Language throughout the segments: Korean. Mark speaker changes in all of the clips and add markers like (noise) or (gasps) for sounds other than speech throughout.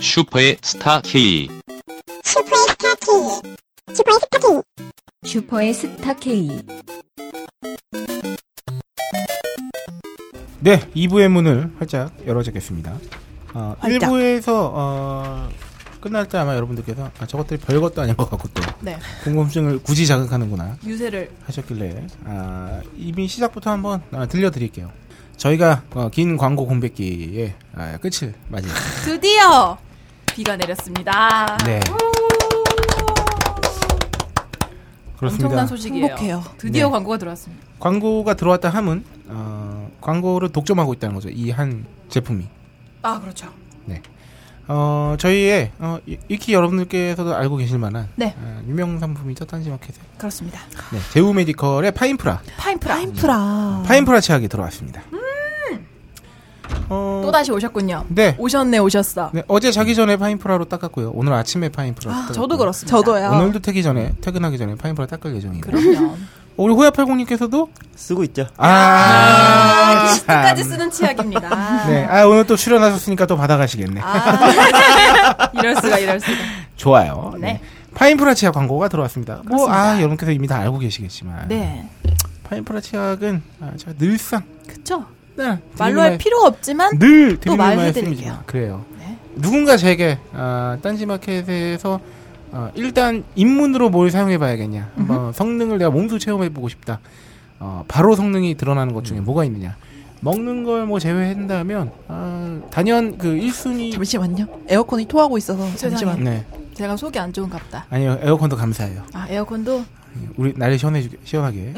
Speaker 1: 슈퍼의 스타 K.
Speaker 2: 슈퍼의 스타 K. 슈퍼의 스타 K.
Speaker 3: 슈퍼의 스타 K.
Speaker 4: 네, 2부의 문을 활짝 열어주겠습니다. 어,
Speaker 5: 활짝.
Speaker 4: 1부에서 어, 끝날 때 아마 여러분들께서 아, 저것들이 별것도 아닌 것 같고 또
Speaker 5: 네.
Speaker 4: 궁금증을 굳이 자극하는구나
Speaker 5: 유세를
Speaker 4: 하셨길래 아, 이미 시작부터 한번 아, 들려드릴게요. 저희가 어, 긴 광고 공백기의 아, 끝을 맞이했습니다.
Speaker 5: 드디어 비가 내렸습니다.
Speaker 4: 네,
Speaker 5: 엄청난
Speaker 4: 그렇습니다.
Speaker 5: 소식이에요.
Speaker 6: 행복해요.
Speaker 5: 드디어
Speaker 4: 네.
Speaker 5: 광고가 들어왔습니다.
Speaker 4: 광고가 들어왔다 함은 어, 광고를 독점하고 있다는 거죠. 이 한 제품이.
Speaker 5: 아 그렇죠.
Speaker 4: 네. 어, 저희의 어, 이- 익히 여러분들께서도 알고 계실 만한
Speaker 5: 네.
Speaker 4: 어, 유명 상품이죠 딴지마켓에
Speaker 5: 그렇습니다.
Speaker 4: 네, 제우메디컬의 파인프라
Speaker 5: 파인프라 아.
Speaker 6: 파인프라.
Speaker 4: 파인프라 치약이 들어왔습니다. 어,
Speaker 5: 음! 또 다시 오셨군요.
Speaker 4: 네.
Speaker 5: 오셨네 오셨어.
Speaker 4: 네, 어제 자기 전에 파인프라로 닦았고요. 오늘 아침에 파인프라.
Speaker 5: 아, 저도 그렇습니다.
Speaker 6: 저도요.
Speaker 4: 오늘도 퇴기 전에 퇴근하기 전에 파인프라 닦을 예정이에요.
Speaker 5: 그럼요.
Speaker 4: 우리 호야팔공님께서도
Speaker 7: 쓰고 있죠.
Speaker 4: 아,
Speaker 5: 끝까지
Speaker 4: 참.
Speaker 5: 쓰는 치약입니다.
Speaker 4: 네, 아 오늘 또 출연하셨으니까 또 받아가시겠네.
Speaker 5: 아, (laughs) 이럴 수가 이럴 수가.
Speaker 4: 좋아요.
Speaker 5: 네.
Speaker 4: 파인프라 치약 광고가 들어왔습니다. 뭐,
Speaker 5: 그렇습니다.
Speaker 4: 아, 여러분께서 이미 다 알고 계시겠지만.
Speaker 5: 네.
Speaker 4: 파인프라 치약은, 아, 제가 늘상.
Speaker 5: 그쵸.
Speaker 4: 네.
Speaker 5: 말로 할 필요 없지만
Speaker 4: 늘
Speaker 5: 또
Speaker 4: 드리는
Speaker 5: 말해드릴게요.
Speaker 4: 말씀이지만. 그래요.
Speaker 5: 네.
Speaker 4: 누군가 제게, 아, 딴지마켓에서, 어, 일단, 입문으로 뭘 사용해봐야겠냐. 한번 성능을 내가 몸소 체험해보고 싶다. 어, 바로 성능이 드러나는 것 중에
Speaker 5: 음.
Speaker 4: 뭐가 있느냐. 먹는 걸 뭐 제외한다면, 아, 단연 그 1순위.
Speaker 6: 잠시만요. 에어컨이 토하고 있어서
Speaker 5: 음, 세상에.
Speaker 6: 잠시만.
Speaker 4: 네.
Speaker 5: 제가 속이 안 좋은갑다.
Speaker 4: 아니요, 에어컨도 감사해요.
Speaker 5: 아 에어컨도
Speaker 4: 우리 나를 시원해, 시원하게.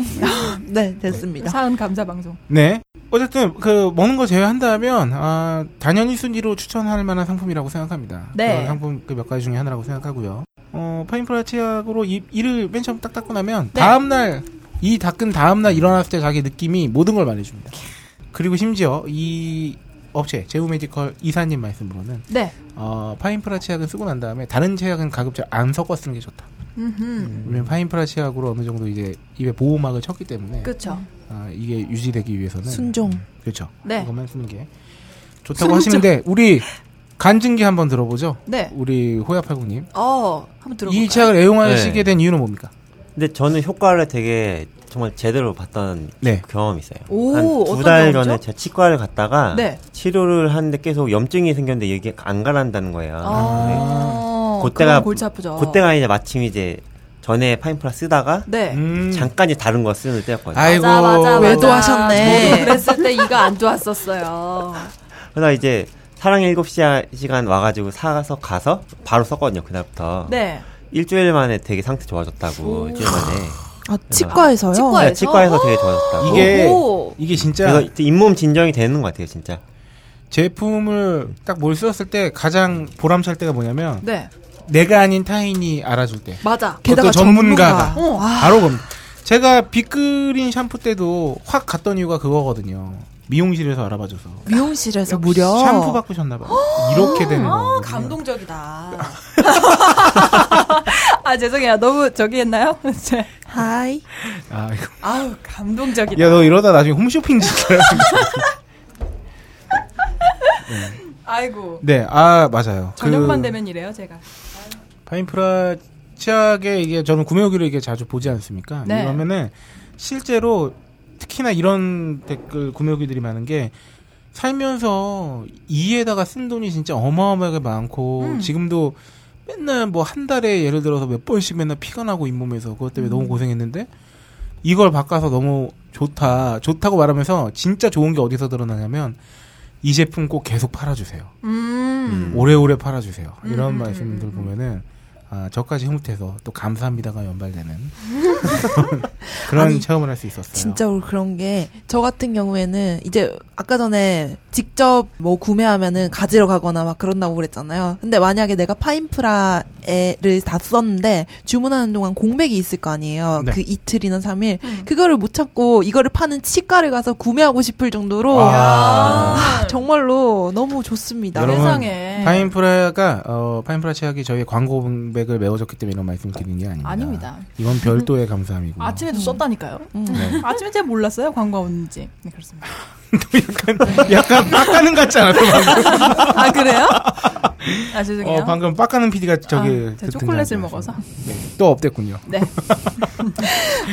Speaker 6: 네, 됐습니다.
Speaker 5: 사은 감사 방송.
Speaker 4: 네. 어쨌든 그 먹는 거 제외한다면 아, 단연히 순위로 추천할 만한 상품이라고 생각합니다.
Speaker 5: 네.
Speaker 4: 그런 상품 그 몇 가지 중에 하나라고 생각하고요. 어, 파인프라 치약으로 이, 이를 맨 처음 딱 닦고 나면
Speaker 5: 네.
Speaker 4: 다음 날 이 닦은 다음 날 일어났을 때 자기 느낌이 모든 걸 말해 줍니다. 그리고 심지어 이 업체 제우메디컬 이사님 말씀으로는
Speaker 5: 네.
Speaker 4: 어, 파인프라 치약은 쓰고 난 다음에 다른 치약은 가급적 안 섞어 쓰는 게 좋다.
Speaker 5: 음.
Speaker 4: 왜냐면 파인프라 치약으로 어느 정도 이제 입에 보호막을 쳤기 때문에
Speaker 5: 그쵸.
Speaker 6: 음.
Speaker 4: 아, 이게 유지되기 위해서는
Speaker 6: 순종.
Speaker 4: 그렇죠.
Speaker 5: 네.
Speaker 4: 이것만 쓰는 게 좋다고 하시는데
Speaker 5: (laughs)
Speaker 4: 우리 간증기 한번 들어보죠.
Speaker 5: 네.
Speaker 4: 우리 호야팔구님
Speaker 5: 어 한번 들어볼까요?
Speaker 4: 이 치약을 애용하시게
Speaker 7: 네.
Speaker 4: 된 이유는 뭡니까?
Speaker 7: 근데 저는 효과를 되게 정말 제대로 봤던
Speaker 4: 네.
Speaker 7: 경험이 있어요.
Speaker 5: 오,
Speaker 7: 한
Speaker 5: 어떤
Speaker 7: 두 달
Speaker 5: 경험이죠?
Speaker 7: 전에 제가 치과를 갔다가
Speaker 5: 네.
Speaker 7: 치료를 하는데 계속 염증이 생겼는데 이게 안 가라앉다는 거예요.
Speaker 5: 아,
Speaker 7: 네. 그때가-
Speaker 5: 그건 골치 아프죠.
Speaker 7: 그때가 이제 마침 이제 전에 파인프라 쓰다가
Speaker 5: 네.
Speaker 4: 음.
Speaker 7: 잠깐 이제 다른 거 쓰는 때였거든요.
Speaker 4: 아이고.
Speaker 5: 맞아, 맞아,
Speaker 6: 외도
Speaker 5: 맞아.
Speaker 6: 하셨네.
Speaker 5: 저도 그랬을 때 이가 안 좋았었어요.
Speaker 7: 그러다 이제 사랑 7시 시간 와가지고 사서 가서 바로 썼거든요. 그날부터.
Speaker 5: 네.
Speaker 7: 일주일 만에 되게 상태 좋아졌다고. 일주일 만에.
Speaker 6: 아, 치과에서요?
Speaker 5: 치과에-
Speaker 7: 네, 치과에서 되게 좋아졌다고.
Speaker 4: 이게
Speaker 5: 오호.
Speaker 4: 이게 진짜
Speaker 7: 그래서 잇몸 진정이 되는 것 같아요, 진짜.
Speaker 4: 제품을 딱 뭘 썼을 때 가장 보람찰 때가 뭐냐면
Speaker 5: 네.
Speaker 4: 내가 아닌 타인이 알아줄 때.
Speaker 5: 맞아.
Speaker 4: 그것도 전문가가.
Speaker 5: 어, 아,
Speaker 4: 바로 겁니다. 제가 빅그린 샴푸 때도 확 갔던 이유가 그거거든요. 미용실에서 알아봐줘서
Speaker 6: 미용실에서 무려
Speaker 4: 샴푸 바꾸셨나봐요. 이렇게 되는
Speaker 5: 아, 어,
Speaker 4: 거.
Speaker 7: (laughs)
Speaker 5: 감동적이다. 아, 죄송해요. 너무 저기 했나요? (laughs) 네.
Speaker 6: 하이.
Speaker 4: 아 이거.
Speaker 5: 아우, 감동적이다.
Speaker 4: 야 너 이러다 나중에 홈쇼핑
Speaker 5: (laughs)
Speaker 4: 진짜.
Speaker 7: 그
Speaker 5: 아이고.
Speaker 4: 네, 아 맞아요.
Speaker 5: 저녁만
Speaker 4: 그
Speaker 5: 되면 이래요, 제가.
Speaker 4: 파인프라 치약에 이게 저는 구매 후기를 이게 자주 보지 않습니까?
Speaker 5: 네.
Speaker 4: 그러면은 실제로 특히나 이런 댓글 구매 후기들이 많은 게 살면서 이에다가 쓴 돈이 진짜 어마어마하게 많고
Speaker 5: 음.
Speaker 4: 지금도 맨날 뭐 한 달에 예를 들어서 몇 번씩 맨날 피가 나고 잇몸에서 그것 때문에
Speaker 5: 음.
Speaker 4: 너무 고생했는데 이걸 바꿔서 너무 좋다 좋다고 말하면서 진짜 좋은 게 어디서 드러나냐면 이 제품 꼭 계속 팔아주세요.
Speaker 5: 음.
Speaker 4: 오래오래 팔아주세요. 이런
Speaker 5: 음,
Speaker 4: 말씀들 보면은 아, 저까지 흐뭇해서 또 감사합니다가 연발되는
Speaker 5: (laughs)
Speaker 4: 그런
Speaker 6: 아니,
Speaker 4: 체험을 할 수 있었어요.
Speaker 6: 진짜로 그런 게 저 같은 경우에는 이제 아까 전에 직접 뭐 구매하면은 가지러 가거나 막 그런다고 그랬잖아요. 근데 만약에 내가 파인프라를 다 썼는데 주문하는 동안 공백이 있을 거 아니에요.
Speaker 4: 네.
Speaker 6: 그 이틀이나 삼일
Speaker 2: 음.
Speaker 6: 그거를 못 참고 이거를 파는 치과를 가서 구매하고 싶을 정도로
Speaker 4: 아.
Speaker 6: 아, 정말로 너무 좋습니다.
Speaker 4: 여러분,
Speaker 5: 세상에.
Speaker 4: 파인프라가 어, 파인프라 치약이 저희 광고 공백을 메워줬기 때문에 이런 말씀을 드리는 게 아닙니다.
Speaker 5: 아닙니다.
Speaker 4: 이건 별도의
Speaker 7: 음.
Speaker 4: 감사함이고.
Speaker 5: 아침에도 썼다니까요. 음.
Speaker 4: 네. (laughs)
Speaker 5: 아침에 제가 몰랐어요, 광고가 오는지. 네, 그렇습니다.
Speaker 4: 약간 약간 빡가는 것 같지 않아요?
Speaker 5: 아, 그래요? 아 죄송해요.
Speaker 4: 어, 방금 빡가는 PD가 저기
Speaker 5: 아, 제가
Speaker 4: 그
Speaker 5: 초콜릿을
Speaker 4: 등장해서.
Speaker 5: 먹어서
Speaker 4: 네, 또 업됐군요.
Speaker 5: 네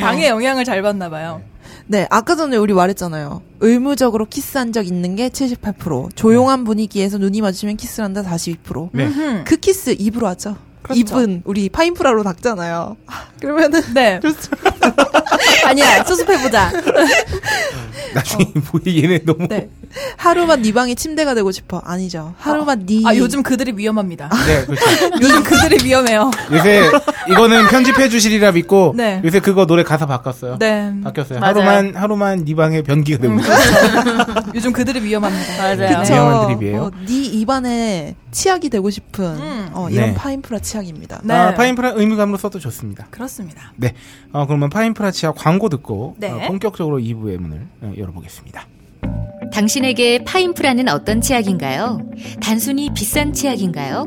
Speaker 5: 방에 영향을 잘 받나 봐요.
Speaker 6: 네, 아까 전에 우리 말했잖아요. 의무적으로 키스한 적 있는 게 78%. 조용한 분위기에서 눈이 마주치면 키스한다 42%.
Speaker 4: 네.
Speaker 5: 흠.
Speaker 6: 그 키스 입으로 하죠.
Speaker 5: 그렇죠.
Speaker 6: 입은 우리 파인프라로 닦잖아요. 그러면은
Speaker 5: 네. (laughs) 아니야 수습해 보자.
Speaker 4: 나중에
Speaker 5: 어.
Speaker 4: (laughs) 뭐야 얘네
Speaker 5: (laughs)
Speaker 4: 너무
Speaker 5: 네.
Speaker 6: 하루만 네 방이 침대가 되고 싶어. 아니죠. 하루만 네.
Speaker 5: 아 요즘 그들이 위험합니다.
Speaker 4: 네, 그렇죠.
Speaker 5: 요즘 그들이 위험해요.
Speaker 4: 요새 이거는 편집해 주시리라 믿고
Speaker 5: (laughs) 네.
Speaker 4: 요새 그거 노래 가사 바꿨어요.
Speaker 5: 네.
Speaker 4: 바뀌었어요.
Speaker 1: 맞아요.
Speaker 4: 하루만 하루만 네 방에 변기가 되고 있어요.
Speaker 5: 음. 요즘 그들이 위험합니다. 네.
Speaker 1: 맞아요.
Speaker 4: 그쵸. 위험한 드립이에요.
Speaker 6: 어, 네 입안에 치약이 되고 싶은
Speaker 5: 음.
Speaker 6: 어, 이런
Speaker 4: 네.
Speaker 6: 파인프라 치약입니다.
Speaker 5: (laughs) 네.
Speaker 4: 아, 파인프라 의무감으로 써도 좋습니다.
Speaker 5: 그렇습니다.
Speaker 4: 네. 어, 그러면 파인프라 치아 광고 듣고
Speaker 5: 네.
Speaker 4: 어, 본격적으로 2부의 문을 어, 열어보겠습니다.
Speaker 8: 당신에게 파인프라는 어떤 치약인가요? 단순히 비싼 치약인가요?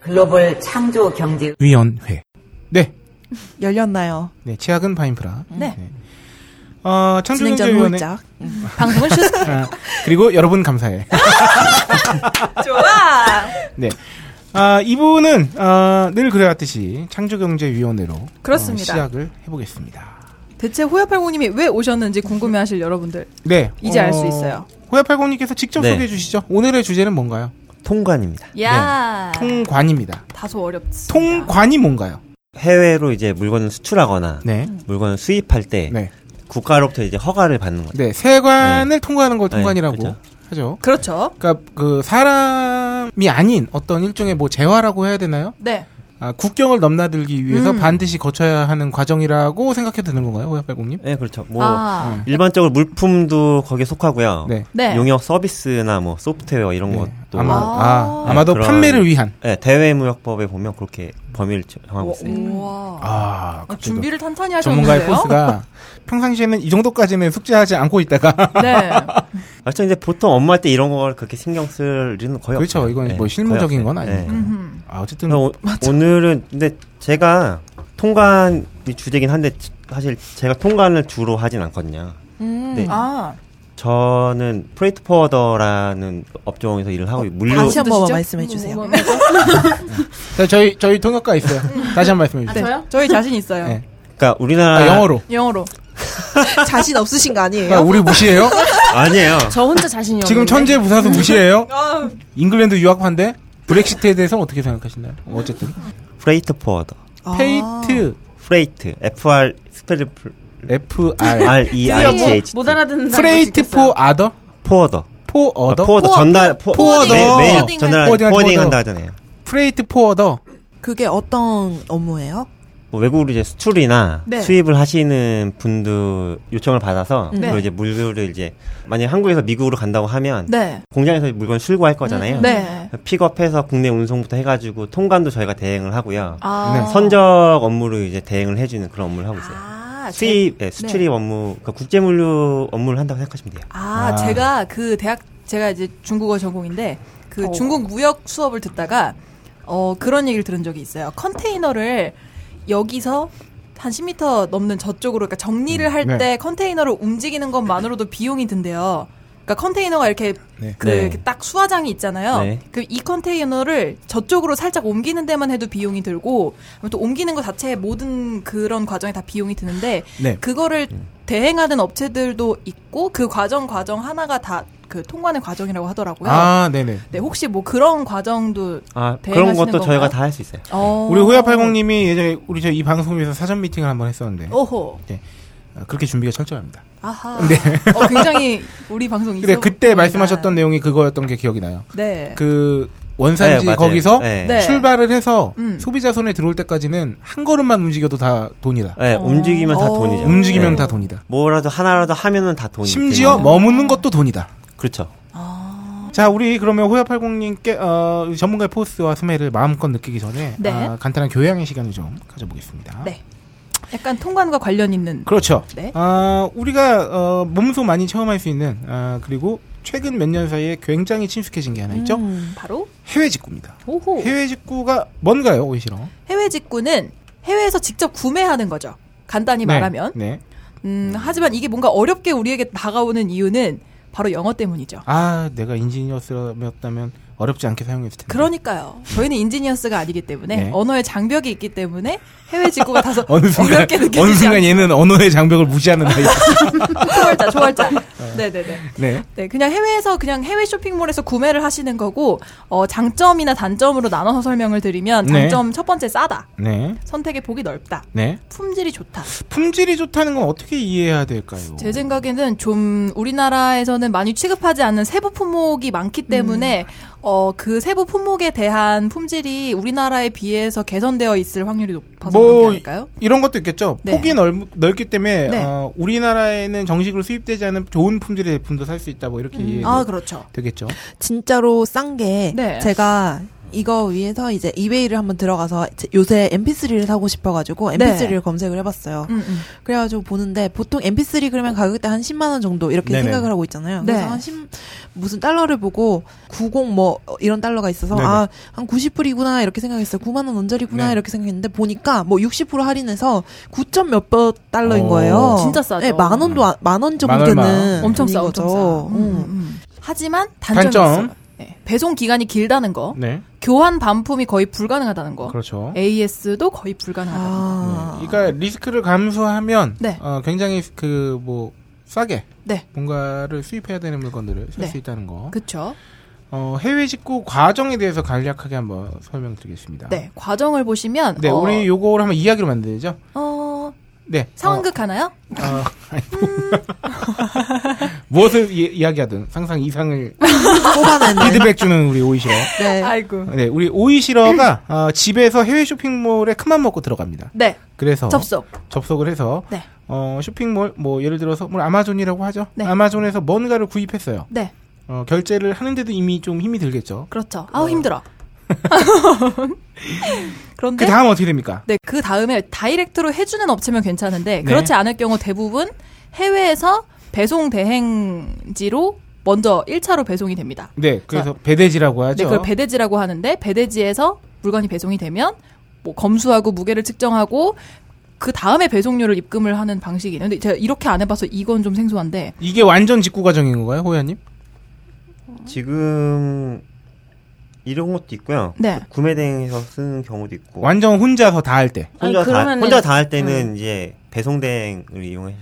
Speaker 1: 글로벌 창조 경제
Speaker 4: 위원회. 네.
Speaker 6: 열렸나요?
Speaker 4: 네. 치약은 파인프라.
Speaker 5: 네.
Speaker 4: 어,
Speaker 6: 진행자
Speaker 4: 창조경제위원회.
Speaker 6: 홀짝.
Speaker 5: 방송은 슈스
Speaker 4: 아, 그리고 여러분 감사해. (laughs)
Speaker 5: 좋아.
Speaker 4: 네. 아, 이분은 아, 늘 그래왔듯이 창조경제위원회로
Speaker 5: 그렇습니다.
Speaker 4: 어, 시작을 해보겠습니다.
Speaker 5: 대체 호야팔공님이 왜 오셨는지 궁금해하실 여러분들
Speaker 4: 네.
Speaker 5: 이제 알수 있어요.
Speaker 4: 호야팔공님께서 직접
Speaker 7: 네.
Speaker 4: 소개해 주시죠. 오늘의 주제는 뭔가요?
Speaker 7: 통관입니다.
Speaker 5: 야
Speaker 4: 통관입니다.
Speaker 5: 다소 어렵지.
Speaker 4: 네. 통관이 뭔가요?
Speaker 7: 네. 해외로 이제 물건을 수출하거나
Speaker 4: 네.
Speaker 7: 물건을 수입할 때
Speaker 4: 네.
Speaker 7: 국가로부터 이제 허가를 받는 거죠.
Speaker 4: 네. 세관을 통과하는 걸 통관이라고
Speaker 7: 네, 그렇죠.
Speaker 4: 하죠.
Speaker 5: 그렇죠.
Speaker 4: 그러니까 그 사람이 아닌 어떤 일종의 뭐 재화라고 해야 되나요?
Speaker 5: 네.
Speaker 4: 아, 국경을 넘나들기 위해서
Speaker 5: 음.
Speaker 4: 반드시 거쳐야 하는 과정이라고 생각해도 되는 건가요, 호야팔공님?
Speaker 7: 네, 그렇죠. 뭐
Speaker 4: 음.
Speaker 5: 아.
Speaker 7: 일반적으로 물품도 거기에 속하고요.
Speaker 4: 네.
Speaker 5: 네.
Speaker 7: 용역 서비스나 어. 뭐 소프트웨어 이런
Speaker 4: 네.
Speaker 7: 것도
Speaker 4: 아마
Speaker 5: 아.
Speaker 4: 아, 아마도
Speaker 7: 그런-
Speaker 4: 판매를 위한
Speaker 7: 네, 대외무역법에 보면 그렇게 범위를 정하고
Speaker 4: 네.
Speaker 7: 있어요.
Speaker 6: 음.
Speaker 5: 우와.
Speaker 4: 아,
Speaker 5: 아,
Speaker 4: 갑자기
Speaker 5: 준비를 탄탄히
Speaker 4: 전문가의
Speaker 5: 하셨는데요.
Speaker 4: 포스가 평상시에는 이 정도까지는 숙제하지 않고
Speaker 7: (laughs)
Speaker 4: 있다가
Speaker 6: (laughs)
Speaker 5: 네.
Speaker 7: 사실 이제 보통 업무할 때 이런 걸 그렇게 신경 쓸 일은 거의
Speaker 4: 그렇죠.
Speaker 7: 없어요.
Speaker 4: 이건
Speaker 7: 네,
Speaker 4: 뭐 실무적인
Speaker 7: 거의
Speaker 4: 건
Speaker 7: 없어요.
Speaker 4: 아니니까.
Speaker 7: 네.
Speaker 5: 음.
Speaker 4: 아, 어쨌든
Speaker 7: 그래서 오, 오늘은 근데 제가 통관이 주제긴 한데 지- 사실 제가 통관을 주로 하진 않거든요.
Speaker 6: 음.
Speaker 7: 네.
Speaker 5: 아
Speaker 7: 저는 프레이트 포워더라는 업종에서 일을 하고 물류
Speaker 6: 다시 한 번만
Speaker 5: 어떠시죠?
Speaker 6: 말씀해 주세요.
Speaker 5: 뭐, 뭐,
Speaker 4: 자, 네, 저희 저희 통역가 있어요. 다시 한 번 말씀해 주세요.
Speaker 1: 저요?
Speaker 5: 저희 자신 있어요.
Speaker 4: 네.
Speaker 7: 그러니까 우리나라
Speaker 4: 아, 영어로.
Speaker 5: 영어로.
Speaker 6: 자신 없으신 거 아니에요?
Speaker 4: 그러니까 우리 무시해요?
Speaker 7: 아니에요.
Speaker 1: 저 혼자 자신이 없는데.
Speaker 4: 지금 천재 부사수 무시해요?
Speaker 5: 아,
Speaker 4: 잉글랜드 유학파인데 브렉시트에 대해서 어떻게 생각하시나요? 어쨌든
Speaker 7: 프레이트 포워더.
Speaker 6: 아.
Speaker 4: 페이트
Speaker 7: 프레이트 F R 스펠
Speaker 4: F (laughs) R
Speaker 7: R E
Speaker 1: 드디어
Speaker 7: I T
Speaker 1: 뭐,
Speaker 7: H
Speaker 1: 못 알아듣는 사람도
Speaker 4: 프레이트 포
Speaker 1: 있겠어요.
Speaker 4: 아더
Speaker 7: 포워더.
Speaker 4: 포
Speaker 7: 아,
Speaker 4: 어더
Speaker 7: 포워더 전달 포,
Speaker 4: 포워더.
Speaker 7: 매,
Speaker 4: 포워딩
Speaker 7: 일 전달
Speaker 4: 포워딩
Speaker 7: 포워딩
Speaker 4: 포워더.
Speaker 7: 한다 하잖아요.
Speaker 4: 프레이트 포 어더
Speaker 6: 아, 그게 어떤 업무예요?
Speaker 7: 뭐 외국으로 이제 수출이나
Speaker 5: 네.
Speaker 7: 수입을 하시는 분들 요청을 받아서
Speaker 5: 네.
Speaker 7: 그리고 이제 물류를 이제 만약 한국에서 미국으로 간다고 하면
Speaker 5: 네.
Speaker 7: 공장에서 물건 출고할 거잖아요.
Speaker 5: 네.
Speaker 7: 픽업해서 국내 운송부터 해가지고 통관도 저희가 대행을 하고요.
Speaker 5: 아.
Speaker 4: 네.
Speaker 7: 선적 업무를 이제 대행을 해주는 그런 업무를 하고 있어요.
Speaker 5: 아, 제-
Speaker 6: 네.
Speaker 7: 수입,
Speaker 4: 네,
Speaker 7: 예, 수출입 업무, 그러니까 국제 물류 업무를 한다고 생각하시면 돼요.
Speaker 5: 아,
Speaker 4: 아.
Speaker 5: 제가 그 대학 제가 이제 중국어 전공인데
Speaker 4: 어.
Speaker 5: 그 중국 무역 수업을 듣다가 어 그런 얘기를 들은 적이 있어요. 컨테이너를 여기서 한 10m 넘는 저쪽으로 그러니까 정리를 할
Speaker 4: 네.
Speaker 5: 때 컨테이너를 움직이는 것만으로도 비용이 든대요. 그러니까 컨테이너가 이렇게
Speaker 4: 네.
Speaker 5: 그
Speaker 7: 네.
Speaker 5: 이렇게 딱 수화장이 있잖아요.
Speaker 7: 네.
Speaker 5: 그 이 컨테이너를 저쪽으로 살짝 옮기는 데만 해도 비용이 들고 또 옮기는 것 자체에 모든 그런 과정에 다 비용이 드는데
Speaker 4: 네.
Speaker 5: 그거를 대행하는 업체들도 있고 그 과정 과정 하나가 다 그 통관의 과정이라고 하더라고요.
Speaker 4: 아 네네
Speaker 5: 네, 혹시 뭐 그런 과정도
Speaker 7: 아,
Speaker 5: 대행하시는
Speaker 7: 그런 것도 저희가
Speaker 5: 건가요?
Speaker 7: 다 할 수 있어요.
Speaker 5: 어...
Speaker 4: 우리 호야팔공님이 예전에 우리 저 이 방송에서 사전 미팅을 한번 했었는데
Speaker 5: 오호.
Speaker 4: 어, 그렇게 준비가 철저합니다.
Speaker 5: 아하. 어, 굉장히 우리 방송 있어.
Speaker 4: 네. 근데 그때
Speaker 5: 보인다.
Speaker 4: 말씀하셨던 내용이 그거였던 게 기억이 나요.
Speaker 5: 네.
Speaker 4: 그 원산지
Speaker 7: 네, 맞아요.
Speaker 4: 거기서
Speaker 7: 네.
Speaker 5: 네.
Speaker 4: 출발을 해서
Speaker 5: 음.
Speaker 4: 소비자 손에 들어올 때까지는 한 걸음만 움직여도 다 돈이다.
Speaker 7: 네, 움직이면 다
Speaker 5: 어.
Speaker 7: 돈이죠.
Speaker 4: 움직이면
Speaker 7: 네.
Speaker 4: 다 돈이다.
Speaker 7: 뭐라도 하나라도 하면은 다 돈이.
Speaker 4: 심지어 뭐
Speaker 7: 되는
Speaker 4: 머무는 것도 돈이다.
Speaker 7: 거죠. 그렇죠.
Speaker 5: 어.
Speaker 4: 자, 우리 그러면 호야팔공님께 어, 전문가의 포스와 스멜을 마음껏 느끼기 전에
Speaker 5: 네.
Speaker 4: 아, 간단한 교양의 시간을 좀 가져보겠습니다.
Speaker 5: 네. 약간 통관과 관련 있는
Speaker 4: 그렇죠.
Speaker 5: 네.
Speaker 4: 아, 우리가 어, 몸소 많이 체험할 수 있는 아, 그리고 최근 몇 년 사이에 굉장히 친숙해진 게 하나 있죠.
Speaker 5: 바로
Speaker 4: 해외 직구입니다.
Speaker 5: 오호.
Speaker 4: 해외 직구가 뭔가요, 오이시로?
Speaker 5: 해외 직구는 해외에서 직접 구매하는 거죠. 간단히 말하면.
Speaker 4: 네.
Speaker 5: 음, 하지만 이게 뭔가 어렵게 우리에게 다가오는 이유는 바로 영어 때문이죠.
Speaker 4: 아, 내가 인지니어스였다면 어렵지 않게 사용했을 텐데.
Speaker 5: 그러니까요. 저희는 인지니어스가 아니기 때문에
Speaker 4: 네.
Speaker 5: 언어의 장벽이 있기 때문에 해외 직구가 다소
Speaker 4: (laughs) 어느 순간
Speaker 5: 어렵게
Speaker 4: 어느
Speaker 5: 느껴지지
Speaker 4: 순간
Speaker 5: 않아요.
Speaker 4: 얘는 언어의 장벽을 무시하는
Speaker 5: (laughs)
Speaker 4: 나이. (laughs)
Speaker 5: 초월자, 초월자. 네네네.
Speaker 4: 네.
Speaker 5: 네, 그냥 해외에서 그냥 해외 쇼핑몰에서 구매를 하시는 거고 어, 장점이나 단점으로 나눠서 설명을 드리면
Speaker 4: 네.
Speaker 5: 장점 첫 번째 싸다.
Speaker 4: 네.
Speaker 5: 선택의 폭이 넓다.
Speaker 4: 네.
Speaker 5: 품질이 좋다.
Speaker 4: 품질이 좋다는 건 어떻게 이해해야 될까요?
Speaker 5: 제 생각에는 좀 우리나라에서는 많이 취급하지 않는 세부 품목이 많기
Speaker 4: 음.
Speaker 5: 때문에 어, 그 세부 품목에 대한 품질이 우리나라에 비해서 개선되어 있을 확률이 높아서 그런 게
Speaker 4: 뭐
Speaker 5: 아닐까요?
Speaker 4: 이런 것도 있겠죠.
Speaker 5: 네.
Speaker 4: 폭이 넓, 넓기 때문에
Speaker 5: 네.
Speaker 4: 어, 우리나라에는 정식으로 수입되지 않은 좋은 품질의 제품도 살 수 있다. 뭐 이렇게 이해
Speaker 5: 아 그렇죠.
Speaker 4: 되겠죠.
Speaker 6: 진짜로 싼 게
Speaker 5: 네.
Speaker 6: 제가 이거 위해서 이제 이베이를 한번 들어가서 제- 요새 MP3를 사고 싶어가지고 MP3를 검색을 해봤어요.
Speaker 5: 네. 음, 음.
Speaker 6: 그래가지고 보는데 보통 MP3 그러면 가격대 한 10만 원 정도 이렇게
Speaker 4: 네네.
Speaker 6: 생각을 하고 있잖아요. 그래서
Speaker 5: 네.
Speaker 6: 한 10, 무슨 달러를 보고 90 뭐 이런 달러가 있어서
Speaker 4: 네네.
Speaker 6: 아 한 90불이구나 이렇게 생각했어요. 9만 원 원짜리구나
Speaker 4: 네.
Speaker 6: 이렇게 생각했는데 보니까 뭐 60% 할인해서 9점 몇몇 달러인
Speaker 4: 오. 음.
Speaker 6: 거예요.
Speaker 5: 진짜 싸죠.
Speaker 6: 네, 만 원도 안- 만원 정도
Speaker 4: 만 얼마.
Speaker 6: 되는
Speaker 5: 엄청 싸,
Speaker 6: 돈인
Speaker 5: 엄청
Speaker 6: 거죠.
Speaker 5: 싸. 네, 음,
Speaker 6: 음.
Speaker 5: 음. 하지만 단점이
Speaker 4: 단점.
Speaker 5: 있어요. 네, 배송 기간이 길다는 거,
Speaker 4: 네.
Speaker 5: 교환 반품이 거의 불가능하다는 거,
Speaker 4: 그렇죠.
Speaker 5: AS도 거의 불가능하다는 거.
Speaker 6: 아.
Speaker 4: 네. 그러니까 리스크를 감수하면
Speaker 5: 네.
Speaker 4: 어, 굉장히 그 뭐 싸게
Speaker 5: 네.
Speaker 4: 뭔가를 수입해야 되는 물건들을 살
Speaker 5: 네.
Speaker 4: 수 있다는 거.
Speaker 5: 그렇죠.
Speaker 4: 어, 해외 직구 과정에 대해서 간략하게 한번 설명드리겠습니다.
Speaker 5: 네, 과정을 보시면
Speaker 4: 아. 네,
Speaker 5: 어,
Speaker 4: 우리 요거를 한번 이야기로 만들죠.
Speaker 5: 어,
Speaker 4: 네.
Speaker 5: 상황극 하나요?
Speaker 4: 어,
Speaker 5: (laughs)
Speaker 4: 어, 아니,
Speaker 5: 음.
Speaker 4: (laughs) 무엇을 이, 야기하든 상상 이상을
Speaker 6: 뽑아내는.
Speaker 4: 피드백 주는 우리 오이시러.
Speaker 6: 네.
Speaker 5: 아이고.
Speaker 4: 네, 우리 오이시러가 어, 집에서 해외 쇼핑몰에 큰맘 먹고 들어갑니다.
Speaker 5: 네,
Speaker 4: 그래서
Speaker 5: 접속.
Speaker 4: 접속을 해서
Speaker 5: 네.
Speaker 4: 어, 쇼핑몰 뭐 예를 들어서 뭐 아마존이라고 하죠.
Speaker 5: 네.
Speaker 4: 아마존에서 뭔가를 구입했어요.
Speaker 5: 네,
Speaker 4: 어, 결제를 하는데도 이미 좀 힘이 들겠죠.
Speaker 5: 그렇죠.
Speaker 4: (laughs)
Speaker 5: 아우 힘들어. (laughs)
Speaker 4: 그
Speaker 5: 그런데
Speaker 4: 다음 어떻게 됩니까?
Speaker 5: 네, 그 다음에 다이렉트로 해주는 업체면 괜찮은데
Speaker 4: 네.
Speaker 5: 그렇지 않을 경우 대부분 해외에서 배송 대행지로 먼저 1차로 배송이 됩니다.
Speaker 4: 네, 그래서 배대지라고 하죠.
Speaker 5: 네, 그걸 배대지라고 하는데 배대지에서 물건이 배송이 되면 뭐 검수하고 무게를 측정하고 그 다음에 배송료를 입금을 하는 방식이 있는데 제가 이렇게 안 해봐서 이건 좀 생소한데
Speaker 4: 이게 완전 직구 과정인 건가요, 호야님?
Speaker 7: 지금 이런 것도 있고요. 그
Speaker 5: 네.
Speaker 7: 구매 대행에서 쓰는 경우도 있고.
Speaker 4: 완전 혼자서 다 할 때.
Speaker 7: 혼자
Speaker 1: 아니,
Speaker 7: 다
Speaker 1: 그러면은- 음.
Speaker 7: 혼자 다 할 때는 이제 배송 대행을 이용해서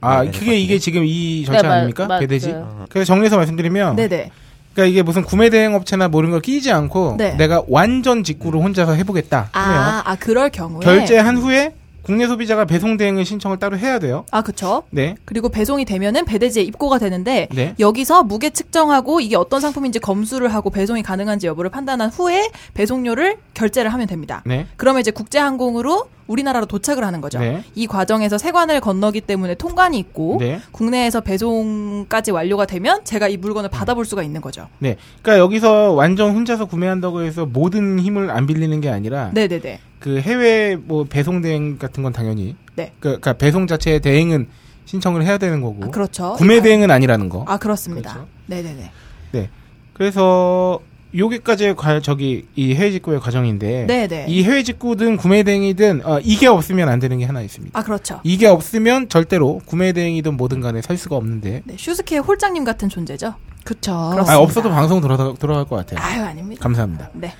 Speaker 4: 아,
Speaker 7: 네,
Speaker 4: 그게 이게 지금 이 절차
Speaker 1: 네, 맞-
Speaker 4: 아닙니까?
Speaker 1: 맞-
Speaker 4: 배대지.
Speaker 1: 맞아요.
Speaker 4: 그래서 정리해서 말씀드리면
Speaker 5: 네네
Speaker 4: 그러니까 이게 무슨 구매 대행 업체나 뭐 이런 걸 끼지 않고
Speaker 5: 네.
Speaker 4: 내가 완전 직구로 혼자서 해 보겠다.
Speaker 5: 아, 아 그럴 경우에
Speaker 4: 결제한 후에 국내 소비자가 배송 대행의 신청을 따로 해야 돼요.
Speaker 5: 아 그쵸
Speaker 4: 네.
Speaker 5: 그리고 배송이 되면은 배대지에 입고가 되는데
Speaker 4: 네.
Speaker 5: 여기서 무게 측정하고 이게 어떤 상품인지 검수를 하고 배송이 가능한지 여부를 판단한 후에 배송료를 결제를 하면 됩니다.
Speaker 4: 네.
Speaker 5: 그러면 이제 국제항공으로 우리나라로 도착을 하는 거죠.
Speaker 4: 네.
Speaker 5: 이 과정에서 세관을 건너기 때문에 통관이 있고
Speaker 4: 네.
Speaker 5: 국내에서 배송까지 완료가 되면 제가 이
Speaker 4: 음.
Speaker 5: 물건을 받아볼 수가 있는 거죠.
Speaker 4: 네. 그러니까 여기서 완전 혼자서 구매한다고 해서 모든 힘을 안 빌리는 게 아니라
Speaker 5: 네네네.
Speaker 4: 그 해외 뭐 배송 대행 같은 건 당연히
Speaker 5: 네.
Speaker 4: 그, 그러니까 배송 자체의 대행은 신청을 해야 되는 거고
Speaker 5: 아, 그렇죠.
Speaker 4: 뭐? 구매 대행은 아니라는 거.
Speaker 5: 아 그렇습니다.
Speaker 4: 그렇죠.
Speaker 5: 네네네.
Speaker 4: 네. 그래서 여기까지의 과, 저기 이 해외 직구의 과정인데
Speaker 5: 네네.
Speaker 4: 이 해외 직구든 구매 대행이든 어, 이게 없으면 안 되는 게 하나 있습니다.
Speaker 5: 아 그렇죠.
Speaker 4: 이게 없으면 절대로 구매 대행이든 뭐든 간에 살 수가 없는데
Speaker 5: 네, 슈스케 홀장님 같은 존재죠.
Speaker 6: 그쵸.
Speaker 5: 그렇습니다.
Speaker 4: 아, 없어도 방송 돌아, 돌아갈 것 같아요.
Speaker 5: 아유 아닙니다.
Speaker 4: 감사합니다.
Speaker 5: 네.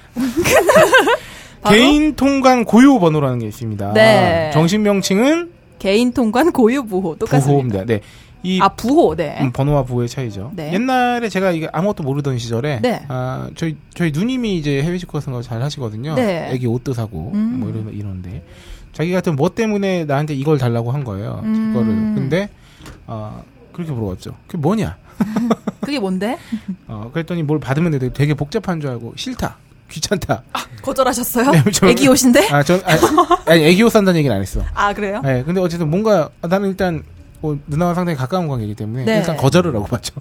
Speaker 4: (laughs)
Speaker 5: 바로
Speaker 4: 개인 통관 고유 번호라는 게 있습니다.
Speaker 5: 네.
Speaker 4: 정식 명칭은
Speaker 5: 개인 통관 고유 부호 똑같습니다.
Speaker 4: 부호입니다. 네. 이
Speaker 5: 아 부호 네.
Speaker 4: 음, 번호와 부호의 차이죠.
Speaker 5: 네.
Speaker 4: 옛날에 제가 이게 아무것도 모르던 시절에
Speaker 5: 네.
Speaker 4: 아, 저희 저희 누님이 이제 해외 직구 같은 거 잘 하시거든요.
Speaker 5: 네.
Speaker 4: 애기 옷도 사고
Speaker 5: 음.
Speaker 4: 뭐 이런 이런데 자기 같은 뭐 때문에 나한테 이걸 달라고 한 거예요.
Speaker 5: 음.
Speaker 4: 그거를 근데 어, 그렇게 물어봤죠. 그게 뭐냐?
Speaker 5: 그게
Speaker 4: (laughs)
Speaker 5: 뭔데?
Speaker 4: 어, 그랬더니 뭘 받으면 되게, 되게 복잡한 줄 알고 싫다. 귀찮다.
Speaker 5: 아. 거절하셨어요?
Speaker 4: 네, 저는-
Speaker 5: 애기 옷인데?
Speaker 4: 아, 전 아, 니 애기옷 산다는 얘기는 안 했어.
Speaker 5: 아 그래요?
Speaker 4: 네, 근데 어쨌든 뭔가 아, 나는 일단 어, 누나와 상당히 가까운 관계이기 때문에
Speaker 5: 네.
Speaker 4: 일단 거절을 하고 봤죠.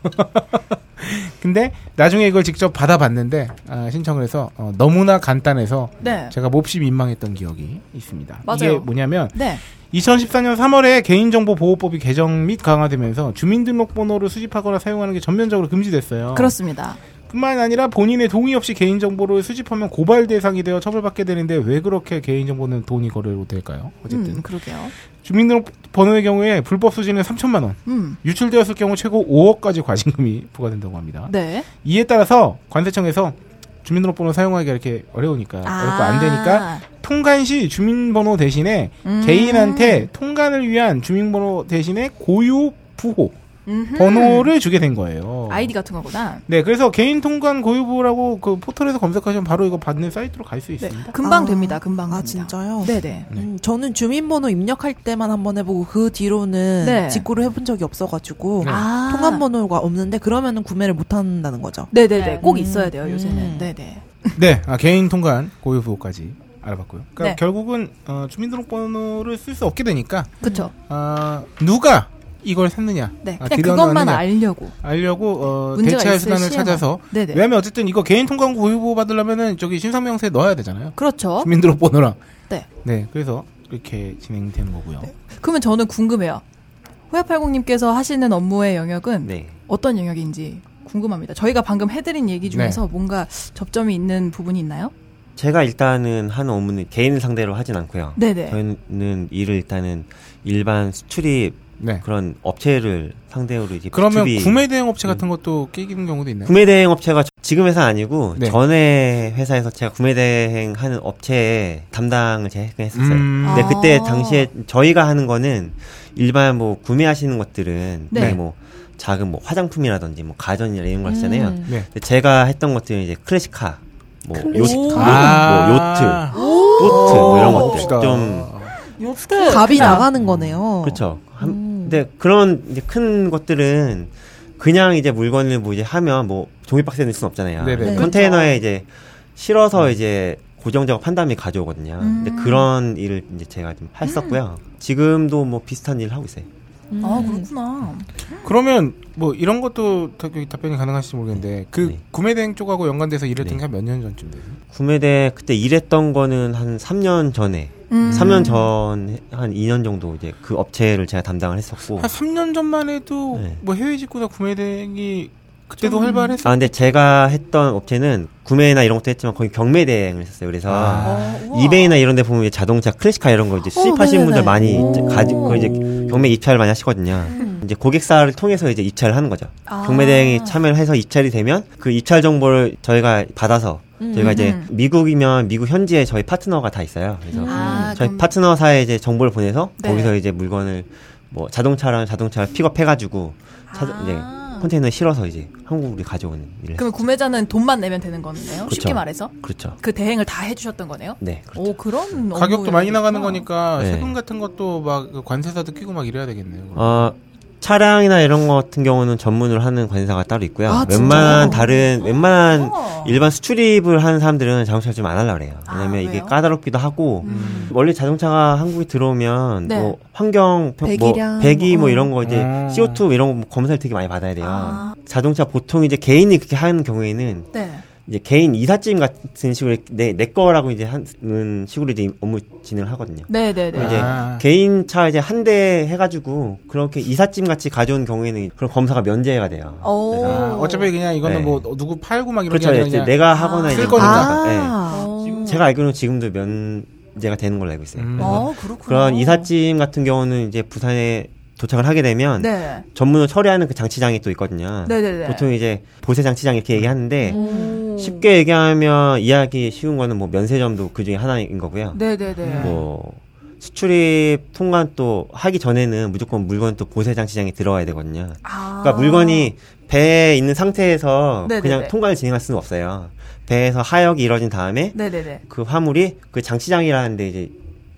Speaker 4: (laughs) 근데 나중에 이걸 직접 받아봤는데 아, 신청을 해서 어, 너무나 간단해서
Speaker 5: 네.
Speaker 4: 제가 몹시 민망했던 기억이 있습니다.
Speaker 5: 맞아요.
Speaker 4: 이게 뭐냐면
Speaker 5: 네.
Speaker 4: 2014년 3월에 개인정보 보호법이 개정 및 강화되면서 주민등록번호를 수집하거나 사용하는 게 전면적으로 금지됐어요.
Speaker 5: 그렇습니다.
Speaker 4: 뿐만 아니라 본인의 동의 없이 개인정보를 수집하면 고발 대상이 되어 처벌받게 되는데 왜 그렇게 개인정보는 돈이 거래로 될까요? 어쨌든
Speaker 5: 음, 그러게요.
Speaker 4: 주민등록번호의 경우에 불법 수지는 3천만 원,
Speaker 5: 음.
Speaker 4: 유출되었을 경우 최고 5억까지 과징금이 부과된다고 합니다.
Speaker 5: 네.
Speaker 4: 이에 따라서 관세청에서 주민등록번호 사용하기가 이렇게 어려우니까
Speaker 5: 아.
Speaker 4: 어렵고 아, 안 되니까 통관 시 주민번호 대신에
Speaker 5: 음.
Speaker 4: 개인한테 통관을 위한 주민번호 대신에 고유 부호
Speaker 5: 음흠.
Speaker 4: 번호를 주게 된 거예요.
Speaker 5: 아이디 같은 거구나.
Speaker 4: 네, 그래서 개인 통관 고유부라고 그 포털에서 검색하시면 바로 이거 받는 사이트로 갈 수
Speaker 5: 네.
Speaker 4: 있습니다.
Speaker 5: 금방
Speaker 6: 아.
Speaker 5: 됩니다. 금방.
Speaker 6: 아
Speaker 5: 됩니다.
Speaker 6: 진짜요?
Speaker 5: 네네.
Speaker 4: 네.
Speaker 6: 음, 저는 주민번호 입력할 때만 한번 해보고 그 뒤로는
Speaker 5: 네.
Speaker 6: 직구를 해본 적이 없어가지고
Speaker 4: 네.
Speaker 5: 아.
Speaker 6: 통관번호가 없는데 그러면은 구매를 못한다는 거죠.
Speaker 5: 네네네. 꼭
Speaker 6: 음.
Speaker 5: 있어야 돼요 요새는.
Speaker 6: 음.
Speaker 5: 네네.
Speaker 4: 네, 아, 개인 통관 고유부까지 알아봤고요. 그러니까
Speaker 5: 네.
Speaker 4: 결국은 어, 주민등록번호를 쓸 수 없게 되니까
Speaker 5: 그쵸.
Speaker 6: 음.
Speaker 4: 아, 누가 이걸 샀느냐,
Speaker 5: 네.
Speaker 4: 아,
Speaker 5: 그냥
Speaker 4: 길어나느냐.
Speaker 5: 그것만 알려고.
Speaker 4: 알려고 어,
Speaker 5: 문제가
Speaker 4: 대체할
Speaker 5: 있을
Speaker 4: 수단을
Speaker 5: 시에만.
Speaker 4: 찾아서
Speaker 5: 네네.
Speaker 4: 왜냐면 어쨌든 이거 개인 통관 고유부 받으려면은 저기 신상명세에 넣어야 되잖아요.
Speaker 5: 그렇죠.
Speaker 4: 음. 주민등록번호랑
Speaker 5: 네.
Speaker 4: 네, 그래서 이렇게 진행된 거고요.
Speaker 5: 그러면 저는 궁금해요. 호야팔공님께서 하시는 업무의 영역은
Speaker 7: 네.
Speaker 5: 어떤 영역인지 궁금합니다. 저희가 방금 해드린 얘기
Speaker 7: 네.
Speaker 5: 중에서 뭔가 접점이 있는 부분이 있나요?
Speaker 7: 제가 일단은 한 업무는 개인 상대로 하진 않고요.
Speaker 5: 네네.
Speaker 7: 저희는 일을 일단은 일반 수출입
Speaker 4: 네.
Speaker 7: 그런 업체를 상대로 이제
Speaker 4: 그러면
Speaker 7: B2B
Speaker 4: 구매 대행 업체
Speaker 7: 음.
Speaker 4: 같은 것도 끼기는 경우도 있나요?
Speaker 7: 구매 대행 업체가 지금 회사 아니고
Speaker 4: 네.
Speaker 7: 전에 회사에서 제가 구매 대행 하는 업체에 담당을 제가 했었어요.
Speaker 4: 음.
Speaker 7: 근데
Speaker 5: 아.
Speaker 7: 그때 당시에 저희가 하는 거는 일반 뭐 구매하시는 것들은
Speaker 5: 네.
Speaker 7: 그냥 뭐 작은 뭐 화장품이라든지 뭐 가전이나 이런 거 하시잖아요.
Speaker 6: 음.
Speaker 4: 네.
Speaker 7: 근데 제가 했던 것들은 이제 클래식카, 뭐 요트,
Speaker 5: 클래식카.
Speaker 7: 뭐 요트, 요트 뭐 이런 것들
Speaker 4: 멋지다.
Speaker 7: 좀
Speaker 5: 그 네.
Speaker 6: 값이 나가는 거네요.
Speaker 7: 그러니까. 그렇죠. 한-
Speaker 6: 어. 음.
Speaker 7: 근데 그런 이제 큰 것들은 그냥 이제 물건을 뭐 이제 하면 뭐 종이 박스에 넣을 순 없잖아요.
Speaker 4: 네네. 그렇죠. 음.
Speaker 6: 네.
Speaker 7: 컨테이너에 이제 실어서 이제 고정 작업 한 다음에 가져오거든요. 근데 그런 일을 이제 제가 좀 했었고요. 지금도 뭐 비슷한 일을 하고 있어요.
Speaker 6: 음.
Speaker 5: 아 그렇구나.
Speaker 4: 그러면 뭐 이런 것도 다- 답변이 가능하실지 모르겠는데 그
Speaker 7: 네.
Speaker 4: 구매 대행 쪽하고 연관돼서 일했던
Speaker 7: 네.
Speaker 4: 게 몇 년 전쯤 되요
Speaker 7: 구매대 그때 일했던 거는 한 3년 전에,
Speaker 5: 음.
Speaker 7: 3년 전, 한 2년 정도 이제 그 업체를 제가 담당을 했었고.
Speaker 4: 한 3년 전만 해도
Speaker 7: 뭐. 네.
Speaker 4: 뭐 해외 직구나 구매 대행이 그때도 활발했어.
Speaker 7: 아, 근데 제가 했던 업체는 구매나 이런 것도 했지만 거의 경매대행을 했었어요. 그래서
Speaker 4: 아.
Speaker 7: 이베이나 이런 데 보면 이제 자동차 클래식카 이런 거 이제
Speaker 5: 어,
Speaker 6: 네네네.
Speaker 7: 수입하시는 분들 많이 이제
Speaker 4: 오.
Speaker 7: 가지고 그거 이제 경매 입찰 많이 하시거든요. 이제 고객사를 통해서 이제 입찰을 하는 거죠.
Speaker 5: 음. 아.
Speaker 7: 경매 대행이 참여를 해서 입찰이 되면 그 입찰 정보를 저희가 받아서 저희가 이제
Speaker 5: 음.
Speaker 7: 미국이면 미국 현지에 저희 파트너가 다 있어요. 그래서
Speaker 5: 아,
Speaker 7: 음, 저희
Speaker 5: 그럼-
Speaker 7: 파트너사에 이제 정보를 보내서
Speaker 5: 네.
Speaker 7: 거기서 이제 물건을 뭐 자동차랑 자동차를 픽업해가지고 차,
Speaker 5: 아.
Speaker 7: 이제 컨테이너에 실어서 이제 한국으로 가져오는 일을
Speaker 5: 그러면 구매자는 돈만 내면 되는 거네요. 쉽게
Speaker 7: 그렇죠.
Speaker 5: 말해서
Speaker 7: 했- 그렇죠.
Speaker 5: 그 대행을 다 해주셨던 거네요.
Speaker 7: 네. 그렇죠.
Speaker 5: 오 그런
Speaker 4: 가격도
Speaker 5: 업무
Speaker 4: 많이
Speaker 5: 영역이구나.
Speaker 4: 나가는 거니까
Speaker 7: 네.
Speaker 4: 세금 같은 것도 막그 관세사도 끼고 막 이래야 되겠네요. 그럼.
Speaker 7: 어, 차량이나 이런 거 같은 경우는 전문을 하는 관세사가 따로 있고요.
Speaker 5: 아, 진짜요?
Speaker 7: 웬만한 다른 웬만한
Speaker 5: 어.
Speaker 7: 일반 수출입을 하는 사람들은 자동차를 좀 안 하려고 그래요.
Speaker 5: 아,
Speaker 7: 왜냐면 이게
Speaker 5: 왜요?
Speaker 7: 까다롭기도 하고
Speaker 5: 음.
Speaker 7: 원래 자동차가 한국에 들어오면
Speaker 5: 네.
Speaker 7: 뭐 환경 평-
Speaker 6: 배기량,
Speaker 7: 뭐 배기 뭐
Speaker 6: 어.
Speaker 7: 이런 거 이제
Speaker 4: 음.
Speaker 7: CO2 이런 거 검사를 되게 많이 받아야 돼요.
Speaker 5: 아.
Speaker 7: 자동차 보통 이제 개인이 그렇게 하는 경우에는
Speaker 5: 네.
Speaker 7: 이제 개인 이삿짐 같은 식으로 내, 내 거라고 이제 하는 식으로 이제 업무 진행을 하거든요.
Speaker 5: 네네네.
Speaker 7: 이제
Speaker 4: 아.
Speaker 7: 개인 차 이제 한 대 해가지고 그렇게 이삿짐 같이 가져온 경우에는 그런 검사가 면제가 돼요.
Speaker 5: 오.
Speaker 4: 아, 어차피 그냥 이거는
Speaker 7: 네.
Speaker 4: 뭐 누구 팔고 막 이런
Speaker 7: 그렇죠.
Speaker 4: 게
Speaker 7: 이제
Speaker 4: 아니라 그냥
Speaker 7: 내가 하거나
Speaker 4: 쓸
Speaker 7: 이제 검사가-
Speaker 6: 아,
Speaker 7: 예. 제가 알기로는 지금도 면제가 되는 걸로 알고 있어요.
Speaker 4: 음.
Speaker 7: 그래서
Speaker 5: 어 그렇구나.
Speaker 7: 그런 이삿짐 같은 경우는 이제 부산에 도착을 하게 되면
Speaker 5: 네.
Speaker 7: 전문으로 처리하는 그 장치장이 또 있거든요.
Speaker 5: 네네네.
Speaker 7: 보통 이제 보세 장치장 이렇게 얘기하는데
Speaker 4: 음.
Speaker 5: 오.
Speaker 7: 음. 쉽게 얘기하면 이해하기 쉬운 거는 뭐 면세점도 그 중에 하나인 거고요.
Speaker 5: 네네네.
Speaker 7: 뭐 수출입 통관 또 하기 전에는 무조건 물건 또 보세장 시장에 들어와야 되거든요.
Speaker 5: 아.
Speaker 7: 그러니까 물건이 배에 있는 상태에서
Speaker 5: 네네네.
Speaker 7: 그냥 통관을 진행할 수는 없어요. 배에서 하역이 이루어진 다음에
Speaker 5: 네네네.
Speaker 7: 그 화물이 그 장치장이라는 데 이제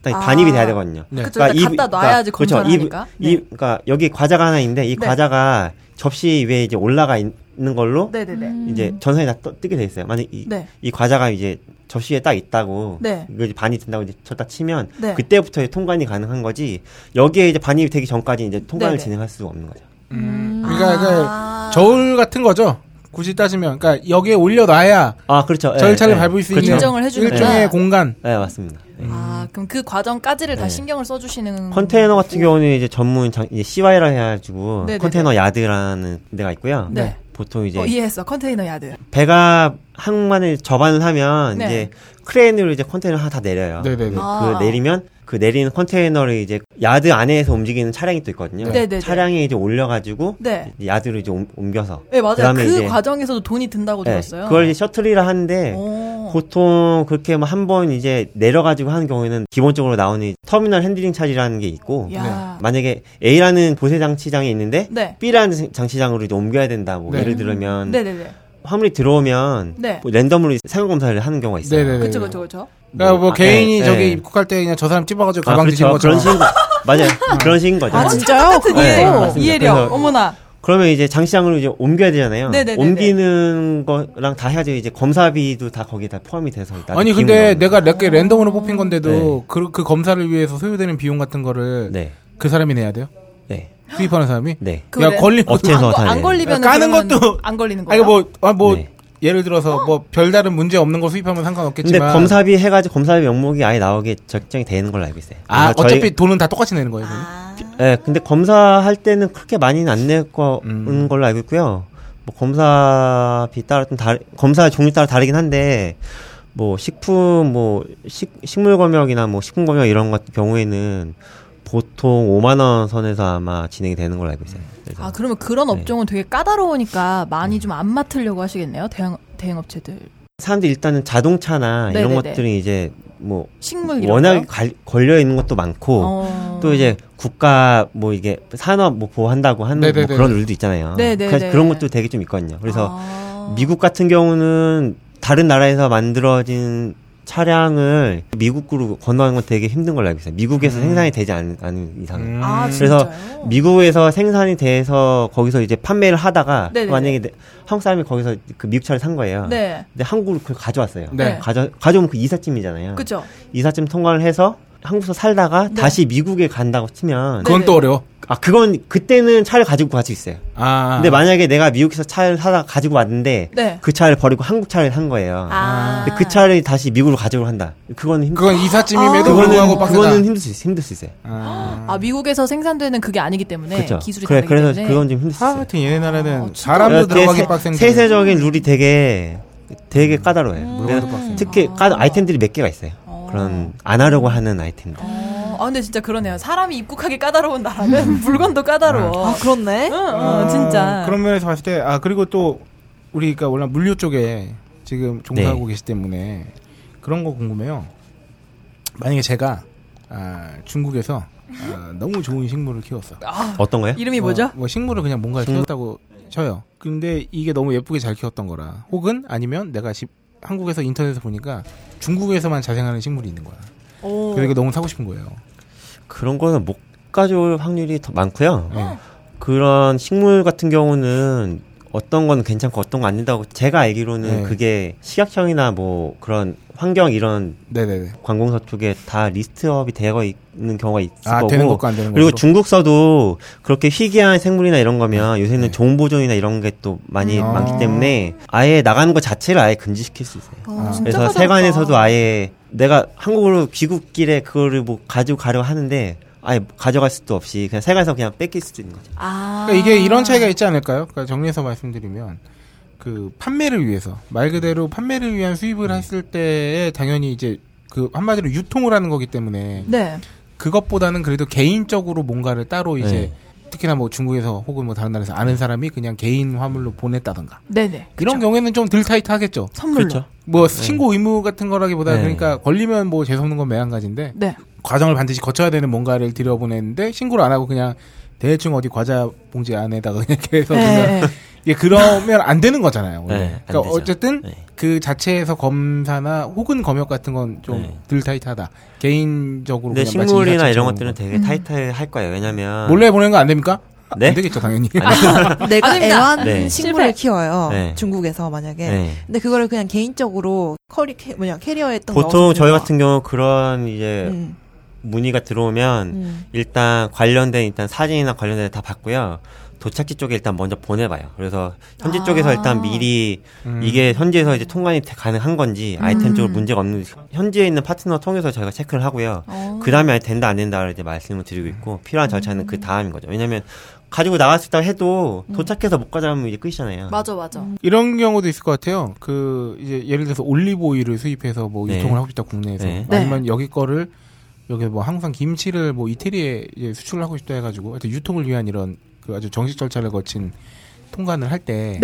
Speaker 7: 딱
Speaker 5: 아.
Speaker 7: 반입이 돼야 되거든요. 그러니까
Speaker 4: 네.
Speaker 5: 그쵸, 일단 갖다 놔야지 검사를
Speaker 7: 그렇죠. 이,
Speaker 5: 하니까.
Speaker 7: 이, 그러니까 여기 과자가 하나 있는데 이
Speaker 5: 네.
Speaker 7: 과자가 접시 위에 이제 올라가 있- 있는 걸로
Speaker 5: 네네네.
Speaker 7: 이제 전선이 다 떠- 뜨게 돼 있어요. 만약 이,
Speaker 5: 네.
Speaker 7: 이 과자가 이제 접시에 딱 있다고
Speaker 5: 네.
Speaker 7: 이거 이제 반입 된다고 이제 쳤다 치면
Speaker 5: 네.
Speaker 7: 그때부터 이제 통관이 가능한 거지 여기에 이제 반입이 되기 전까지 이제 통관을
Speaker 5: 네네.
Speaker 7: 진행할 수가 없는 거죠.
Speaker 4: 그러니까 이게
Speaker 5: 아.
Speaker 4: 저울 같은 거죠. 굳이 따지면 그러니까 여기에 올려놔야
Speaker 7: 아 그렇죠. 예,
Speaker 4: 절차를
Speaker 7: 예.
Speaker 4: 밟을 수
Speaker 7: 그렇죠.
Speaker 4: 있는
Speaker 5: 인정을 해주는구나.
Speaker 4: 일종의 공간.
Speaker 7: 네 맞습니다. 예.
Speaker 5: 아, 그럼 그 과정까지를 다 신경을 써주시는.
Speaker 7: 네. 컨테이너 같은 경우는 이제 전문 장, 이제 CY라 해가지고
Speaker 5: 음. 네네네.
Speaker 7: 컨테이너 야드라는 데가 있고요.
Speaker 5: 네.
Speaker 7: 보통 이제
Speaker 5: 어, 이해했어. 컨테이너 야드.
Speaker 7: 배가 항만에 접안을 하면
Speaker 5: 네.
Speaker 7: 이제 크레인으로 이제 컨테이너 하나 다 내려요.
Speaker 4: 네네네.
Speaker 5: 아.
Speaker 7: 그 내리면 그 내리는 컨테이너를 이제 야드 안에서 움직이는 차량이 또 있거든요.
Speaker 5: 네네네.
Speaker 7: 차량에 이제 올려가지고
Speaker 5: 네.
Speaker 7: 이제 야드로 이제 옮- 옮겨서.
Speaker 5: 네, 맞아요.
Speaker 7: 그다음에
Speaker 5: 그
Speaker 7: 이제-
Speaker 5: 과정에서도 돈이 든다고
Speaker 7: 네,
Speaker 5: 들었어요. 어.
Speaker 7: 그걸 이제 셔틀이라 하는데
Speaker 5: 오.
Speaker 7: 보통 그렇게 뭐 한 번 이제 내려가지고 하는 경우에는 기본적으로 나오는 터미널 핸들링 차지라는 게 있고
Speaker 5: 야.
Speaker 7: 만약에 A라는 보세 장치장이 있는데
Speaker 5: 네.
Speaker 7: B라는 장치장으로 이제 옮겨야 된다. 뭐
Speaker 4: 네.
Speaker 7: 예를 들면
Speaker 5: 네네네.
Speaker 7: 화물이 들어오면
Speaker 5: 네.
Speaker 7: 뭐 랜덤으로 상용 검사를 하는 경우가 있어요.
Speaker 4: 네네네.
Speaker 5: 그쵸, 그쵸, 그쵸.
Speaker 4: 그러니까 뭐
Speaker 7: 아,
Speaker 4: 개인이
Speaker 7: 예,
Speaker 4: 저기
Speaker 7: 예.
Speaker 4: 입국할 때 그냥 저 사람 찝어가지고
Speaker 7: 아,
Speaker 4: 가방 뒤집은
Speaker 7: 그렇죠. 그런
Speaker 4: 것처럼.
Speaker 7: 식인 거 맞아요. 그런 식인 거죠.
Speaker 5: 아, 진짜요? 똑같은
Speaker 7: 네,
Speaker 5: 이해력.
Speaker 7: 맞습니다.
Speaker 5: 이해력.
Speaker 7: 그래서-
Speaker 5: 어머나.
Speaker 7: 그러면 이제 장시장으로 이제 옮겨야 되잖아요.
Speaker 5: 네네네네.
Speaker 7: 옮기는 거랑 다 해야죠. 이제 검사비도 다 거기에 다 포함이 돼서 일단
Speaker 4: 아니
Speaker 7: 비용이
Speaker 4: 근데
Speaker 7: 나오는
Speaker 4: 내가 몇개 랜덤으로 뽑힌 건데도
Speaker 7: 네.
Speaker 4: 그, 그 검사를 위해서 소요되는 비용 같은 거를
Speaker 7: 거죠. 네.
Speaker 4: 그 사람이 내야 돼요?
Speaker 7: 네.
Speaker 4: 수입하는 사람이?
Speaker 7: 네.
Speaker 5: 그
Speaker 4: 야
Speaker 5: 왜-
Speaker 4: 걸린 거.
Speaker 7: 업체에서
Speaker 5: 안, 거-
Speaker 7: 다
Speaker 5: 안
Speaker 7: 예.
Speaker 5: 걸리면
Speaker 4: 까는
Speaker 5: 그러면
Speaker 4: 것도-
Speaker 5: 안 걸리는 거예요.
Speaker 4: 아니 뭐아뭐
Speaker 7: 네.
Speaker 4: 예를 들어서 뭐 별다른 문제 없는 걸 수입하면
Speaker 7: 근데
Speaker 4: 상관없겠지만.
Speaker 7: 검사비 해가지고 검사비 명목이 아예 나오게 적정이 되는 걸로 알고 있어요.
Speaker 4: 아
Speaker 7: 그래서
Speaker 4: 어차피
Speaker 7: 저희-
Speaker 4: 돈은 다 똑같이 내는 거예요.
Speaker 5: 아,
Speaker 4: 그러면?
Speaker 7: 네, 근데 검사할 때는 그렇게 많이는 안 낼 거는
Speaker 4: 음.
Speaker 7: 걸로 알고 있고요. 뭐 검사비 따라 좀 다르, 검사 종류 따라 다르긴 한데 뭐 식품 뭐 식, 식물 검역이나 뭐 식품 검역 이런 것 경우에는 보통 5만 원 선에서 아마 진행이 되는 걸로 알고 있어요.
Speaker 4: 음.
Speaker 7: 그래서
Speaker 5: 아, 그러면 그런
Speaker 7: 네.
Speaker 5: 업종은 되게 까다로우니까 많이 좀 안 맡으려고 하시겠네요. 대행, 대행업체들.
Speaker 7: 사람들이 일단은 자동차나 이런
Speaker 5: 네네네.
Speaker 7: 것들이 이제 뭐
Speaker 5: 식물 이런
Speaker 7: 워낙
Speaker 5: 거요?
Speaker 7: 걸려 있는 것도 많고
Speaker 5: 어.
Speaker 7: 또 이제 국가 뭐 이게 산업 뭐 보호한다고 하는 뭐
Speaker 4: 네네네.
Speaker 7: 그런 룰도 있잖아요.
Speaker 5: 네네네.
Speaker 7: 그래서 그런 것도 되게 좀 있거든요. 그래서
Speaker 5: 아.
Speaker 7: 미국 같은 경우는 다른 나라에서 만들어진 차량을 미국으로 건너가는 건 되게 힘든 걸로 알고 있어요. 미국에서 생산이 되지 않, 않은 이상은.
Speaker 4: 음.
Speaker 5: 아, 진짜요?
Speaker 7: 그래서 미국에서 생산이 돼서 거기서 이제 판매를 하다가
Speaker 5: 네네네.
Speaker 7: 만약에 내- 한국 사람이 거기서 그 미국 차를 산 거예요.
Speaker 5: 네.
Speaker 7: 근데 한국으로 그걸 가져왔어요.
Speaker 4: 네.
Speaker 7: 가져 가져오면 그 이삿짐이잖아요.
Speaker 5: 그죠?
Speaker 7: 이삿짐 통과를 해서 한국에서 살다가
Speaker 5: 네.
Speaker 7: 다시 미국에 간다고 치면
Speaker 4: 그건 또 어려워.
Speaker 7: 아 그건 그때는 차를 가지고 갈 수 있어요.
Speaker 4: 아.
Speaker 7: 근데 만약에 내가 미국에서 차를 사다 가지고 왔는데
Speaker 5: 네.
Speaker 7: 그 차를 버리고 한국 차를 산 거예요.
Speaker 5: 아.
Speaker 7: 근데 그 차를 다시 미국으로 가지고 한다. 그거는 힘들.
Speaker 4: 그건 이삿짐임에도
Speaker 7: 아, 그거는
Speaker 4: 불구하고 빡세다.
Speaker 7: 그거는 힘들 수 있어요. 힘들 수 있어요.
Speaker 4: 아.
Speaker 5: 아, 미국에서 생산되는 그게 아니기 때문에
Speaker 7: 그렇죠.
Speaker 5: 네, 기술이
Speaker 7: 그래
Speaker 5: 다르기
Speaker 7: 그래서
Speaker 5: 때문에.
Speaker 7: 그건 좀 힘들 수 있어요.
Speaker 4: 하여튼 얘네 나라는
Speaker 5: 어, 진짜.
Speaker 4: 아, 사람도
Speaker 7: 되게
Speaker 4: 들어가기
Speaker 7: 세-
Speaker 4: 빡센데. 음.
Speaker 7: 세세적인 룰이 되게 되게 까다로워요.
Speaker 4: 물건도 빡세요.
Speaker 7: 특히 까 아이템들이 몇 개가 있어요. 그런 안 하려고 하는 아이템들.
Speaker 5: 어, 아, 근데 진짜 그러네요. 사람이 입국하기 까다로운
Speaker 7: 음.
Speaker 5: 나라는 물건도 까다로워.
Speaker 6: 아 그렇네.
Speaker 5: 응, 응, 진짜.
Speaker 4: 그런 면에서 봤을 때, 아, 그리고 또, 우리가 원래 물류 쪽에 지금 종사하고
Speaker 7: 네.
Speaker 4: 계시기 때문에 그런 거 궁금해요. 만약에 제가, 아, 중국에서 아, 너무 좋은 식물을 키웠어.
Speaker 7: 어떤 거요?
Speaker 5: 아, 이름이 뭐죠?
Speaker 4: 뭐, 뭐 식물을 그냥 뭔가 키웠다고 쳐요. 근데 이게 너무 예쁘게 잘 키웠던 거라. 혹은 아니면 내가 집, 한국에서 인터넷에서 보니까 중국에서만 자생하는 식물이 있는 거야.
Speaker 7: 어.
Speaker 5: 오.
Speaker 4: 그래서 이게 너무 사고 싶은 거예요.
Speaker 7: 그런 거는 못 가져올 확률이 더 많고요.
Speaker 4: 네.
Speaker 7: 그런 식물 같은 경우는 어떤 건 괜찮고 어떤 건 안 된다고 제가 알기로는
Speaker 4: 네.
Speaker 7: 그게 식약청이나 뭐 그런 환경 이런
Speaker 4: 네네네.
Speaker 7: 관공서 쪽에 다 리스트업이 되어 있는 경우가 있을
Speaker 4: 아,
Speaker 7: 거고
Speaker 4: 되는 것과 안 되는
Speaker 7: 그리고
Speaker 4: 것으로.
Speaker 7: 중국서도 그렇게 희귀한 생물이나 이런 거면 요새는 정보존이나 이런 게 또 많이
Speaker 4: 네. 음. 아.
Speaker 7: 많기 때문에 아예 나가는 것 자체를 아예 금지시킬 수 있어요.
Speaker 6: 어, 진짜
Speaker 7: 그래서
Speaker 6: 까다롭다.
Speaker 7: 세관에서도 아예 내가 한국으로 귀국길에 그거를 뭐 가지고 가려 하는데 아예 가져갈 수도 없이 그냥 세관에서 그냥 뺏길 수도 있는 거죠.
Speaker 5: 아.
Speaker 4: 그러니까 이게 이런 차이가 있지 않을까요? 그러니까 정리해서 말씀드리면 그 판매를 위해서 말 그대로 판매를 위한 수입을 했을 때에 당연히 이제 그 한마디로 유통을 하는 거기 때문에
Speaker 5: 네.
Speaker 4: 그것보다는 그래도 개인적으로 뭔가를 따로 이제
Speaker 7: 네.
Speaker 4: 특히나 뭐 중국에서 혹은 뭐 다른 나라에서 아는 사람이 그냥 개인 화물로 보냈다던가
Speaker 5: 네네.
Speaker 4: 이런 경우에는 좀 덜 타이트하겠죠.
Speaker 5: 선물로.
Speaker 4: 뭐 신고 의무 같은 거라기보다
Speaker 7: 네.
Speaker 4: 그러니까 걸리면 뭐 재수 없는 건 매한 가지인데
Speaker 5: 네.
Speaker 4: 과정을 반드시 거쳐야 되는 뭔가를 들여보냈는데 신고를 안 하고 그냥 대충 어디 과자 봉지 안에다가 이렇게 해서 그냥
Speaker 5: 네, 네.
Speaker 4: 예, 그러면 안 되는 거잖아요. 원래.
Speaker 7: 네, 안
Speaker 4: 그러니까
Speaker 7: 되죠.
Speaker 4: 어쨌든
Speaker 7: 네.
Speaker 4: 그 자체에서 검사나 혹은 검역 같은 건 좀
Speaker 7: 네.
Speaker 4: 덜 타이트하다. 개인적으로 그냥
Speaker 7: 근데
Speaker 4: 마치기
Speaker 7: 식물이나 이런
Speaker 4: 자체적으로.
Speaker 7: 것들은 되게
Speaker 6: 음.
Speaker 7: 타이트할 거예요. 왜냐면
Speaker 4: 몰래 보내는 거 안 됩니까? 아,
Speaker 7: 네?
Speaker 4: 안 되겠죠 당연히.
Speaker 6: 내가
Speaker 5: 아닙니다. 그러니까.
Speaker 6: 애완
Speaker 7: 네.
Speaker 6: 식물을 키워요.
Speaker 7: 네.
Speaker 6: 중국에서 만약에.
Speaker 7: 네.
Speaker 6: 근데 그거를 그냥 개인적으로 커리 캐, 뭐냐 캐리어에 또
Speaker 7: 보통
Speaker 6: 넣어서
Speaker 7: 저희
Speaker 6: 그냥-
Speaker 7: 같은 경우 그런 이제
Speaker 6: 음,
Speaker 7: 문의가 들어오면
Speaker 6: 음.
Speaker 7: 일단 관련된 일단 사진이나 관련된 다 봤고요. 도착지 쪽에 일단 먼저 보내봐요. 그래서 현지 쪽에서 일단 미리 이게 현지에서 이제 통관이 되- 가능한 건지 아이템 쪽으로 문제가 없는지 현지에 있는 파트너 통해서 저희가 체크를 하고요. 그 다음에 된다 안 된다를 이제 말씀을 드리고 있고 필요한 절차는 그 다음인 음. 거죠. 왜냐하면 가지고 나갈 수 있다고 해도 도착해서 못 가자면 이제 끝이잖아요.
Speaker 5: 맞아 맞아.
Speaker 4: 이런 경우도 있을 것 같아요. 그 이제 예를 들어서 올리브 오일을 수입해서 뭐
Speaker 7: 네.
Speaker 4: 유통을 하고 싶다 국내에서
Speaker 7: 네.
Speaker 4: 아니면 여기 거를 여기 뭐 항상 김치를 뭐 이태리에 이제 수출을 하고 싶다 해가지고 하여튼 유통을 위한 이런 그 아주 정식 절차를 거친 통관을 할 때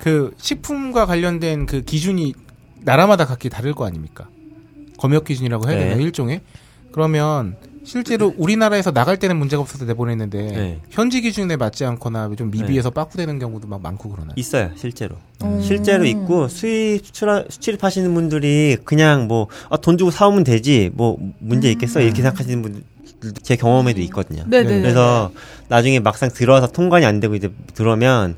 Speaker 4: 그
Speaker 5: 네.
Speaker 4: 식품과 관련된 그 기준이 나라마다 각기 다를 거 아닙니까? 검역 기준이라고 해야
Speaker 7: 네.
Speaker 4: 되나요 일종의 그러면 실제로 우리나라에서 나갈 때는 문제가 없어서 내보냈는데
Speaker 7: 네.
Speaker 4: 현지 기준에 맞지 않거나 좀 미비해서 빠꾸되는 경우도 막 많고 그러나요?
Speaker 7: 있어요 실제로
Speaker 5: 음.
Speaker 7: 실제로 있고 수입 수출 수출입하시는 분들이 그냥 뭐 돈 주고 사오면 되지 뭐 문제 있겠어 이렇게 생각하시는 분들 제 경험에도 있거든요
Speaker 5: 음. 네, 네, 네.
Speaker 7: 그래서 나중에 막상 들어와서 통관이 안 되고 이제 들어오면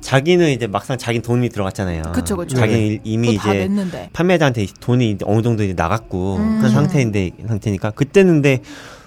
Speaker 7: 자기는 이제 막상 자기 돈이 들어갔잖아요
Speaker 5: 그쵸, 그쵸.
Speaker 7: 자기는
Speaker 4: 네.
Speaker 7: 일- 이미
Speaker 5: 그거 다
Speaker 7: 이제
Speaker 5: 냈는데.
Speaker 7: 판매자한테 돈이 이제 어느 정도 이제 나갔고
Speaker 5: 음.
Speaker 7: 한 상태인데 상태니까 그때는 근데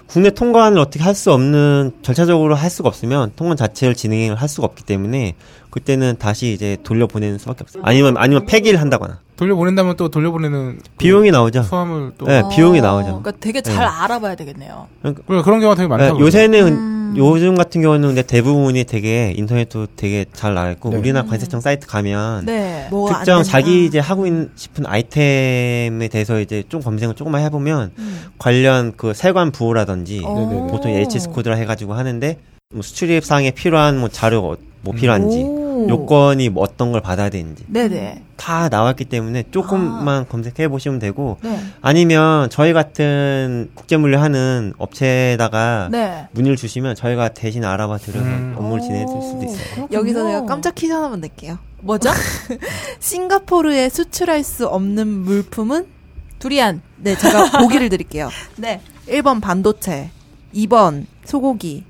Speaker 7: 국내 통관을 어떻게 할 수 없는 절차적으로 할 수가 없으면 통관 자체를 진행을 할 수가 없기 때문에 그때는 다시 이제 돌려보내는 수밖에 없어요. 아니면 아니면 폐기를 한다거나
Speaker 5: 음.
Speaker 4: 돌려보낸다면 또 돌려보내는 그
Speaker 7: 비용이 나오죠.
Speaker 4: 수화물 또
Speaker 7: 네, 비용이 나오죠.
Speaker 5: 그러니까 되게 잘
Speaker 7: 네.
Speaker 5: 알아봐야 되겠네요.
Speaker 4: 그래, 그런 경우가 되게
Speaker 7: 네,
Speaker 4: 많다고
Speaker 7: 요새는
Speaker 5: 음.
Speaker 7: 요즘 같은 경우는 근데 대부분이 되게 인터넷도 되게 잘 나와 있고
Speaker 4: 네.
Speaker 7: 우리나라 관세청 사이트 가면
Speaker 5: 네.
Speaker 6: 뭐가 안
Speaker 7: 특정
Speaker 6: 된다.
Speaker 7: 자기 이제 하고 있는 싶은 아이템에 대해서 이제 좀 검색을 조금만 해보면 관련 그 세관 부호라든지
Speaker 5: 오.
Speaker 7: 보통 HS 코드라 해가지고 하는데 뭐 수출입 상에 필요한 뭐 자료가 어-
Speaker 4: 음.
Speaker 7: 뭐 필요한지
Speaker 5: 오.
Speaker 7: 요건이 뭐 어떤 걸 받아야 되는지
Speaker 5: 네네.
Speaker 7: 다 나왔기 때문에 조금만 검색해 보시면 되고
Speaker 5: 네.
Speaker 7: 아니면 저희 같은 국제물류 하는 업체에다가
Speaker 5: 네.
Speaker 7: 문의를 주시면 저희가 대신 알아봐 드려서
Speaker 4: 음.
Speaker 7: 업무를 진행해 드릴 수도 있어요.
Speaker 6: 여기서 내가 깜짝 퀴즈 하나만 낼게요.
Speaker 5: 뭐죠?
Speaker 7: 음.
Speaker 5: (laughs)
Speaker 6: 싱가포르에 수출할 수 없는 물품은
Speaker 5: 두리안.
Speaker 6: 네
Speaker 5: (laughs)
Speaker 6: 제가 보기를 드릴게요.
Speaker 5: 네.
Speaker 6: 1번 반도체, 2번 소고기,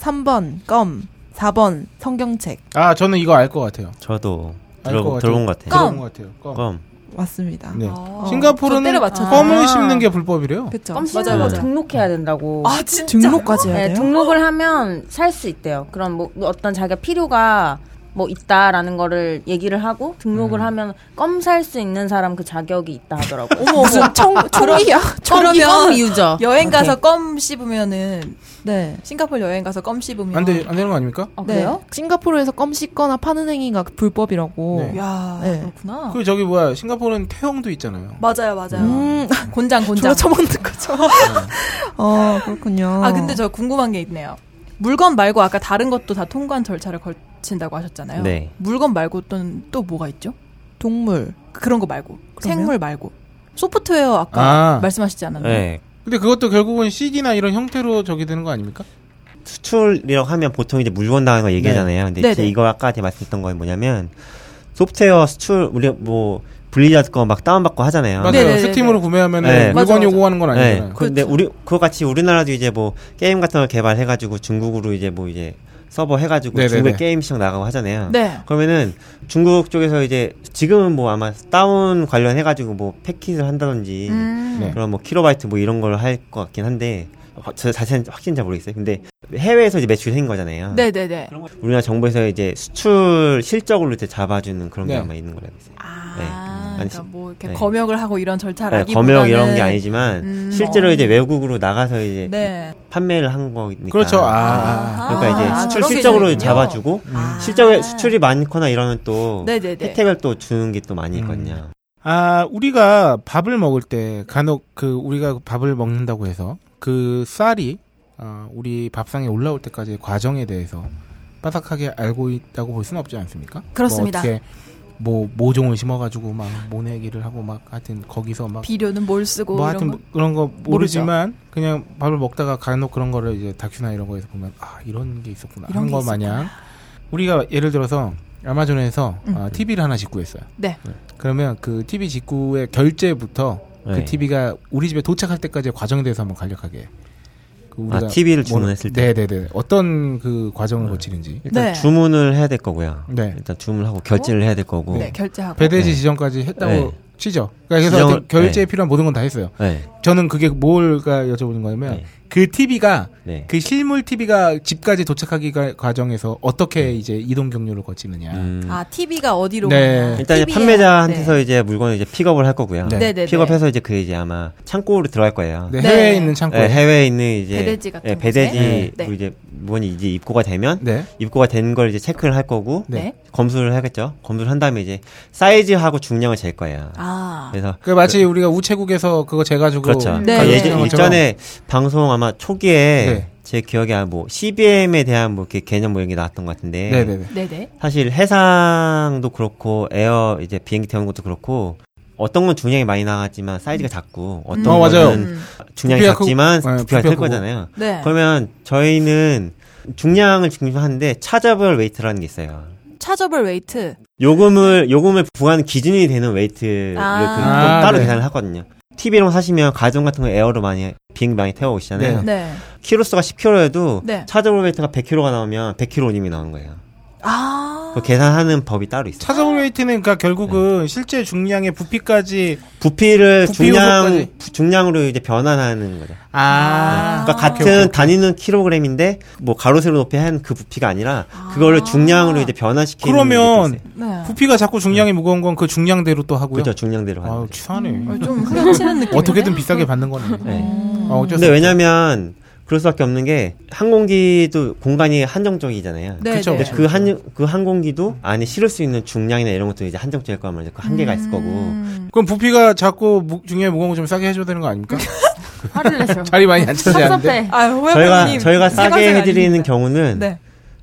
Speaker 6: 3번 껌, 4번 성경책
Speaker 4: 아, 저는 이거 알 것 같아요.
Speaker 7: 저도
Speaker 4: 알것
Speaker 7: 들어,
Speaker 4: 같아요.
Speaker 7: 들어본 것 같아요.
Speaker 4: 그런 것 같아요. 껌.
Speaker 7: 그럼
Speaker 6: 맞습니다.
Speaker 4: 네.
Speaker 5: 어. 저
Speaker 4: 싱가포르는
Speaker 5: 때려 아. 맞췄어요.
Speaker 4: 껌을 씹는 게 불법이래요.
Speaker 6: 그쵸?
Speaker 9: 껌 씹는
Speaker 5: 맞아요,
Speaker 9: 거
Speaker 5: 맞아요.
Speaker 9: 등록해야 된다고.
Speaker 5: 아 진짜.
Speaker 6: 등록까지 해야
Speaker 9: 네,
Speaker 6: 돼요?
Speaker 9: 등록을 하면 살 수 있대요. 그런 뭐 어떤 자기가 필요가 뭐 있다라는 거를 얘기를 하고 등록을 하면 껌 살 수 있는 사람 그 자격이 있다 하더라고. 음. 어머
Speaker 6: 무슨 청, 총기야? 총기
Speaker 9: 껌
Speaker 7: 아,
Speaker 9: 유저.
Speaker 5: 여행 가서 껌 씹으면은
Speaker 6: 네.
Speaker 5: 싱가포르 여행 가서 껌 씹으면
Speaker 4: 안, 되, 안 되는 거 아닙니까?
Speaker 5: 어.
Speaker 9: 아,
Speaker 6: 네.
Speaker 9: 그래요?
Speaker 6: 싱가포르에서 껌 씹거나 파는 행위가 불법이라고.
Speaker 4: 네.
Speaker 5: 야
Speaker 6: 네.
Speaker 5: 그렇구나.
Speaker 4: 그 저기 뭐야, 싱가포르는 태형도 있잖아요.
Speaker 5: 맞아요 맞아요.
Speaker 6: 음,
Speaker 5: 곤장
Speaker 6: 졸라
Speaker 5: 곤장.
Speaker 6: 처먹는 거죠. 어, 그렇군요.
Speaker 5: (laughs) 아 근데 저 궁금한 게 있네요. 물건 말고 아까 다른 것도 다 통관 절차를 거친다고 하셨잖아요.
Speaker 7: 네.
Speaker 5: 물건 말고 또, 또 뭐가 있죠?
Speaker 6: 동물.
Speaker 5: 그런 거 말고
Speaker 6: 그러면?
Speaker 5: 생물 말고 소프트웨어 아까
Speaker 4: 아.
Speaker 5: 말씀하시지 않았나요?
Speaker 7: 네.
Speaker 4: 근데 그것도 결국은 CD나 이런 형태로 저기 되는 거 아닙니까?
Speaker 7: 수출이라고 하면 보통 이제 물건 나가는 거 얘기하잖아요. 근데
Speaker 5: 네네.
Speaker 7: 이제 이거 아까 제가 말씀했던 건 뭐냐면 소프트웨어 수출 우리 뭐 블리자드 거 막 다운받고 하잖아요.
Speaker 4: 맞아요.
Speaker 5: 네네네네.
Speaker 4: 스팀으로 구매하면
Speaker 7: 네.
Speaker 4: 은
Speaker 5: 맞아,
Speaker 4: 물건
Speaker 5: 맞아.
Speaker 4: 요구하는 건 아니잖아요.
Speaker 7: 네. 근데 우리 그거 같이 우리나라도 이제 뭐 게임 같은 걸 개발해가지고 중국으로 이제 뭐 이제 서버 해가지고
Speaker 4: 네네네.
Speaker 7: 중국 게임 시장 나가고 하잖아요.
Speaker 5: 네.
Speaker 7: 그러면은 중국 쪽에서 이제 지금은 뭐 아마 다운 관련해가지고 뭐 패킷을 한다든지
Speaker 5: 음.
Speaker 4: 네.
Speaker 7: 그런 뭐 킬로바이트 뭐 이런 걸 할 것 같긴 한데 어, 저 자세한 확신 잘 모르겠어요. 근데 해외에서 이제 매출이 생긴 거잖아요.
Speaker 5: 네네네.
Speaker 7: 우리나라 정부에서 이제 수출 실적으로 이제 잡아주는 그런
Speaker 4: 네.
Speaker 7: 게 아마 있는 거라고 있어요.
Speaker 5: 아,
Speaker 7: 네.
Speaker 5: 그러니까 뭐 이렇게
Speaker 7: 네.
Speaker 5: 검역을 하고 이런 절차를
Speaker 7: 네,
Speaker 5: 하기
Speaker 7: 검역 이런 게 아니지만
Speaker 5: 음,
Speaker 7: 실제로
Speaker 5: 어.
Speaker 7: 이제 외국으로 나가서 이제
Speaker 5: 네.
Speaker 7: 판매를 한 거니까.
Speaker 4: 그렇죠. 아. 음.
Speaker 5: 아하.
Speaker 7: 그러니까 이제
Speaker 5: 아,
Speaker 7: 수출
Speaker 5: 그런 게
Speaker 7: 실적으로
Speaker 5: 있군요.
Speaker 7: 잡아주고
Speaker 5: 아.
Speaker 7: 실적에 수출이 많거나 이러면 또
Speaker 5: 네네네.
Speaker 7: 혜택을 또 주는 게 또
Speaker 4: 음.
Speaker 7: 많이 있거든요.
Speaker 4: 아, 우리가 밥을 먹을 때 간혹 그 우리가 밥을 먹는다고 해서 그 쌀이 어, 우리 밥상에 올라올 때까지의 과정에 대해서 빠삭하게 알고 있다고 볼 수는 없지 않습니까?
Speaker 5: 그렇습니다.
Speaker 4: 뭐 어떻게 뭐 모종을 심어가지고 막 모내기를 하고 막 하여튼 거기서 막
Speaker 5: 비료는 뭘 쓰고
Speaker 4: 뭐 하여튼
Speaker 5: 이런
Speaker 4: 뭐
Speaker 5: 거.
Speaker 4: 그런 거 모르지만 그냥 밥을 먹다가 간혹 그런 거를 이제 다큐나 이런 거에서 보면 아 이런 게 있었구나
Speaker 5: 이런
Speaker 4: 하는
Speaker 5: 게
Speaker 4: 거
Speaker 5: 있었구나.
Speaker 4: 마냥 우리가 예를 들어서 아마존에서 TV를 하나 직구했어요
Speaker 5: 음. 네.
Speaker 4: 그러면 그 TV 직구의 결제부터
Speaker 7: 네.
Speaker 4: 그 TV가 우리 집에 도착할 때까지의 과정에 대해서 한번 간략하게 그
Speaker 7: 아, TV 를 주문했을 때?
Speaker 4: 네네네 어떤 그 과정을 거치는지
Speaker 7: 일단
Speaker 5: 네.
Speaker 7: 주문을 해야 될 거고요.
Speaker 4: 네.
Speaker 7: 일단 주문을 하고 결제를 해야 될 거고.
Speaker 5: 네, 결제하고.
Speaker 4: 뭐. 배대지
Speaker 7: 네.
Speaker 4: 지정까지 했다고
Speaker 7: 네.
Speaker 4: 치죠. 그러니까 그래서
Speaker 7: 지정을-
Speaker 4: 어떤 결제에
Speaker 7: 네.
Speaker 4: 필요한 모든 건 다 했어요.
Speaker 7: 네.
Speaker 4: 저는 그게 뭘까 여쭤보는 거냐면
Speaker 7: 네.
Speaker 4: 그 TV가
Speaker 7: 네.
Speaker 4: 그 실물 TV가 집까지 도착하기 가- 과정에서 어떻게 이제 이동 경로를 거치느냐.
Speaker 7: 네. 음,
Speaker 5: 아, TV가 어디로
Speaker 4: 네.
Speaker 5: 가냐.
Speaker 7: 일단 이제
Speaker 5: TV 에-
Speaker 7: 판매자한테서
Speaker 5: 네.
Speaker 7: 이제 물건을 이제 픽업을 할 거고요.
Speaker 4: 네.
Speaker 5: 네네네.
Speaker 7: 픽업해서 이제 그 이제 아마 창고로 들어갈 거예요.
Speaker 4: 네,
Speaker 5: 네.
Speaker 4: 해외에 있는 창고.
Speaker 7: 네,
Speaker 4: 네.
Speaker 7: 해외에 있는 이제
Speaker 5: 배대지 같은
Speaker 7: 예,
Speaker 5: 곳에?
Speaker 7: 배대지
Speaker 5: 네.
Speaker 7: 뭐 이제 물건이 이제 입고가 되면
Speaker 4: 네.
Speaker 7: 입고가 된 걸 이제 체크를 할 거고
Speaker 5: 네.
Speaker 7: 검수를 하겠죠. 검수를 한 다음에 이제 사이즈하고 중량을 잴 거예요.
Speaker 5: 아.
Speaker 7: 그래서
Speaker 4: 그 마치 우리가 우체국에서 그거 재가지고
Speaker 7: 그렇죠.
Speaker 5: 네.
Speaker 7: 그러니까
Speaker 5: 네.
Speaker 7: 예전, 예전에 방송 아마 초기에
Speaker 4: 네.
Speaker 7: 제 기억에 아마 뭐 CBM에 대한 뭐 이렇게 개념 뭐 이런 게 나왔던 것 같은데
Speaker 4: 네네네.
Speaker 5: 네네.
Speaker 7: 사실 해상도 그렇고 에어 이제 비행기 태우는 것도 그렇고 어떤 건 중량이 많이 나갔지만 사이즈가 작고 어떤
Speaker 4: 어, 맞아요.
Speaker 7: 거는
Speaker 5: 음.
Speaker 7: 중량이
Speaker 4: 부피가
Speaker 7: 작지만
Speaker 4: 크고, 네,
Speaker 7: 부피가
Speaker 4: 부피가
Speaker 7: 클
Speaker 4: 크고.
Speaker 7: 거잖아요.
Speaker 5: 네.
Speaker 7: 그러면 저희는 중량을 중심하는데 차저블 웨이트라는 게 있어요.
Speaker 5: 차저블 웨이트.
Speaker 7: 요금을 요금을 부과하는 기준이 되는 웨이트를
Speaker 5: 아.
Speaker 7: 그
Speaker 4: 아,
Speaker 7: 따로
Speaker 4: 네.
Speaker 7: 계산을 하거든요. TV로 사시면 가전 같은 거 에어로 많이 비행기 많이 태워오시잖아요.
Speaker 5: 네.
Speaker 7: 키로수가 10kg여도
Speaker 5: 네.
Speaker 7: 차저블 웨이트가 100kg가 나오면 100kg님이 나오는 거예요.
Speaker 5: 아.
Speaker 7: 그 계산하는 법이 따로 있어요.
Speaker 4: 차저블 웨이트는 그러니까 결국은
Speaker 7: 네.
Speaker 4: 실제 중량의 부피까지
Speaker 7: 부피를
Speaker 4: 부피
Speaker 7: 중량
Speaker 4: 요소까지?
Speaker 7: 부- 중량으로 이제 변환하는 거죠.
Speaker 4: 아.
Speaker 7: 그러니까 같은 단위는 킬로그램인데 뭐 가로세로 높이 한 그 부피가 아니라 그거를 중량으로 이제 변환시키는
Speaker 4: 그러면
Speaker 7: 게 있어요.
Speaker 5: 네.
Speaker 4: 부피가 자꾸 중량이 무거운 건 그 중량대로 또 하고요.
Speaker 7: 그렇죠 중량대로 하는
Speaker 4: 아,
Speaker 7: 거죠.
Speaker 4: 치사하네.
Speaker 5: 어,
Speaker 4: (laughs)
Speaker 5: 좀 흐려치는 느낌.
Speaker 4: 어떻게든 비싸게 받는 거네.
Speaker 7: 네.
Speaker 5: 음.
Speaker 4: 어, 어쩔
Speaker 7: 근데
Speaker 4: 수 없죠.
Speaker 7: 왜냐면 그럴 수밖에 없는 게 항공기도 공간이 한정적이잖아요.
Speaker 5: 네.
Speaker 4: 그쵸,
Speaker 5: 네.
Speaker 7: 근데 그 한 그 항공기도 안에 실을 수 있는 중량이나 이런 것도 이제 한정적일 거면 이제 그 한계가 있을 거고.
Speaker 5: 음.
Speaker 4: 그럼 부피가 자꾸 무- 중량이 무거운 거 좀 싸게 해줘야 되는 거 아닙니까?
Speaker 5: 그렇죠.
Speaker 9: 화를
Speaker 4: (laughs)
Speaker 9: 내죠.
Speaker 4: 자리 많이 안 차지하는데.
Speaker 9: 섭섭해.
Speaker 5: 아유, 호야
Speaker 7: 뭐. 저희가
Speaker 5: 님,
Speaker 7: 저희가 싸게
Speaker 5: 생각이
Speaker 7: 해드리는
Speaker 5: 아닙니다.
Speaker 7: 경우는
Speaker 5: 네.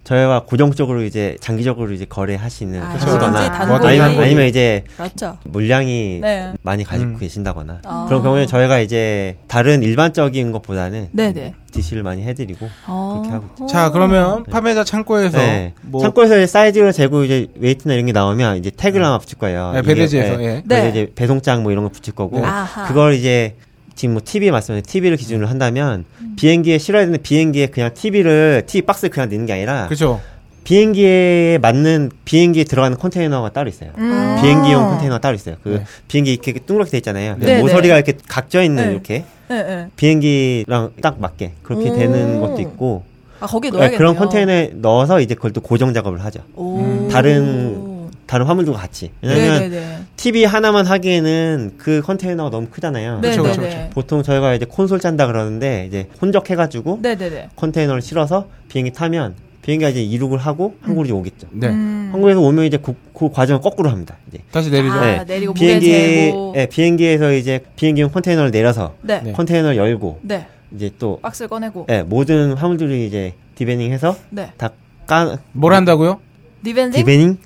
Speaker 7: 저희가 고정적으로 이제 장기적으로 이제 거래하시는
Speaker 5: 아,
Speaker 7: 회수거나
Speaker 5: 단지
Speaker 7: 뭐
Speaker 5: 단골이-
Speaker 7: 네, 아니면 아니면 이제
Speaker 5: 맞죠.
Speaker 7: 물량이
Speaker 5: 네.
Speaker 7: 많이 가지고
Speaker 4: 음.
Speaker 7: 계신다거나
Speaker 5: 아.
Speaker 7: 그런 경우에 저희가 이제 다른 일반적인 것보다는
Speaker 5: 네네. 아.
Speaker 7: DC를 많이 해드리고
Speaker 5: 어.
Speaker 7: 그렇게 하고 있죠.
Speaker 4: 자, 그러면 판매자 창고에서
Speaker 7: 네.
Speaker 4: 뭐
Speaker 7: 창고에서 이제 사이즈를 재고 이제 웨이트나 이런 게 나오면 이제 태그를 하나 붙일 거예요.
Speaker 4: 네,
Speaker 7: 이게,
Speaker 4: 배대지에서, 예. 네.
Speaker 7: 그래서
Speaker 5: 네.
Speaker 7: 이제 배송장 뭐 이런 거 붙일 거고
Speaker 5: 아하.
Speaker 7: 그걸 이제 지금 뭐 TV 말씀하신 TV를 기준으로 한다면
Speaker 5: 음.
Speaker 7: 비행기에 실어야 되는 비행기에 그냥 TV를 TV 박스에 그냥 넣는 게 아니라
Speaker 4: 그죠?
Speaker 7: 비행기에 맞는 비행기에 들어가는 컨테이너가 따로 있어요. 그
Speaker 5: 음, 아.
Speaker 7: 비행기용 컨테이너가 따로 있어요. 그
Speaker 4: 네.
Speaker 7: 비행기 이렇게 동그랗게 돼 있잖아요.
Speaker 5: 네,
Speaker 7: 모서리가 이렇게 각져 있는
Speaker 5: 네.
Speaker 7: 이렇게
Speaker 5: 네, 네.
Speaker 7: 비행기랑 딱 맞게 그렇게
Speaker 5: 오.
Speaker 7: 되는 것도 있고
Speaker 5: 아, 거기에
Speaker 7: 네,
Speaker 5: 넣어야겠네요.
Speaker 7: 그런 컨테이너에 넣어서 이제 그걸 또 고정 작업을 하죠.
Speaker 5: 오.
Speaker 7: 다른 다른 화물들과 같이. 왜냐면
Speaker 5: 네, 네, 네.
Speaker 7: TV 하나만 하기에는 그 컨테이너가 너무 크잖아요.
Speaker 5: 네,
Speaker 4: 그쵸,
Speaker 5: 네,
Speaker 4: 그쵸,
Speaker 5: 네.
Speaker 7: 보통 저희가 이제 콘솔 짠다 그러는데 이제 혼적해가지고
Speaker 5: 네, 네, 네.
Speaker 7: 컨테이너를 실어서 비행기 타면 비행기가 이제 이륙을 하고
Speaker 5: 음.
Speaker 7: 한국으로 이제 오겠죠.
Speaker 4: 네.
Speaker 7: 한국에서 오면 이제 그, 그 과정을 거꾸로 합니다. 이제
Speaker 4: 다시 내리죠.
Speaker 5: 아, 내리고 무게
Speaker 7: 네. 비행기
Speaker 5: 재고.
Speaker 7: 예, 비행기에서 이제 비행기용 컨테이너를 내려서
Speaker 5: 네.
Speaker 4: 네.
Speaker 5: 네.
Speaker 7: 컨테이너를 열고 이제 또
Speaker 5: 박스를 꺼내고.
Speaker 7: 예, 모든 화물들이 이제 디베닝해서
Speaker 5: 네.
Speaker 7: 다 까
Speaker 4: 뭘 한다고요?
Speaker 5: 리벤딩?
Speaker 7: 디베닝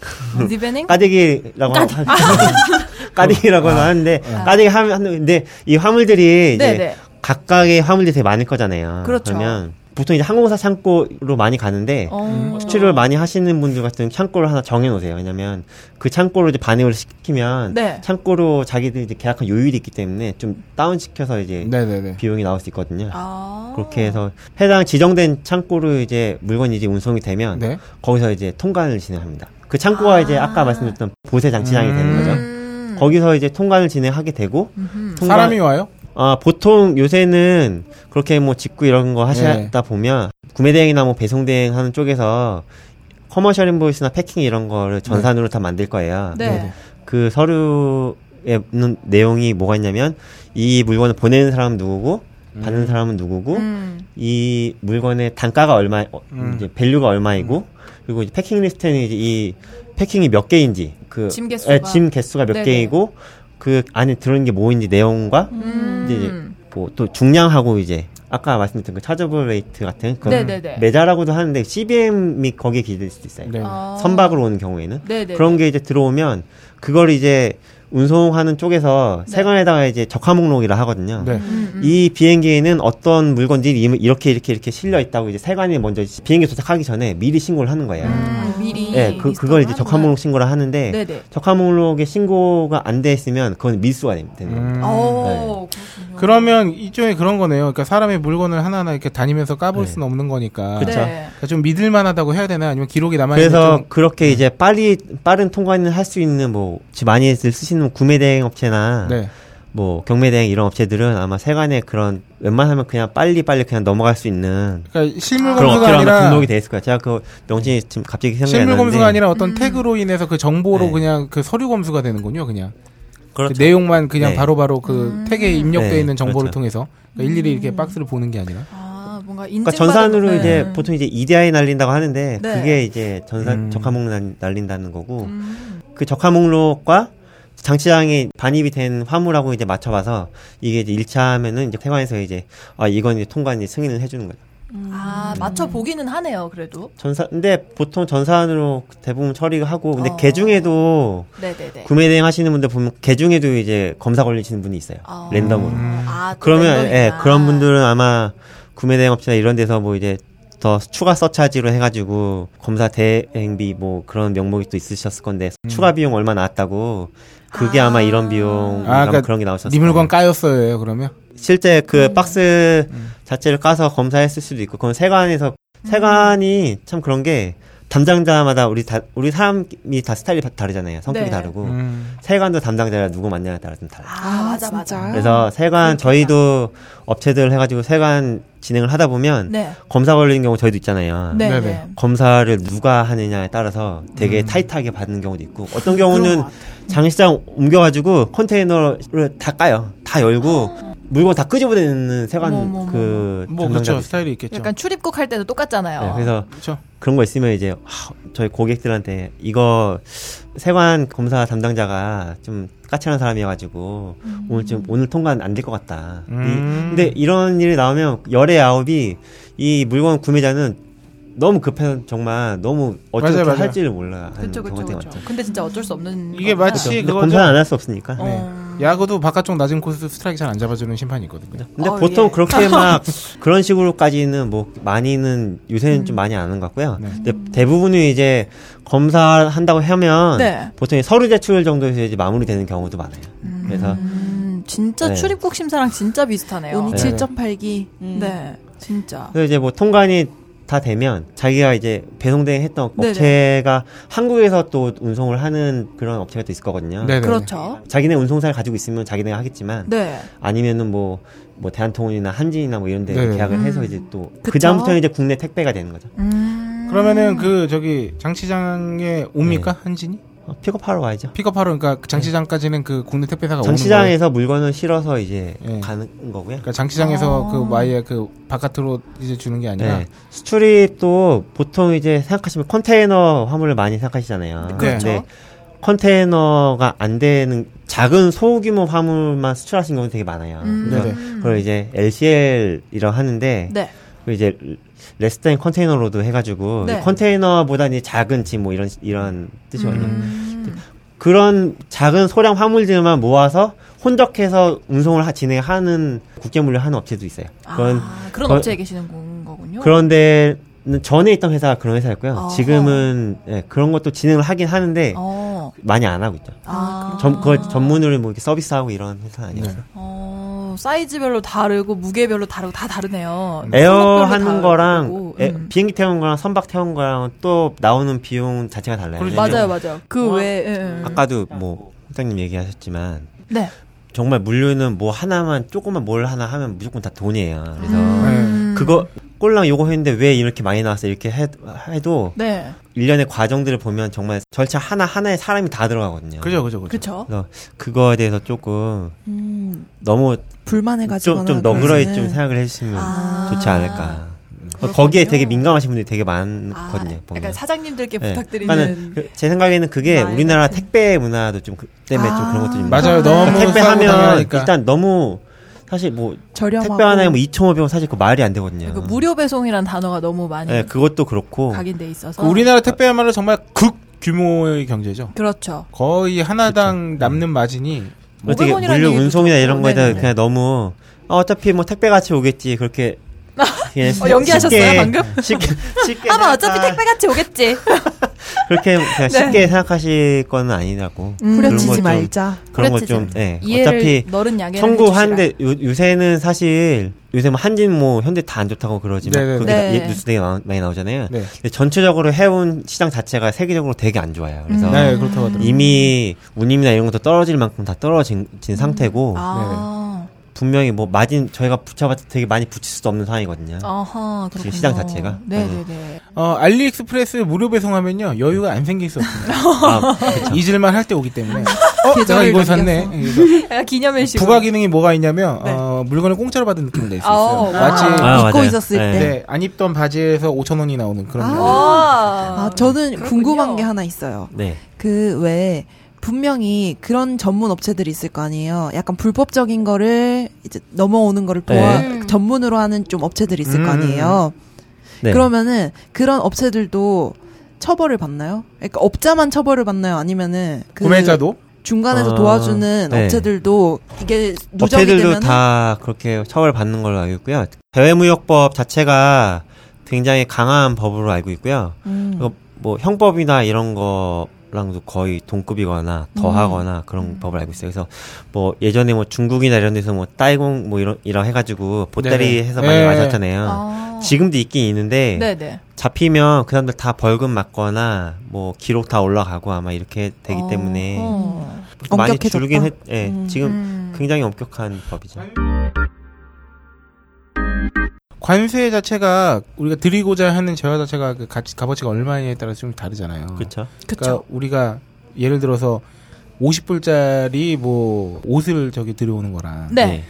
Speaker 5: 리벤딩?
Speaker 7: 까대기라고
Speaker 5: 아.
Speaker 7: 하- (laughs) 까대기라고 하는데 까대기 하면 하는데 이 화물들이 이제
Speaker 5: 네, 네.
Speaker 7: 각각의 화물들이 되게 많을 거잖아요.
Speaker 5: 그렇죠.
Speaker 7: 러면 보통 이제 항공사 창고로 많이 가는데
Speaker 5: 어.
Speaker 7: 수출을 많이 하시는 분들 같은 창고를 하나 정해놓으세요. 왜냐면 그 창고로 이제 반입을 시키면
Speaker 5: 네.
Speaker 7: 창고로 자기들이 이제 계약한 요율이 있기 때문에 좀 다운시켜서 이제
Speaker 4: 네네네.
Speaker 7: 비용이 나올 수 있거든요.
Speaker 5: 아.
Speaker 7: 그렇게 해서 해당 지정된 창고로 이제 물건이 이제 운송이 되면
Speaker 4: 네.
Speaker 7: 거기서 이제 통관을 진행합니다. 그 창고가 이제 아까 말씀드렸던 보세 장치장이 되는 거죠.
Speaker 5: 음.
Speaker 7: 거기서 이제 통관을 진행하게 되고 통관-
Speaker 4: 사람이 와요?
Speaker 7: 아, 보통 요새는 그렇게 뭐 직구 이런 거 하시다 보면 구매 대행이나 뭐 배송 대행 하는 쪽에서 커머셜 인보이스나 패킹 이런 거를 전산으로 다 만들 거예요.
Speaker 5: 네.
Speaker 7: 그 서류에 있는 내용이 뭐가 있냐면 이 물건을 보내는 사람은 누구고 받는 사람은 누구고
Speaker 5: 음.
Speaker 7: 이 물건의 단가가 얼마 어,
Speaker 4: 음.
Speaker 7: 이제 밸류가 얼마이고 그리고 이제 패킹 리스트에는 이제 이 패킹이 몇 개인지 그
Speaker 5: 짐 개수가.
Speaker 7: 예, 짐 개수가 몇
Speaker 5: 네네.
Speaker 7: 개이고 뭐 그 안에 들어있는 게 뭐인지 내용과 이제
Speaker 5: 음.
Speaker 7: 뭐또 중량하고 이제 아까 말씀드린 그 차저블 레이트 같은 그런
Speaker 5: 네네네.
Speaker 7: 매자라고도 하는데 CBM이 거기에 기댈 수도 있어요.
Speaker 4: 네.
Speaker 7: 선박으로 오는 경우에는
Speaker 5: 아. 네네.
Speaker 7: 그런 게 이제 들어오면 그걸 이제 운송하는 쪽에서
Speaker 5: 네.
Speaker 7: 세관에다가 이제 적화 목록이라 하거든요.
Speaker 4: 네.
Speaker 5: 음.
Speaker 7: 이 비행기에는 어떤 물건들이 이- 이렇게 이렇게 이렇게 실려 있다고 이제 세관이 먼저 비행기 도착하기 전에 미리 신고를 하는 거예요.
Speaker 5: 음, 미리.
Speaker 7: 예, 그 그걸 이제 적화 목록 신고를 하는데
Speaker 5: 네네.
Speaker 7: 적화 목록에 신고가 안 돼 있으면 그건 밀수가 됩- 되는
Speaker 4: 음.
Speaker 7: 거예요. 네.
Speaker 5: 어.
Speaker 4: 그러면 일종의 그런 거네요. 그러니까 사람의 물건을 하나하나 이렇게 다니면서 까볼 수는 없는 거니까.
Speaker 7: 네. 그쵸.
Speaker 5: 네.
Speaker 4: 그러니까 좀 믿을만하다고 해야 되나 아니면 기록이 네. 남아 있는
Speaker 7: 그래서 그렇게 이제 빨리 빠른 통관을 할 수 있는 뭐 지- 많이들 쓰시는 뭐 구매 대행 업체나
Speaker 4: 네.
Speaker 7: 뭐 경매 대행 이런 업체들은 아마 세관에 그런 웬만하면 그냥 빨리 빨리 그냥 넘어갈 수 있는
Speaker 4: 그러니까 실물
Speaker 7: 그런 업체로
Speaker 4: 검수가
Speaker 7: 아마
Speaker 4: 아니라
Speaker 7: 등록이 돼 있을 거예요. 제가 그 명칭이 지금 갑자기 생각이 안
Speaker 4: 실물
Speaker 7: 나는데
Speaker 4: 검수가 아니라 어떤 태그로 인해서 그 정보로
Speaker 7: 네.
Speaker 4: 그냥 그 서류 검수가 되는군요. 그냥 그
Speaker 7: 그렇죠.
Speaker 4: 내용만 그냥
Speaker 7: 네.
Speaker 4: 바로바로 그 태그에 입력되어
Speaker 7: 네,
Speaker 4: 있는 정보를
Speaker 7: 그렇죠.
Speaker 4: 통해서 그러니까 일일이 이렇게 박스를 보는 게 아니라.
Speaker 5: 아, 뭔가 네.
Speaker 7: 그러니까
Speaker 5: 인증
Speaker 7: 전산으로 이제 보통 이제 EDI 날린다고 하는데
Speaker 5: 네. 음.
Speaker 7: 그게 이제 전산
Speaker 4: 음.
Speaker 7: 적화 목록 날- 날린다는 거고 그 적화 목록과 장치장이 반입이 된 화물하고 이제 맞춰봐서 이게 이제 일치하면은 이제 세관에서 이제 아 이건 이제 통관이 승인을 해주는 거예요.
Speaker 5: 아, 맞춰 보기는 하네요. 그래도.
Speaker 7: 전산 근데 보통 전산으로 대부분 처리하고 근데
Speaker 5: 어.
Speaker 7: 개 중에도
Speaker 5: 네, 네, 네.
Speaker 7: 구매 대행 하시는 분들 보면 개 중에도 이제 검사 걸리시는 분이 있어요.
Speaker 5: 아.
Speaker 7: 랜덤으로.
Speaker 5: 아, 또
Speaker 7: 그러면
Speaker 5: 랜덤이구나.
Speaker 7: 예 그런 분들은 아마 구매 대행 업체나 이런 데서 뭐 이제 더 추가 서차지로 해가지고 검사 대행비 뭐 그런 명목이 또 있으셨을 건데
Speaker 4: 음.
Speaker 7: 추가 비용 얼마 나왔다고 그게 아마 이런 비용
Speaker 4: 아, 그러니까
Speaker 7: 음, 그런 게 나오셨을
Speaker 4: 네 물건
Speaker 7: 거예요.
Speaker 4: 까였어요. 그러면.
Speaker 7: 실제 그 박스
Speaker 4: 음.
Speaker 7: 자체를 까서 검사했을 수도 있고 그건 세관에서 세관이 참 그런 게 담당자마다 우리 다 우리 사람이 다 스타일이 다- 다르잖아요 성격이
Speaker 5: 네.
Speaker 7: 다르고
Speaker 4: 음.
Speaker 7: 세관도 담당자가 누구 만나냐에 따라 좀 달라. 요
Speaker 5: 아, 맞아 맞아.
Speaker 7: 그래서 세관 저희도 업체들 해가지고 세관 진행을 하다 보면
Speaker 5: 네.
Speaker 7: 검사 걸리는 경우 저희도 있잖아요.
Speaker 5: 네, 네.
Speaker 4: 네네.
Speaker 7: 검사를 누가 하느냐에 따라서
Speaker 4: 음.
Speaker 7: 되게 타이트하게 받는 경우도 있고 어떤 경우는
Speaker 5: 음.
Speaker 7: 장시장 옮겨가지고 컨테이너를 다 까요. 다 열고 물건 다 끄집어내는
Speaker 5: 아. 어머,
Speaker 7: 세관
Speaker 5: 어머,
Speaker 7: 그
Speaker 4: 뭐
Speaker 7: 담당자도
Speaker 4: 그렇죠.
Speaker 7: 있어요.
Speaker 4: 스타일이 있겠죠.
Speaker 5: 약간 출입국 할 때도 똑같잖아요.
Speaker 7: 네, 그래서
Speaker 4: 그렇죠.
Speaker 7: 그런 거 있으면 이제 하, 저희 고객들한테 이거 세관 검사 담당자가 좀 까칠한 사람이어가지고
Speaker 5: 음.
Speaker 7: 오늘 좀 오늘 통관 안 될 것 같다. 이-
Speaker 4: 음.
Speaker 7: 근데 이런 일이 나오면 열의 아홉이 이 물건 구매자는 너무 급해서 정말 너무
Speaker 4: 맞아요,
Speaker 7: 어떻게
Speaker 4: 맞아요.
Speaker 7: 할지를 몰라. 하는
Speaker 5: 그쵸, 그쵸,
Speaker 7: 경우가 되게
Speaker 5: 그쵸.
Speaker 7: 많죠.
Speaker 5: 근데 진짜 어쩔 수 없는.
Speaker 4: 이게
Speaker 5: 거구나.
Speaker 4: 마치-
Speaker 7: 근데
Speaker 4: 그거죠.
Speaker 7: 검사는 안 할 수 없으니까.
Speaker 5: 어.
Speaker 4: 네. 야구도 바깥쪽 낮은 코스 스트라이크 잘 안 잡아주는 심판이 있거든요.
Speaker 7: 근데
Speaker 5: 어,
Speaker 7: 보통
Speaker 5: 예. (laughs)
Speaker 7: 그렇게 막 그런 식으로까지는 뭐 많이는 요새는
Speaker 5: 음.
Speaker 7: 좀 많이 안 하는 것 같고요.
Speaker 4: 네.
Speaker 7: 근데 대부분이 이제 검사한다고 하면
Speaker 5: 네.
Speaker 7: 보통 서류 제출 정도에서 이제 마무리되는 경우도 많아요. 그래서
Speaker 5: 음, 진짜
Speaker 7: 네.
Speaker 5: 출입국 심사랑 진짜 비슷하네요.
Speaker 6: 운이
Speaker 7: 네.
Speaker 6: 7.8기. 음,
Speaker 5: 네, 진짜.
Speaker 7: 그래서 이제 뭐 통관이 다 되면 자기가 이제 배송대행 했던
Speaker 5: 네네.
Speaker 7: 업체가 한국에서 또 운송을 하는 그런 업체가 또 있을 거거든요.
Speaker 4: 네네네.
Speaker 5: 그렇죠.
Speaker 7: 자기네 운송사를 가지고 있으면 자기네가 하겠지만
Speaker 5: 네.
Speaker 7: 아니면은 뭐, 뭐 대한통운이나 한진이나 뭐 이런 데
Speaker 4: 네네.
Speaker 7: 계약을
Speaker 5: 음.
Speaker 7: 해서 이제 또 그 다음부터는 이제 국내 택배가 되는 거죠.
Speaker 4: 그러면은 그 저기 장치장에 옵니까 한진이?
Speaker 7: 어, 픽업하러 와야죠.
Speaker 4: 픽업하러 그러니까 그 장치장까지는 그 국내 택배사가 오는 거예요.
Speaker 7: 장치장에서 물건을 실어서 이제
Speaker 4: 네.
Speaker 7: 가는 거고요.
Speaker 4: 그러니까
Speaker 5: 어.
Speaker 4: 장치장에서 그 마이에 그 바깥으로 이제 주는 게 아니라
Speaker 7: 네. 수출입도 보통 이제 생각하시면 컨테이너 화물을 많이 생각하시잖아요. 네.
Speaker 4: 그렇죠.
Speaker 7: 근데 컨테이너가 안 되는 작은 소규모 화물만 수출하신 경우 되게 많아요. 그래서 그걸 이제 LCL이라고 하는데
Speaker 5: 음. 네.
Speaker 7: 그 이제 레스된 컨테이너로도 해가지고
Speaker 5: 네.
Speaker 7: 컨테이너보다 는 작은 짐 뭐 이런 이런 뜻이거든요.
Speaker 5: 음.
Speaker 7: 음, 그런 작은 소량 화물들만 모아서 혼적해서 운송을 하- 진행하는 국제물류 하는 업체도 있어요. 그런
Speaker 5: 아, 그런
Speaker 7: 거-
Speaker 5: 업체에 계시는 건- 거군요.
Speaker 7: 그런데 전에 있던 회사가 그런 회사였고요.
Speaker 5: 어허.
Speaker 7: 지금은 예, 그런 것도 진행을 하긴 하는데
Speaker 5: 어,
Speaker 7: 많이 안 하고 있죠.
Speaker 5: 아,
Speaker 7: 전, 그 전문으로 뭐 이렇게 서비스하고 이런 회사 아니었어요.
Speaker 5: 어, 사이즈별로 다르고 무게별로 다르고 다 다르네요.
Speaker 7: 음, 에어
Speaker 5: 음. 성격별로
Speaker 7: 하는
Speaker 5: 다르고,
Speaker 7: 거랑 에-
Speaker 5: 음.
Speaker 7: 비행기 태운 거랑 선박 태운 거랑 또 나오는 비용 자체가 달라요.
Speaker 4: 그렇죠.
Speaker 5: 맞아요,
Speaker 7: 왜냐면
Speaker 5: 맞아요. 그 외에 예, 예.
Speaker 7: 음. 아까도 뭐 회장님 얘기하셨지만
Speaker 5: 네.
Speaker 7: 정말 물류는 뭐 하나만 조금만 뭘 하나 하면 무조건 다 돈이에요. 그래서
Speaker 4: 음.
Speaker 7: 그거 꼴랑 요거 했는데 왜 이렇게 많이 나왔어 이렇게 해, 해도
Speaker 5: 네.
Speaker 7: 일련의 과정들을 보면 정말 절차 하나 하나에 사람이 다 들어가거든요.
Speaker 4: 그죠 그죠 그죠.
Speaker 5: 그렇죠.
Speaker 7: 그래서 그거에 대해서 조금
Speaker 6: 음,
Speaker 7: 너무
Speaker 6: 불만해 가지고
Speaker 7: 좀, 좀 너그러이 좀 생각을 해주시면
Speaker 5: 아.
Speaker 7: 좋지 않을까. 거기에 되게 민감하신 분들이 되게
Speaker 5: 아,
Speaker 7: 많거든요. 보면.
Speaker 5: 약간 사장님들께
Speaker 7: 예.
Speaker 5: 부탁드리는
Speaker 7: 그러니까는 그- 제 생각에는 그게
Speaker 5: 마음이
Speaker 7: 우리나라 택배 문화도 좀 그 때문에 좀 그런 것도 좀
Speaker 4: 맞아요.
Speaker 7: 그러니까
Speaker 4: 너무
Speaker 7: 택배
Speaker 4: 싸고
Speaker 7: 하면
Speaker 4: 당연하니까.
Speaker 7: 일단 너무 사실 뭐
Speaker 6: 저렴하고
Speaker 7: 택배 하나에 뭐 2,500원 사실 그 말이 안 되거든요.
Speaker 5: 그 무료 배송이란 단어가 너무 많이
Speaker 7: 네, 그것도 그렇고
Speaker 5: 각인돼 있어서
Speaker 4: 우리나라 택배야말로 정말 극 규모의 경제죠.
Speaker 5: 그렇죠.
Speaker 4: 거의 하나당 남는 마진이
Speaker 7: 어떻게
Speaker 5: 500원 이라는
Speaker 7: 뭐 물류
Speaker 5: 얘기도
Speaker 7: 운송이나
Speaker 5: 좀-
Speaker 7: 이런 거에 대해
Speaker 5: 네네네.
Speaker 7: 그냥 너무 아, 어차피 뭐 택배 같이 오겠지 그렇게 그냥 쉽-
Speaker 5: 아, 연기하셨어요,
Speaker 7: 쉽게-
Speaker 5: 방금?
Speaker 7: (laughs) 쉽게 쉽게
Speaker 5: 아마 어차피
Speaker 7: 생각하-
Speaker 5: 택배 네. 같이 오겠지.
Speaker 7: 그렇게 그냥 쉽게 생각하실 거는 아니라고
Speaker 5: 음.
Speaker 7: 그런 거
Speaker 6: 후려치지
Speaker 7: 좀-
Speaker 6: 말자.
Speaker 7: 그런
Speaker 5: 후려치지
Speaker 7: 것좀 예.
Speaker 5: 이해를
Speaker 7: 어차피
Speaker 5: 너른 양해를
Speaker 7: 청구하는데 요, 요새는 사실 요새 뭐 한진 뭐 현대 다 안 좋다고 그러지만
Speaker 4: 네네네.
Speaker 7: 그게
Speaker 5: 네.
Speaker 7: 나- 뉴스 되게 나- 많이 나오잖아요.
Speaker 4: 네.
Speaker 7: 근데 전체적으로 해운 시장 자체가 세계적으로 되게 안 좋아요. 그래서
Speaker 4: 네 그렇다고 하더라고요.
Speaker 7: 이미 운임이나 이런 것도 떨어질 만큼 다 떨어진 진
Speaker 6: 음.
Speaker 7: 상태고
Speaker 5: 아,
Speaker 7: 분명히 뭐 마진 저희가 붙여봤자 되게 많이 붙일 수도 없는 상황이거든요.
Speaker 6: 어.
Speaker 5: 아하, 그렇군요.
Speaker 7: 시장 자체가.
Speaker 5: 네네네.
Speaker 4: 어, 알리익스프레스 무료 배송하면요 여유가 안 생길 수 없습니다.
Speaker 6: (laughs)
Speaker 7: 아, 그쵸.
Speaker 4: 잊을만 할 때 오기 때문에. 어, 내가 이걸 샀네. 그래서
Speaker 5: (laughs) 약간 기념일식.
Speaker 4: 부가 기능이 뭐가 있냐면 어, 물건을 공짜로 받은 느낌을 낼 수 있어요.
Speaker 5: 아오,
Speaker 4: 마치
Speaker 7: 아,
Speaker 6: 잊고
Speaker 7: 맞아요.
Speaker 6: 있었을
Speaker 7: 네.
Speaker 6: 때.
Speaker 4: 네, 안 입던 바지에서 5천 원이 나오는 그런. 느낌.
Speaker 5: 와.
Speaker 6: 아, 저는
Speaker 5: 그렇군요.
Speaker 6: 궁금한 게 하나 있어요.
Speaker 7: 네.
Speaker 6: 그 왜 분명히 그런 전문 업체들이 있을 거 아니에요. 약간 불법적인 거를 이제 넘어오는 거를 보아 전문으로 하는 좀 업체들이 있을 거 아니에요.
Speaker 7: 음. 네.
Speaker 6: 그러면은 그런 업체들도 처벌을 받나요? 그러니까 업자만 처벌을 받나요? 아니면은 그
Speaker 4: 구매자도
Speaker 6: 중간에서
Speaker 7: 아,
Speaker 6: 도와주는
Speaker 7: 네.
Speaker 6: 업체들도 이게 누적이
Speaker 7: 업체들도
Speaker 6: 되면
Speaker 7: 다 그렇게 처벌 받는 걸로 알고 있고요. 대외무역법 자체가 굉장히 강한 법으로 알고 있고요.
Speaker 6: 음,
Speaker 7: 그리고 뭐 형법이나 이런 거랑도 거의 동급이거나 더하거나 그런 법을 알고 있어요. 그래서 뭐 예전에 뭐 중국이나 이런 데서 뭐 따이공 뭐 이런 이런 해가지고 보따리
Speaker 4: 네네.
Speaker 7: 해서 많이
Speaker 4: 네.
Speaker 7: 마셨잖아요.
Speaker 5: 아.
Speaker 7: 지금도 있긴 있는데
Speaker 5: 네네.
Speaker 7: 잡히면 그 사람들 다 벌금 맞거나 뭐 기록 다 올라가고 아마 이렇게 되기 때문에
Speaker 5: 어.
Speaker 7: 많이
Speaker 6: 엄격해졌다.
Speaker 7: 줄긴 했. 예, 지금
Speaker 5: 음.
Speaker 7: 굉장히 엄격한 법이죠.
Speaker 4: 관세 자체가 우리가 드리고자 하는 재화 자체가 그 가치, 값어치가 얼마에 따라서 좀 다르잖아요.
Speaker 7: 그렇죠.
Speaker 4: 그러니까 우리가 예를 들어서 50불짜리 뭐 옷을 저기 들여오는 거랑
Speaker 5: 네.
Speaker 7: 예.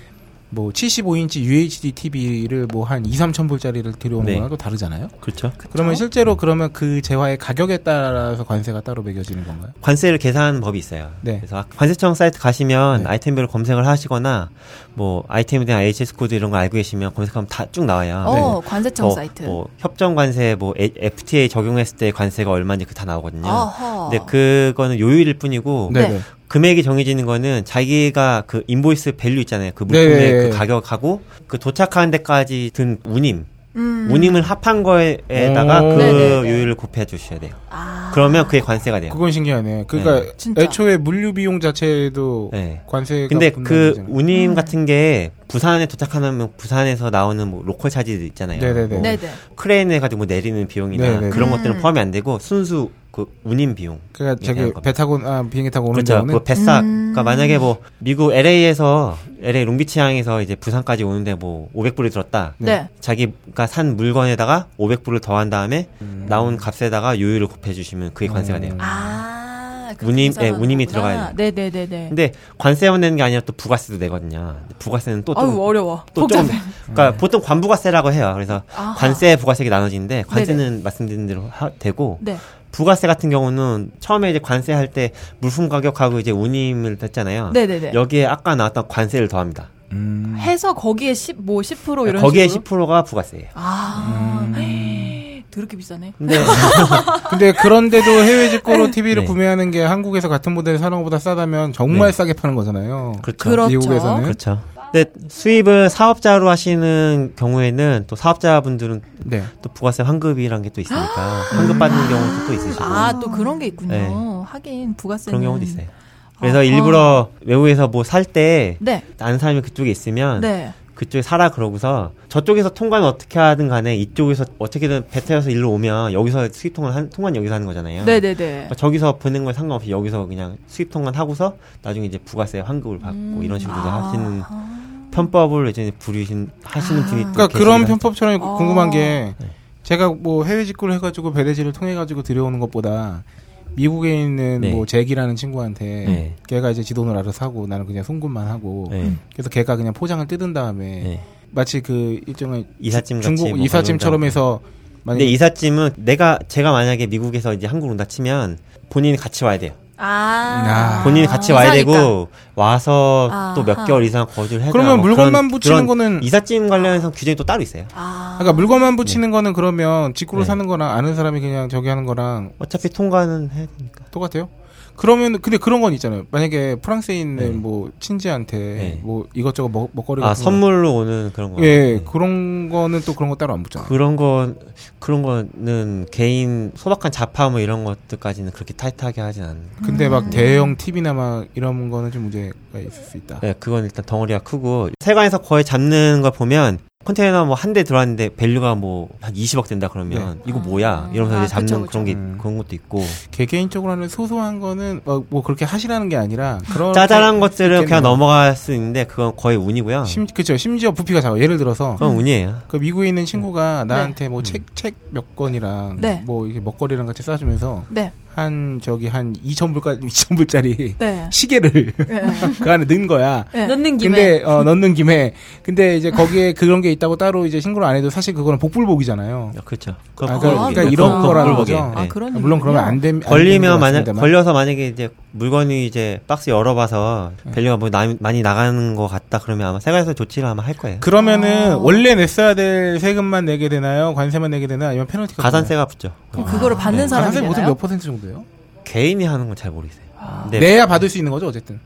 Speaker 4: 뭐 75인치 UHD TV를 뭐 한 2, 3천 불짜리를 들여오는
Speaker 7: 네.
Speaker 4: 거랑 또 다르잖아요.
Speaker 7: 그렇죠.
Speaker 4: 그러면 실제로 그러면 그 재화의 가격에 따라서 관세가 따로 매겨지는 건가요?
Speaker 7: 관세를 계산하는 법이 있어요.
Speaker 4: 네.
Speaker 7: 그래서 아, 관세청 사이트 가시면
Speaker 4: 네.
Speaker 7: 아이템별로 검색을 하시거나 뭐 아이템에 대한 HS 코드 이런 거 알고 계시면 검색하면 다 쭉 나와요.
Speaker 5: 어, 관세청
Speaker 7: 뭐,
Speaker 5: 사이트.
Speaker 7: 뭐 협정 관세 뭐 A- FTA 적용했을 때 관세가 얼마인지 그 다 나오거든요.
Speaker 5: 아하.
Speaker 7: 근데 네, 그거는 요일일 뿐이고
Speaker 5: 네.
Speaker 7: 금액이 정해지는 거는 자기가 그 인보이스 밸류 있잖아요. 그 물품의
Speaker 4: 네.
Speaker 7: 그 가격하고 그 도착하는 데까지 든 운임,
Speaker 5: 음.
Speaker 7: 운임을 합한 거에다가
Speaker 4: 오.
Speaker 7: 그
Speaker 5: 네네네.
Speaker 7: 요일을 곱해 주셔야 돼요.
Speaker 5: 아.
Speaker 7: 그러면 그게 관세가 돼요.
Speaker 4: 그건 신기하네. 그러니까
Speaker 5: 진짜.
Speaker 4: 애초에 물류 비용 자체도
Speaker 7: 네.
Speaker 4: 관세가
Speaker 7: 근데
Speaker 4: 붙는
Speaker 7: 그
Speaker 4: 거잖아요.
Speaker 5: 음.
Speaker 7: 운임 같은 게 부산에 도착하면 부산에서 나오는 뭐 로컬 차지들 있잖아요.
Speaker 4: 네네네.
Speaker 7: 뭐
Speaker 5: 네네.
Speaker 7: 크레인 해가지고 뭐 내리는 비용이나
Speaker 4: 네네네.
Speaker 7: 그런
Speaker 5: 음.
Speaker 7: 것들은 포함이 안 되고 순수 그 운임 비용.
Speaker 4: 그러니까 저기
Speaker 7: 얘기하는 겁니다.
Speaker 4: 배 타고 아, 비행기 타고 오는
Speaker 7: 그렇죠.
Speaker 4: 경우는
Speaker 7: 그 배싹.
Speaker 5: 음.
Speaker 7: 그러니까 만약에 뭐 미국 LA에서 LA 롱비치항에서 이제 부산까지 오는데 뭐 500불이 들었다.
Speaker 5: 네.
Speaker 7: 자기가 산 물건에다가 500불을 더한 다음에 나온 값에다가 요율을 곱해주시면 그게 관세가
Speaker 5: 음.
Speaker 7: 돼요.
Speaker 5: 아. 그렇게
Speaker 7: 운임-
Speaker 5: 계산하는
Speaker 7: 예, 운임이
Speaker 5: 거구나.
Speaker 7: 들어가야
Speaker 5: 네네네네.
Speaker 7: 근데 관세만 내는 게 아니라 또 부가세도 내거든요. 부가세는 또
Speaker 5: 아유
Speaker 7: 좀-
Speaker 5: 어려워.
Speaker 7: 또
Speaker 5: 복잡해.
Speaker 7: 좀, 그러니까 보통 관부가세라고 해요. 그래서
Speaker 5: 아하.
Speaker 7: 관세 부가세가 나눠지는데 관세는 말씀드린 대로 하- 되고
Speaker 5: 네.
Speaker 7: 부가세 같은 경우는 처음에 이제 관세 할 때 물품 가격하고 이제 운임을 했잖아요.
Speaker 5: 네네네.
Speaker 7: 여기에 아까 나왔던 관세를 더합니다. 그러니까
Speaker 4: 음.
Speaker 5: 해서 거기에 10, 뭐 10% 이런
Speaker 7: 거기에
Speaker 5: 식으로?
Speaker 7: 10%가 부가세예요.
Speaker 5: 아.
Speaker 7: 음.
Speaker 5: 헤이, 더럽게 비싸네.
Speaker 7: 근데
Speaker 4: 근데 그런데도 해외 직구로 TV를
Speaker 7: 네.
Speaker 4: 구매하는 게 한국에서 같은 모델 사는 것보다 싸다면 정말
Speaker 7: 네.
Speaker 4: 싸게 파는 거잖아요.
Speaker 7: 그렇죠.
Speaker 5: 그렇죠.
Speaker 4: 미국에서는
Speaker 7: 그렇죠. 근데 수입을 사업자로 하시는 경우에는 또 사업자분들은
Speaker 4: 네.
Speaker 7: 또 부가세 환급이란 게 또 있으니까 환급 받는 경우도 또 있으시고
Speaker 5: 아, 네. 또 그런 게 있군요.
Speaker 7: 네.
Speaker 5: 하긴 부가세 아,
Speaker 7: 그런 경우도 있어요. 그래서 일부러 외국에서 뭐 살 때
Speaker 5: 네.
Speaker 7: 아는 사람이 그쪽에 있으면
Speaker 5: 네.
Speaker 7: 그쪽에 살아 그러고서 저쪽에서 통관 어떻게 하든 간에 이쪽에서 어떻게든 배 타서 일로 오면 여기서 수입 통관 한- 통관 여기서 하는 거잖아요.
Speaker 5: 네, 네, 네.
Speaker 7: 그러니까 저기서 보낸 건 상관없이 여기서 그냥 수입 통관 하고서 나중에 이제 부가세 환급을 받고
Speaker 5: 음.
Speaker 7: 이런 식으로
Speaker 5: 아.
Speaker 7: 하시는 편법을 예전에 부르신 하시는 분이 또
Speaker 4: 그러니까 그런
Speaker 7: 음, 계시긴
Speaker 4: 편법처럼
Speaker 5: 어.
Speaker 4: 궁금한 게
Speaker 7: 네.
Speaker 4: 제가 뭐 해외 직구를 해가지고 배대지를 통해 가지고 들여오는 것보다 미국에 있는
Speaker 7: 네.
Speaker 4: 뭐 잭이라는 친구한테
Speaker 7: 네.
Speaker 4: 걔가 이제 지돈을 알아서 하고 나는 그냥 송금만 하고
Speaker 7: 네.
Speaker 4: 그래서 걔가 그냥 포장을 뜯은 다음에
Speaker 7: 네.
Speaker 4: 마치 그 일종의
Speaker 7: 이삿짐 같이
Speaker 4: 중국
Speaker 7: 뭐 네,
Speaker 4: 이삿짐처럼
Speaker 7: 가져온다고.
Speaker 4: 해서
Speaker 7: 근데
Speaker 4: 만약에
Speaker 7: 이삿짐은 내가 제가 만약에 미국에서 이제 한국 온다 치면 본인이 같이 와야 돼요.
Speaker 5: 아.
Speaker 7: 본인이 같이 와야
Speaker 5: 이사니까.
Speaker 7: 되고 와서 또
Speaker 5: 아하.
Speaker 7: 몇 개월 이상 거주를 해야
Speaker 4: 그러면
Speaker 7: 되고
Speaker 4: 물건만
Speaker 7: 그런-
Speaker 4: 붙이는
Speaker 7: 그런
Speaker 4: 거는-
Speaker 7: 이삿짐
Speaker 5: 아.
Speaker 7: 관련해서 규정이 또 따로 있어요.
Speaker 4: 그러니까 물건만 붙이는 거는 그러면 직구로
Speaker 7: 아. 네.
Speaker 4: 사는 거랑 아는 사람이 그냥 저기 하는 거랑
Speaker 7: 어차피 통과는 해야 되니까.
Speaker 4: 똑같아요? 그러면 근데 그런 건 있잖아요. 만약에 프랑스에 있는
Speaker 7: 네.
Speaker 4: 뭐 친지한테
Speaker 7: 네.
Speaker 4: 뭐 이것저것 먹, 먹거리
Speaker 7: 아
Speaker 4: 같은 거-
Speaker 7: 선물로 오는 그런 거.
Speaker 4: 예
Speaker 7: 네.
Speaker 4: 그런 거는 또 그런 거 따로 안 붙잖아요.
Speaker 7: 그런 건 그런 거는 개인 소박한 자파 뭐 이런 것들까지는 그렇게 타이트하게 하진 않는.
Speaker 4: 근데
Speaker 7: 음.
Speaker 4: 막 대형 TV나 막 이런 거는 좀 문제가 있을 수 있다.
Speaker 7: 예, 그건 일단 덩어리가 크고 세관에서 거의 잡는 걸 보면 컨테이너 뭐 한 대 들어왔는데 밸류가 뭐 한 20억 된다 그러면 이거 뭐야 이러면서
Speaker 5: 네. 아,
Speaker 7: 이제 잡는
Speaker 5: 그쵸, 그쵸.
Speaker 7: 그런 게
Speaker 4: 음.
Speaker 7: 그런 것도 있고
Speaker 4: 개개인적으로 하는 소소한 거는 막 뭐 그렇게 하시라는 게 아니라 그런
Speaker 7: 짜잘한 것들은
Speaker 4: 있겠네요.
Speaker 7: 그냥
Speaker 5: 뭐.
Speaker 7: 넘어갈 수 있는데 그건 거의 운이고요.
Speaker 4: 심 그죠 심지어 부피가 작아. 예를 들어서
Speaker 7: 그건
Speaker 5: 음.
Speaker 7: 운이에요.
Speaker 4: 그 미국에 있는 친구가
Speaker 7: 네.
Speaker 4: 나한테
Speaker 7: 음.
Speaker 4: 뭐 책 책 몇 권이랑
Speaker 5: 네.
Speaker 4: 뭐 이게 먹거리랑 같이 싸주면서
Speaker 5: 네.
Speaker 4: 한 저기 한 2천 불까지 (laughs) 2천 불짜리
Speaker 7: (laughs)
Speaker 5: 네.
Speaker 4: 시계를 (laughs) 그 안에 넣은 거야.
Speaker 5: 네.
Speaker 9: 넣는 김에
Speaker 4: 근데 어, 넣는 김에 근데 이제 거기에 그런 게 있다고 따로 이제 신고를 안 해도 사실 그거는 복불복이잖아요.
Speaker 7: 아, 그렇죠. 그건
Speaker 4: 아,
Speaker 7: 그건
Speaker 4: 그러니까,
Speaker 7: 운이에요.
Speaker 4: 이런
Speaker 7: 그건
Speaker 4: 거라는
Speaker 7: 그걸
Speaker 4: 거죠.
Speaker 7: 보기에.
Speaker 5: 아,
Speaker 7: 예.
Speaker 5: 그런
Speaker 4: 물론 그러면 안 되면
Speaker 7: 걸리면 만약 걸려서 만약에 이제 물건이 이제 박스 열어봐서
Speaker 5: 예.
Speaker 7: 밸류가 뭐 나- 많이 나가는 것 같다 그러면 아마 세관에서 조치를 아마 할 거예요.
Speaker 4: 그러면은 원래 냈어야 될 세금만 내게 되나요? 관세만 내게 되나? 아니면 페널티가
Speaker 7: 가산세가 붙죠.
Speaker 5: 그럼 그거를
Speaker 7: 아,
Speaker 5: 받는
Speaker 7: 네.
Speaker 4: 되나요? 가산세 모두
Speaker 5: 사람이잖아요.
Speaker 4: 몇 퍼센트 정도예요?
Speaker 7: 개인이 하는 건 잘 모르겠어요. 근데
Speaker 4: 내야 받을 수 있는 거죠 어쨌든.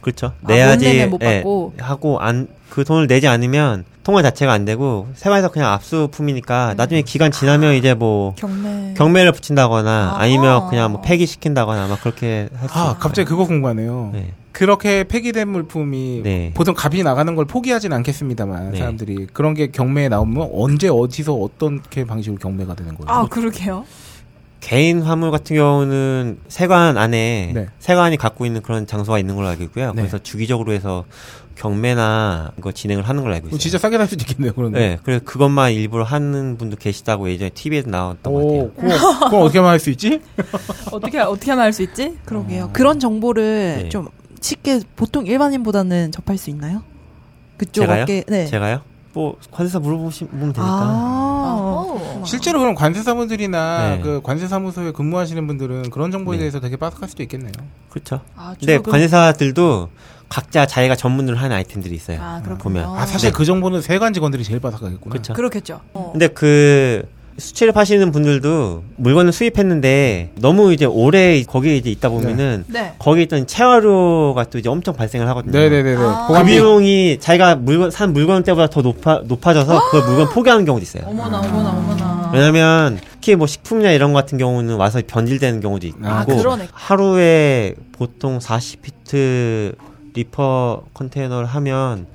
Speaker 7: 그렇죠.
Speaker 5: 네. 아,
Speaker 7: 내야지
Speaker 5: 못 내면 못
Speaker 7: 예,
Speaker 5: 받고.
Speaker 7: 하고 안 그 돈을 내지 않으면 통화 자체가 안 되고 세관에서 그냥 압수품이니까
Speaker 5: 음.
Speaker 7: 나중에 기간 지나면 이제 뭐
Speaker 5: 네.
Speaker 6: 경매.
Speaker 7: 경매를 붙인다거나 아. 니면 그냥 뭐 폐기시킨다거나 막 그렇게 할 수
Speaker 4: 아
Speaker 7: 있어요.
Speaker 4: 갑자기 그거 궁금하네요.
Speaker 7: 그렇죠. 네.
Speaker 4: 그렇게 폐기된 물품이
Speaker 7: 네.
Speaker 4: 보통 값이 나가는 걸 포기하진 않겠습니다만
Speaker 7: 네.
Speaker 4: 사람들이 그런 게 경매에 나오면 언제 어디서 어떤 게 방식으로 경매가 되는 거예요?
Speaker 5: 아, 그러게요.
Speaker 7: 개인 화물 같은 경우는 세관 안에
Speaker 4: 네.
Speaker 7: 세관이 갖고 있는 그런 장소가 있는 걸로 알고 있고요.
Speaker 4: 네.
Speaker 7: 그래서 주기적으로 해서 경매나 이거 진행을 하는 걸로 알고 있어요.
Speaker 4: 진짜 싸게 살 수도 있겠네요. 그런데.
Speaker 7: 네, 그래서 그것만 일부러 하는 분도 계시다고 예전에 TV에서 나왔던 것
Speaker 4: 오,
Speaker 7: 같아요.
Speaker 4: 어, 그거, 그거 어떻게 말 할 수 있지?
Speaker 5: 어떻게 어떻게 하면 할 수 있지?
Speaker 6: 그러게요. 그런 정보를
Speaker 7: 아. 네.
Speaker 6: 좀 쉽게 보통 일반인보다는 접할 수 있나요? 그쪽
Speaker 7: 제가요?
Speaker 6: 업계. 네.
Speaker 7: 제가요? 뭐 관세사 물어보시면 되니까.
Speaker 6: 아.
Speaker 5: 어.
Speaker 4: 실제로 그럼 관세사무들이나
Speaker 7: 네.
Speaker 4: 그 관세사무소에 근무하시는 분들은 그런 정보에
Speaker 7: 네.
Speaker 4: 대해서 되게 빠삭할 수도 있겠네요.
Speaker 7: 그렇죠.
Speaker 5: 아,
Speaker 7: 근데
Speaker 5: 주로
Speaker 7: 관세사들도 각자 자기가 전문으로 하는 아이템들이 있어요.
Speaker 5: 아, 그렇군요.
Speaker 7: 음, 보면.
Speaker 4: 아 사실 그 정보는 세관 직원들이 제일 빠삭하겠구나.
Speaker 7: 그렇죠.
Speaker 5: 그- 그렇겠죠. 어.
Speaker 7: 근데 그 수치를 파시는 분들도 물건을 수입했는데 너무 이제 오래 거기에 이제 있다 보면은
Speaker 5: 네.
Speaker 7: 거기에 있던 체화료가 또 이제 엄청 발생을
Speaker 4: 음.
Speaker 7: 하거든요.
Speaker 4: 네네네네.
Speaker 5: 아.
Speaker 7: 그
Speaker 4: 보관비
Speaker 7: 비용이 자기가 물건 산 물건 때보다 더 높아 높아져서 그 물건 포기하는 경우도 있어요.
Speaker 5: 어머나 어머나 어머나.
Speaker 7: 네. 왜냐면 특히 뭐 식품이나 이런 거 같은 경우는 와서 변질되는 경우도 있고
Speaker 4: 아,
Speaker 5: 그러네.
Speaker 7: 하루에 보통 40피트 리퍼 컨테이너를 하면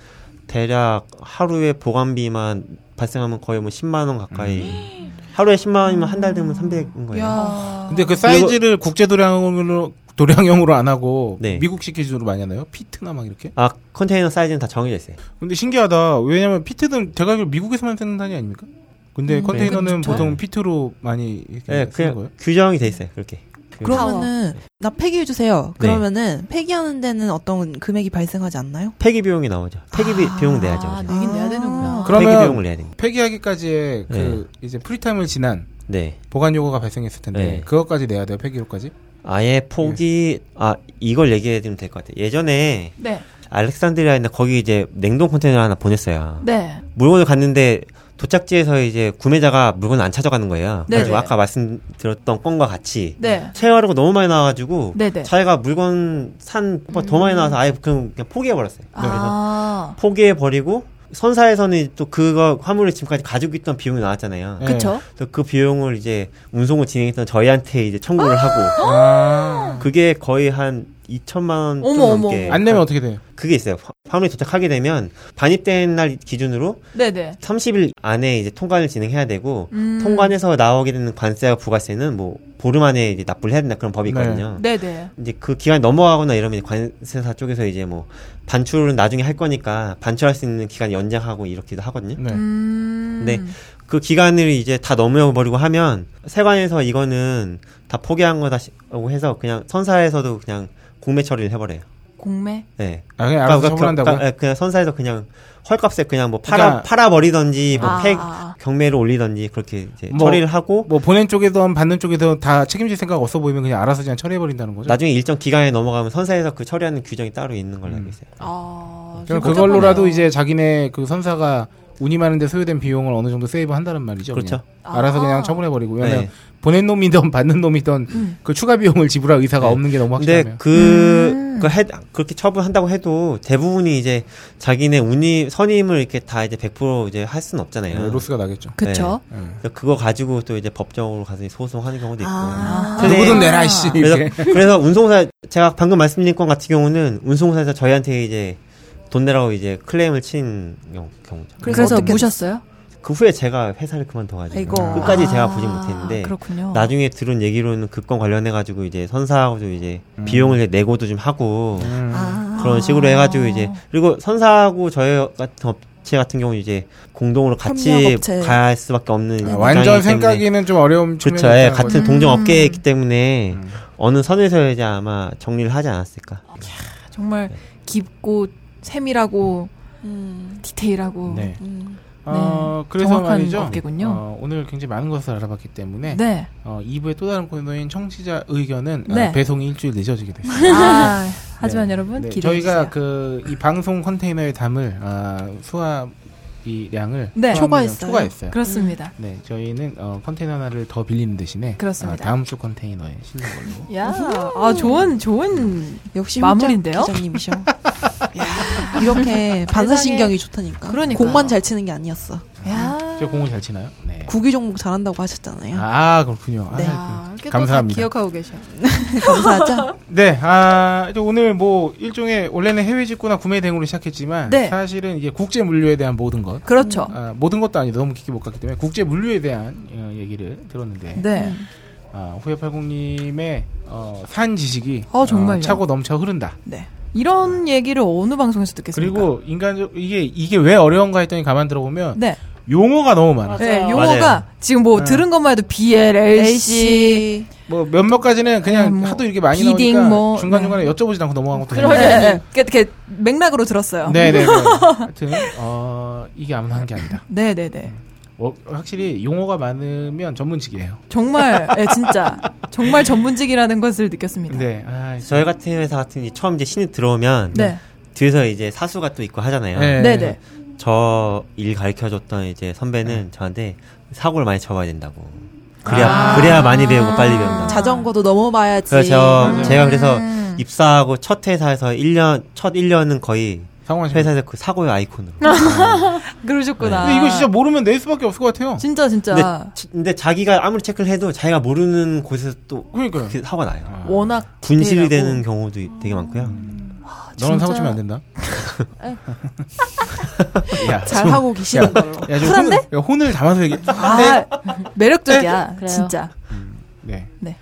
Speaker 7: 대략 하루에 보관비만 발생하면 거의 뭐 10만 원 가까이
Speaker 5: 음.
Speaker 7: (gasps) 하루에 10만 원이면 한 달 되면 300인 거예요.
Speaker 4: 근데 그 사이즈를 국제 도량으로 도량형으로 안 하고
Speaker 7: 네.
Speaker 4: 미국식 기준으로 많이 하나요? 피트나 막 이렇게?
Speaker 7: 아 컨테이너 사이즈는 다 정해져 있어요.
Speaker 4: 근데 신기하다. 왜냐면 피트는 제가 알기로 미국에서만 쓰는 단위 아닙니까? 근데
Speaker 5: 음, 네.
Speaker 4: 컨테이너는
Speaker 5: 그렇죠.
Speaker 7: 그쵸.
Speaker 4: 보통 피트로 많이 이렇게
Speaker 7: 네,
Speaker 4: 쓰는
Speaker 7: 그냥
Speaker 4: 거예요.
Speaker 7: 규정이 돼 있어요. 그렇게.
Speaker 6: 그러면은 나 폐기해 주세요.
Speaker 7: 네.
Speaker 6: 그러면은 폐기하는 데는 어떤 금액이 발생하지 않나요?
Speaker 7: 폐기 비용이 나오죠. 폐기 비, 비용 네. 내야죠.
Speaker 5: 아,
Speaker 7: 그래서.
Speaker 5: 내긴 내야 되는구나.
Speaker 4: 그러면-
Speaker 7: 폐기 비용을 내야 됩니다.
Speaker 4: 폐기하기까지의 그 이제 프리타임을 지난
Speaker 7: 네.
Speaker 4: 보관 요구가 발생했을 텐데
Speaker 7: 네.
Speaker 4: 그것까지 내야 돼요 폐기료까지?
Speaker 7: 아예 포기 아 이걸 얘기해 드리면 될 것 같아요. 예전에
Speaker 5: 네.
Speaker 7: 알렉산드리아 있는 거기 이제 냉동 컨테이너 하나 보냈어요.
Speaker 5: 네.
Speaker 7: 물건을 갔는데 도착지에서 이제 구매자가 물건을 안 찾아가는 거예요.
Speaker 5: 네,
Speaker 7: 그래서
Speaker 5: 네.
Speaker 7: 아까 말씀드렸던 건과 같이
Speaker 5: 네.
Speaker 7: 체화료가 너무 많이 나와가지고
Speaker 5: 네, 음. 네.
Speaker 7: 자기가 물건 산뭐 더 많이 나와서 아예 그냥, 그냥 포기해 버렸어요. 그래서
Speaker 5: 아.
Speaker 7: 포기해 버리고 선사에서는 또 그거 화물을 지금까지 가지고 있던 비용이 나왔잖아요.
Speaker 4: 네.
Speaker 5: 그렇죠.
Speaker 7: 그래서 그 비용을 이제 운송을 진행했던 저희한테 이제 청구를
Speaker 5: 어!
Speaker 7: 하고
Speaker 4: 아.
Speaker 7: 그게 거의 한 2천만 원 좀
Speaker 5: 어머, 어머,
Speaker 7: 넘게
Speaker 5: 어머.
Speaker 4: 안 내면 어떻게 돼요?
Speaker 7: 그게 있어요. 화- 화물이 도착하게 되면 반입된 날 기준으로
Speaker 5: 네, 네.
Speaker 7: 30일 안에 이제 통관을 진행해야 되고
Speaker 5: 음.
Speaker 7: 통관해서 나오게 되는 관세와 부가세는 뭐 보름 안에 이제 납부를 해야 된다 그런 법이
Speaker 4: 네.
Speaker 7: 있거든요.
Speaker 5: 네, 네.
Speaker 7: 이제 그 기간이 넘어가거나 이러면 이제 관세사 쪽에서 이제 뭐 반출은 나중에 할 거니까 반출할 수 있는 기간 연장하고 이렇게도 하거든요.
Speaker 4: 네.
Speaker 5: 음.
Speaker 7: 근데 그 기간을 이제 다 넘어버리고 하면 세관에서 이거는 다 포기한 거다라고 해서 그냥 선사에서도 그냥 공매 처리를 해버려요.
Speaker 5: 공매?
Speaker 7: 네.
Speaker 4: 아, 그냥 알아서 처분한다고요?
Speaker 7: 그, 냥 선사에서 그냥 헐값에 그냥 뭐 팔아
Speaker 4: 그러니까-
Speaker 7: 팔아 버리던지 뭐
Speaker 5: 아.
Speaker 7: 폐 경매를 올리던지 그렇게 이제
Speaker 4: 뭐-
Speaker 7: 처리를 하고
Speaker 4: 뭐 보낸 쪽에든 받는 쪽에든 다 책임질 생각 없어 보이면 그냥 알아서 그냥 처리해 버린다는 거죠.
Speaker 7: 나중에 일정 기간에 넘어가면 선사에서 그 처리하는 규정이 따로 있는
Speaker 4: 음,
Speaker 7: 걸로 알고 있어요.
Speaker 5: 아,
Speaker 4: 그럼 그걸로라도 이제 자기네 그 선사가 운임하는데 소요된 비용을 어느 정도 세이브 한다는 말이죠.
Speaker 7: 그렇죠.
Speaker 4: 그냥. 알아서
Speaker 5: 아. 음.
Speaker 4: 그냥 처분해 버리고 왜냐면
Speaker 7: 네.
Speaker 4: 보낸 놈이든 받는 놈이든 그 추가 비용을 지불할 의사가
Speaker 7: 네.
Speaker 4: 없는 게 너무
Speaker 7: 근데
Speaker 4: 확실하면.
Speaker 7: 그,
Speaker 5: 음.
Speaker 7: 그 해, 그렇게 처분한다고 해도 대부분이 이제 자기네 운임 선임을 이렇게 다 이제 100% 이제 할 수는
Speaker 4: 네,
Speaker 7: 없잖아요.
Speaker 4: 로스가 나겠죠.
Speaker 5: 그쵸?
Speaker 4: 네.
Speaker 7: 그래서 그거 가지고 또 이제 법적으로 가서 소송하는 경우도 있고.
Speaker 5: 아.
Speaker 7: 근데
Speaker 4: 누구든 내라 씨.
Speaker 7: 그래서,
Speaker 4: 이렇게.
Speaker 7: 그래서 운송사 제가 방금 말씀드린 건 같은 경우는 운송사에서 저희한테 이제 돈 내라고 이제 클레임을 친 경우, 경우죠.
Speaker 5: 그래서
Speaker 6: 어떻게
Speaker 5: 무셨어요?
Speaker 7: 그 후에 제가 회사를
Speaker 4: 네,
Speaker 7: 그만둬가지고
Speaker 5: 아이고.
Speaker 7: 끝까지
Speaker 5: 아,
Speaker 7: 제가 보지 못했는데
Speaker 5: 그렇군요.
Speaker 7: 나중에 들은 얘기로는 그 건 관련해 가지고 이제 선사하고도 이제 비용을 이제 내고도 좀
Speaker 5: 아.
Speaker 7: 하고
Speaker 4: 음.
Speaker 7: 그런 식으로 해가지고 이제 그리고 선사하고 저희 같은 업체 같은 경우 이제 공동으로 같이
Speaker 6: 협력업체.
Speaker 7: 갈 수밖에 없는
Speaker 4: 아,
Speaker 7: 입장이기
Speaker 4: 완전
Speaker 7: 때문에
Speaker 4: 생각에는 좀 어려움
Speaker 7: 그렇죠.
Speaker 4: 측면이
Speaker 7: 네, 예,
Speaker 4: 있다는
Speaker 7: 같은
Speaker 4: 거죠.
Speaker 7: 동종 업계에 있기 때문에
Speaker 4: 음.
Speaker 7: 어느 선에서 이제 아마 정리를 하지 않았을까.
Speaker 4: 네.
Speaker 5: 정말 깊고 세밀하고 음. 디테일하고
Speaker 4: 네.
Speaker 6: 음.
Speaker 4: 어, 그래서
Speaker 5: 네. 정확한
Speaker 4: 말이죠.
Speaker 5: 업계군요.
Speaker 4: 어, 오늘 굉장히 많은 것을 알아봤기 때문에
Speaker 5: 네.
Speaker 4: 어, 2부의 또 다른 코너인 청취자 의견은 어,
Speaker 5: 네.
Speaker 4: 배송이 일주일 늦어지게 됐습니다.
Speaker 5: (laughs) 아, 하지만 여러분
Speaker 4: 네,
Speaker 5: 기대해 주세요.
Speaker 4: 저희가 그 이 방송 컨테이너에 담을 아, 수압이 량을
Speaker 5: 네.
Speaker 4: 수압
Speaker 6: 초과했어요.
Speaker 4: 량 초과했어요.
Speaker 5: 그렇습니다.
Speaker 4: 네, 저희는 어, 컨테이너 하나를 더 빌리는 대신에
Speaker 5: 그렇습니다.
Speaker 4: 아, 다음 주 컨테이너에 실는 걸로.
Speaker 5: 야, 아 좋은 좋은
Speaker 6: 역시
Speaker 5: 마무리인데요?
Speaker 6: 마무리인데요.
Speaker 5: (laughs)
Speaker 6: 기자님이셔. 이렇게 반사신경이 좋다니까.
Speaker 5: 그러니까요.
Speaker 6: 공만 잘 치는 게 아니었어.
Speaker 5: 야.
Speaker 4: 저 공을 잘 치나요? 네.
Speaker 6: 구기 종목 잘한다고 하셨잖아요.
Speaker 4: 아 그렇군요.
Speaker 6: 네.
Speaker 4: 아, 그-
Speaker 5: 이렇게 또다
Speaker 4: 감사합니다.
Speaker 5: 기억하고 계셔.
Speaker 6: 감사하죠.
Speaker 4: 네, 아, 이제 오늘 뭐 일종의 원래는 해외 직구나 구매 대행으로 시작했지만
Speaker 5: 네.
Speaker 4: 사실은 이게 국제 물류에 대한 모든 것,
Speaker 5: 그렇죠.
Speaker 4: 아, 모든 것도 아니고 너무 깊게 못 갔기 때문에 국제 물류에 대한 어, 얘기를 들었는데
Speaker 5: 네.
Speaker 4: 아, 후회팔공님의 어, 산 지식이
Speaker 5: 어, 정말요?
Speaker 4: 차고 넘쳐 흐른다.
Speaker 5: 네. 이런 얘기를 어느 방송에서 듣겠습니까?
Speaker 4: 그리고 인간적 이게 이게 왜 어려운가 했더니 가만 들어보면
Speaker 5: 네.
Speaker 4: 용어가 너무 많아.
Speaker 5: 네,
Speaker 9: 맞아요.
Speaker 5: 용어가
Speaker 7: 맞아요.
Speaker 5: 지금 뭐
Speaker 4: 네.
Speaker 5: 들은 것만 해도 BL, LC,
Speaker 4: 뭐 몇몇 가지는 그냥
Speaker 5: 네, 뭐
Speaker 4: 하도 이렇게 많이
Speaker 5: 비딩,
Speaker 4: 나오니까
Speaker 5: 뭐,
Speaker 4: 중간 중간에 여쭤보지도 않고 넘어간 것도
Speaker 5: 네,
Speaker 4: 있는데.
Speaker 5: 네. 이렇게, 이렇게 맥락으로 들었어요.
Speaker 4: 네,
Speaker 5: (laughs)
Speaker 4: 네, 네. 하여튼 어, 이게 아무나 한 게 아니다.
Speaker 5: 네, 네, 네.
Speaker 4: 어, 확실히 용어가 많으면 전문직이에요.
Speaker 5: 정말 예, 진짜 정말 전문직이라는 것을 느꼈습니다.
Speaker 4: 네, 아,
Speaker 7: 저희 같은 회사 같은 이제 처음 이제 신입 들어오면
Speaker 5: 네.
Speaker 7: 뒤에서 이제 사수가 또 있고 하잖아요.
Speaker 4: 네.
Speaker 5: 네, 네.
Speaker 7: 저 일 가르쳐 줬던 이제 선배는 저한테 사고를 많이 쳐봐야 된다고. 그래야 그래야 많이 배우고 빨리 배운다.
Speaker 6: 자전거도 넘어봐야지. 음,
Speaker 7: 그래서
Speaker 4: 그렇죠.
Speaker 7: 제가, 제가 그래서 입사하고 첫 회사에서 1년 첫 1년은 거의
Speaker 4: 상원 씨.
Speaker 7: 회사에서 그 사고의 아이콘으로.
Speaker 5: 그러셨구나.
Speaker 4: 근데 네. 이거 진짜 모르면 낼 수밖에 없을 것 같아요.
Speaker 5: 아. 진짜 진짜
Speaker 7: 근데, 지- 근데 자기가 아무리 체크를 해도 자기가 모르는 곳에서 또
Speaker 4: 그러니까요.
Speaker 7: 그렇게 사고가 나요.
Speaker 4: 아,
Speaker 5: 워낙
Speaker 7: 분실이
Speaker 5: 디테일하고.
Speaker 7: 되는 경우도 되게 많고요.
Speaker 4: 음. 너는
Speaker 5: 진짜-
Speaker 4: 사고 치면 안
Speaker 5: (laughs)
Speaker 4: 된다. 야,
Speaker 6: 잘 하고 계시는 걸로.
Speaker 4: 야, 지금 혼을, 야, 혼을 담아서 네. 얘기.
Speaker 5: (laughs) 아, 매력적이야.
Speaker 9: 그래요.
Speaker 5: 진짜.
Speaker 4: 네.
Speaker 5: 네.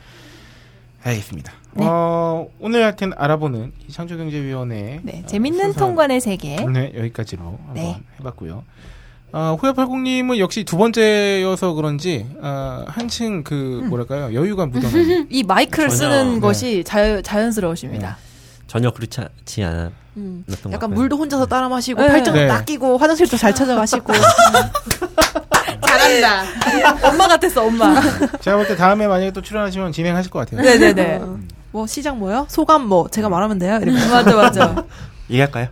Speaker 4: 알겠습니다. 어, 오늘 하여튼 알아보는 이 창조경제위원회
Speaker 5: 네,
Speaker 4: 어,
Speaker 5: 재밌는
Speaker 4: 순서-
Speaker 5: 통관의 세계.
Speaker 4: 네, 여기까지로 한번
Speaker 5: 네.
Speaker 4: 해봤고요. 어, 후야팔공님은 역시 두 번째여서 그런지 어, 한층 그
Speaker 5: 음.
Speaker 4: 뭐랄까요
Speaker 5: (laughs)
Speaker 4: 여유가 묻어나는
Speaker 5: 이 마이크를
Speaker 7: 전혀,
Speaker 5: 쓰는
Speaker 7: 네.
Speaker 5: 것이 자연 자연스러우십니다.
Speaker 7: 전혀 그렇지 않지 않았던
Speaker 6: 음.
Speaker 7: 것 같고요.
Speaker 6: 약간 물도 혼자서 따라 마시고
Speaker 5: 네.
Speaker 6: 팔짱도
Speaker 4: 네.
Speaker 6: 닦 끼고 화장실도 잘
Speaker 4: (laughs)
Speaker 6: 찾아가시고
Speaker 9: 잘한다.
Speaker 4: 네.
Speaker 5: 엄마 같았어, 엄마.
Speaker 4: 제가 볼 때 다음에 만약에 또 출연하시면 진행하실 것 같아요.
Speaker 5: 네, 네, 네.
Speaker 6: 뭐 시장 뭐요? 소감 뭐 제가 말하면 돼요? 이렇게
Speaker 5: 맞아, 맞아.
Speaker 7: 얘기할까요?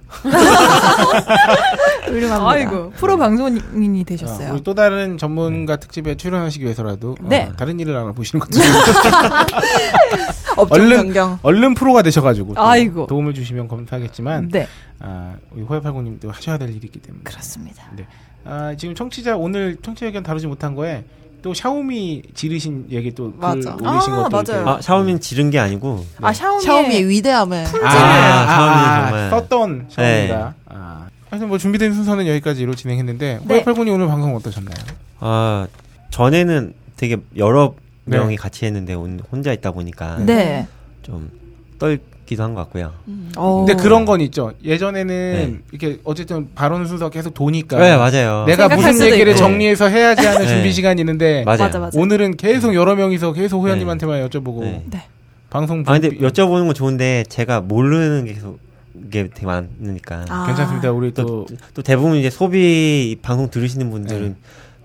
Speaker 6: 훌륭합니다.
Speaker 5: 아이고,
Speaker 4: 네.
Speaker 5: 프로 방송인이
Speaker 4: 어,
Speaker 5: 되셨어요.
Speaker 4: 우리 또 다른 전문가 특집에 출연하시기 위해서라도 어,
Speaker 5: 네.
Speaker 4: 다른 일을 알아보시는 것도
Speaker 5: (laughs)
Speaker 6: 업종
Speaker 4: 얼른-
Speaker 6: 변경.
Speaker 4: 얼른 프로가 되셔가지고 또
Speaker 5: 아이고.
Speaker 4: 도움을 주시면 감사하겠지만
Speaker 5: 네,
Speaker 4: 아, 우리 호야팔공님도 하셔야 될 일이 있기 때문에
Speaker 5: 그렇습니다.
Speaker 4: 아, 지금 청취자 오늘 청취자 의견 다루지 못한 거에 또 샤오미 지르신 얘기 또 글
Speaker 6: 맞아.
Speaker 4: 올리신
Speaker 5: 아,
Speaker 4: 것도
Speaker 5: 맞아요.
Speaker 4: 이렇게.
Speaker 7: 아, 샤오미는 지른 게 아니고
Speaker 4: 네.
Speaker 5: 아, 샤오미의,
Speaker 6: 샤오미의 위대함을
Speaker 4: 아,
Speaker 7: 샤오미는 정말. 네.
Speaker 4: 썼던 샤오미다. 아. 하여튼 뭐 준비된 순서는 여기까지로 진행했는데
Speaker 5: 네.
Speaker 4: 호야팔군이 오늘 방송 어떠셨나요?
Speaker 7: 아, 전에는 되게 여러
Speaker 4: 네.
Speaker 7: 명이 같이 했는데 온- 혼자 있다 보니까
Speaker 5: 네.
Speaker 7: 좀 떨기도 한 것 같고요.
Speaker 5: 어.
Speaker 4: 근데 그런 건 있죠. 예전에는
Speaker 7: 네.
Speaker 4: 이렇게 어쨌든 발언 순서 계속 도니까
Speaker 7: 네, 맞아요.
Speaker 4: 그러니까 내가
Speaker 5: 생각할
Speaker 4: 무슨
Speaker 5: 수도
Speaker 4: 얘기를
Speaker 7: 있고.
Speaker 4: 정리해서 해야지 하는
Speaker 7: 네.
Speaker 4: 준비 시간이 있는데
Speaker 7: 맞아요.
Speaker 5: 맞아, 맞아.
Speaker 4: 오늘은 계속 여러 명이서 계속 호연님한테만 여쭤보고
Speaker 7: 네.
Speaker 5: 네.
Speaker 4: 방송
Speaker 7: 아 근데
Speaker 4: 분비-
Speaker 7: 여쭤보는 건 좋은데 제가 모르는 게 계속 게 되게
Speaker 4: 아,
Speaker 7: 많으니까.
Speaker 4: 괜찮습니다. 우리 또,
Speaker 7: 또, 또 대부분 이제 소비 방송 들으시는 분들은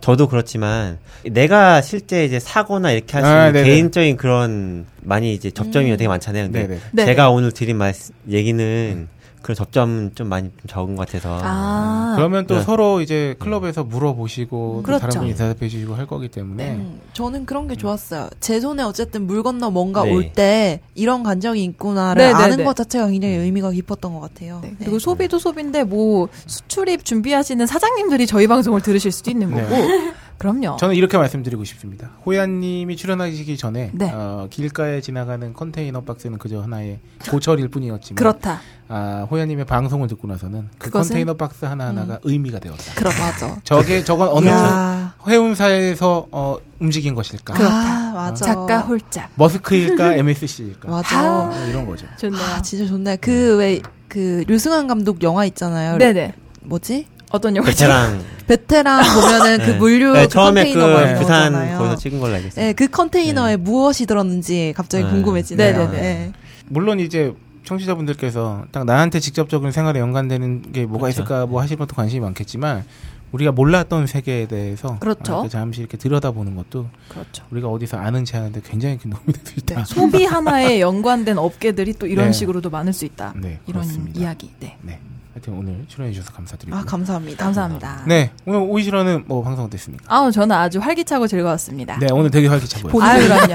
Speaker 7: 저도 그렇지만 내가 실제 이제 사거나 이렇게 할 수
Speaker 4: 아,
Speaker 7: 있는
Speaker 4: 네네.
Speaker 7: 개인적인 그런 많이 이제 접점이 되게 많잖아요. 근데
Speaker 4: 네네.
Speaker 5: 음. 네네.
Speaker 7: 제가 오늘 드린 말 얘기는 그런 접점 좀 많이 좀 적은 것 같아서
Speaker 5: 아,
Speaker 4: 그러면 또
Speaker 7: 네. 음.
Speaker 4: 서로 이제 클럽에서 물어보시고 또 다른
Speaker 6: 그렇죠.
Speaker 4: 분이 대답해 주시고 할 거기 때문에
Speaker 6: 음, 저는 그런 게 좋았어요. 제 손에 어쨌든 물 건너 뭔가
Speaker 7: 네. 네.
Speaker 6: 올 때 이런 감정이 있구나를
Speaker 5: 네, 네,
Speaker 6: 아는
Speaker 5: 네.
Speaker 6: 것 자체가 굉장히
Speaker 7: 음.
Speaker 6: 의미가 깊었던 것 같아요.
Speaker 5: 네. 그리고 소비도 소비인데 뭐 수출입 준비하시는 사장님들이 저희 방송을 들으실 수도 있는
Speaker 4: 네.
Speaker 5: 거고 그럼요.
Speaker 4: 저는 이렇게 말씀드리고 싶습니다. 호야님이 출연하시기 전에
Speaker 5: 네.
Speaker 4: 어, 길가에 지나가는 컨테이너 박스는 그저 하나의 고철일 뿐이었지만
Speaker 5: 그렇다.
Speaker 4: 아, 호야님의 방송을 듣고 나서는 그
Speaker 5: 그것은-
Speaker 4: 컨테이너 박스 하나하나가 의미가 되었다.
Speaker 6: 그럼 맞아.
Speaker 4: 저게 저건 어느
Speaker 6: 야.
Speaker 4: 회운사에서 어, 움직인 것일까?
Speaker 6: 그렇다. 아, 맞아.
Speaker 5: 작가 홀짝.
Speaker 4: 머스크일까 (laughs) MSC일까?
Speaker 6: 맞아.
Speaker 4: 이런 거죠.
Speaker 5: 좋네요.
Speaker 6: 아, 진짜 좋네. 그, 왜, 그, 류승환 감독 영화 있잖아요.
Speaker 5: 네네.
Speaker 6: 뭐지?
Speaker 5: 어떤 영화?
Speaker 7: 베테랑
Speaker 5: (laughs)
Speaker 6: 베테랑 보면은 그
Speaker 7: 네.
Speaker 6: 물류
Speaker 7: 네,
Speaker 6: 그
Speaker 7: 처음에 그
Speaker 6: 컨테이너
Speaker 5: 뭐
Speaker 6: 막
Speaker 7: 부산
Speaker 6: 나오잖아요.
Speaker 7: 거기서 찍은 걸로 알겠어요.
Speaker 6: 네, 그 컨테이너에 무엇이 들었는지 갑자기
Speaker 7: 네.
Speaker 6: 궁금해지네요.
Speaker 7: 네네네.
Speaker 6: 네.
Speaker 4: 물론 이제 청취자분들께서 딱 나한테 직접적인 생활에 연관되는 게 뭐가
Speaker 7: 그렇죠.
Speaker 4: 있을까 뭐 하시는 것도 관심이 많겠지만 우리가 몰랐던 세계에 대해서
Speaker 5: 그렇죠.
Speaker 4: 아, 이렇게 잠시 이렇게 들여다보는 것도
Speaker 5: 그렇죠.
Speaker 4: 우리가 어디서 아는 체 하는데 굉장히 큰 도움이 될 수 있다.
Speaker 5: 소비 하나에 연관된 업계들이 또 이런
Speaker 4: 네.
Speaker 5: 식으로도 많을 수 있다.
Speaker 4: 네,
Speaker 5: 이런
Speaker 4: 그렇습니다.
Speaker 5: 이야기. 네.
Speaker 4: 네. 하여튼 오늘 출연해 주셔서 감사드리고.
Speaker 6: 아, 감사합니다.
Speaker 5: 감사합니다.
Speaker 4: 네. 오늘 오이시라는 뭐 방송 어땠습니까?
Speaker 5: 아우 저는 아주 활기차고 즐거웠습니다.
Speaker 4: 네, 오늘 되게 활기차 보였어요.
Speaker 5: 아유
Speaker 4: (laughs)
Speaker 5: 그럼요.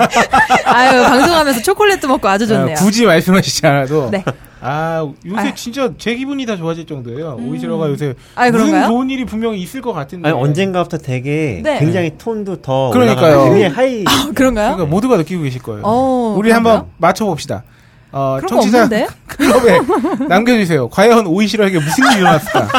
Speaker 5: 아유 방송하면서 초콜릿도 먹고 아주 좋네요.
Speaker 4: 아, 굳이 말씀하시지 않아도
Speaker 5: 네.
Speaker 4: 아 요새
Speaker 5: 아유.
Speaker 4: 진짜 제 기분이 다 좋아질 정도예요. 오이시러가 요새
Speaker 5: 아유,
Speaker 4: 무슨
Speaker 5: 그런가요?
Speaker 4: 좋은 일이 분명히 있을 것 같은데
Speaker 7: 아니 언젠가부터 되게
Speaker 5: 네. 아,
Speaker 7: 굉장히 톤도 더
Speaker 4: 그러니까요.
Speaker 7: 올라가고 굉장히 하이
Speaker 5: 그런가요?
Speaker 4: 그러니까 모두가 느끼고 계실 거예요.
Speaker 5: 어,
Speaker 4: 우리
Speaker 5: 그런가요?
Speaker 4: 한번 맞춰봅시다. 어,
Speaker 5: 그런 거
Speaker 4: 청취자
Speaker 5: 없는데?
Speaker 4: 클럽에 (laughs) 남겨주세요. 과연 오이시러에게 무슨 일이
Speaker 5: (laughs)
Speaker 4: 일어났을까?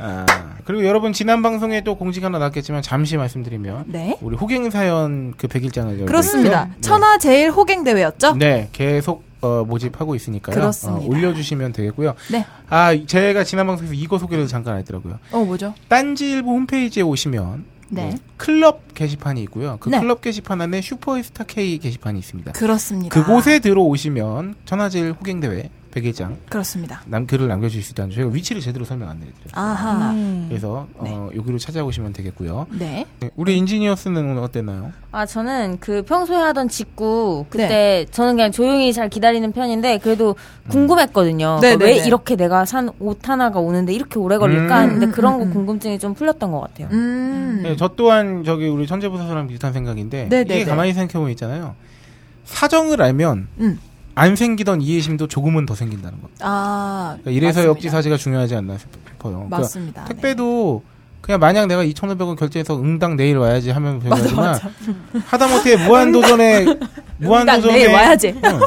Speaker 4: 아, 그리고 여러분 지난 방송에 또 공지가 하나 났겠지만 잠시 말씀드리면
Speaker 5: 네.
Speaker 4: 우리 호갱 사연 그 100일장을 열고
Speaker 5: 그렇습니다.
Speaker 4: 있죠? 네.
Speaker 5: 천하 제일 호갱 대회였죠?
Speaker 4: 네, 계속 어, 모집하고 있으니까요.
Speaker 5: 그렇습니다.
Speaker 4: 어, 올려주시면 되겠고요.
Speaker 5: 네.
Speaker 4: 아, 제가 지난 방송에서 이거 소개를 잠깐 했더라고요.
Speaker 5: 어 뭐죠?
Speaker 4: 딴지일보 홈페이지에 오시면
Speaker 5: 네.
Speaker 4: 클럽 게시판이 있고요. 그
Speaker 5: 네.
Speaker 4: 클럽 게시판 안에 슈퍼스타 K 게시판이 있습니다.
Speaker 5: 그렇습니다.
Speaker 4: 그곳에 들어오시면 천하제일 호갱대회 100일장
Speaker 5: 그렇습니다.
Speaker 4: 남 글을 남겨주실 수 있다는 제가 위치를 제대로 설명 안 해드려요.
Speaker 9: 음.
Speaker 5: 아하. 음.
Speaker 6: 음.
Speaker 4: 그래서 어, 여기로 찾아오시면 되겠고요.
Speaker 5: 네.
Speaker 4: 네, 우리 인지니어스는 오늘 어땠나요?
Speaker 9: 아 저는 그 평소에 하던 직구 그때 저는 그냥 조용히 잘 기다리는 편인데 그래도 궁금했거든요.
Speaker 5: 네,
Speaker 9: 그러니까
Speaker 5: 네,
Speaker 9: 왜
Speaker 5: 네.
Speaker 9: 이렇게 내가 산 옷 하나가 오는데 이렇게 오래 걸릴까? 근데 그런 거 궁금증이 좀 풀렸던 것 같아요.
Speaker 5: 음.
Speaker 4: 네, 저 또한 저기 우리 천재부사사랑 비슷한 생각인데
Speaker 5: 네,
Speaker 4: 이게
Speaker 5: 네, 네.
Speaker 4: 가만히 생각해보면 있잖아요. 사정을 알면
Speaker 5: 음.
Speaker 4: 안 생기던 이해심도 조금은 더 생긴다는 거.
Speaker 5: 아.
Speaker 4: 그러니까 이래서
Speaker 5: 맞습니다.
Speaker 4: 옆지 사지가 중요하지 않나 싶어요. 그러니까
Speaker 5: 맞습니다. 네.
Speaker 4: 택배도 그냥 만약 내가 2,500원 결제해서 응당 내일 와야지 하면 되지만
Speaker 5: 맞아.
Speaker 4: (laughs) 하다못해 무한도전에
Speaker 5: 딱
Speaker 4: 무한도전에
Speaker 5: 내일 네, 와야지.
Speaker 4: 응.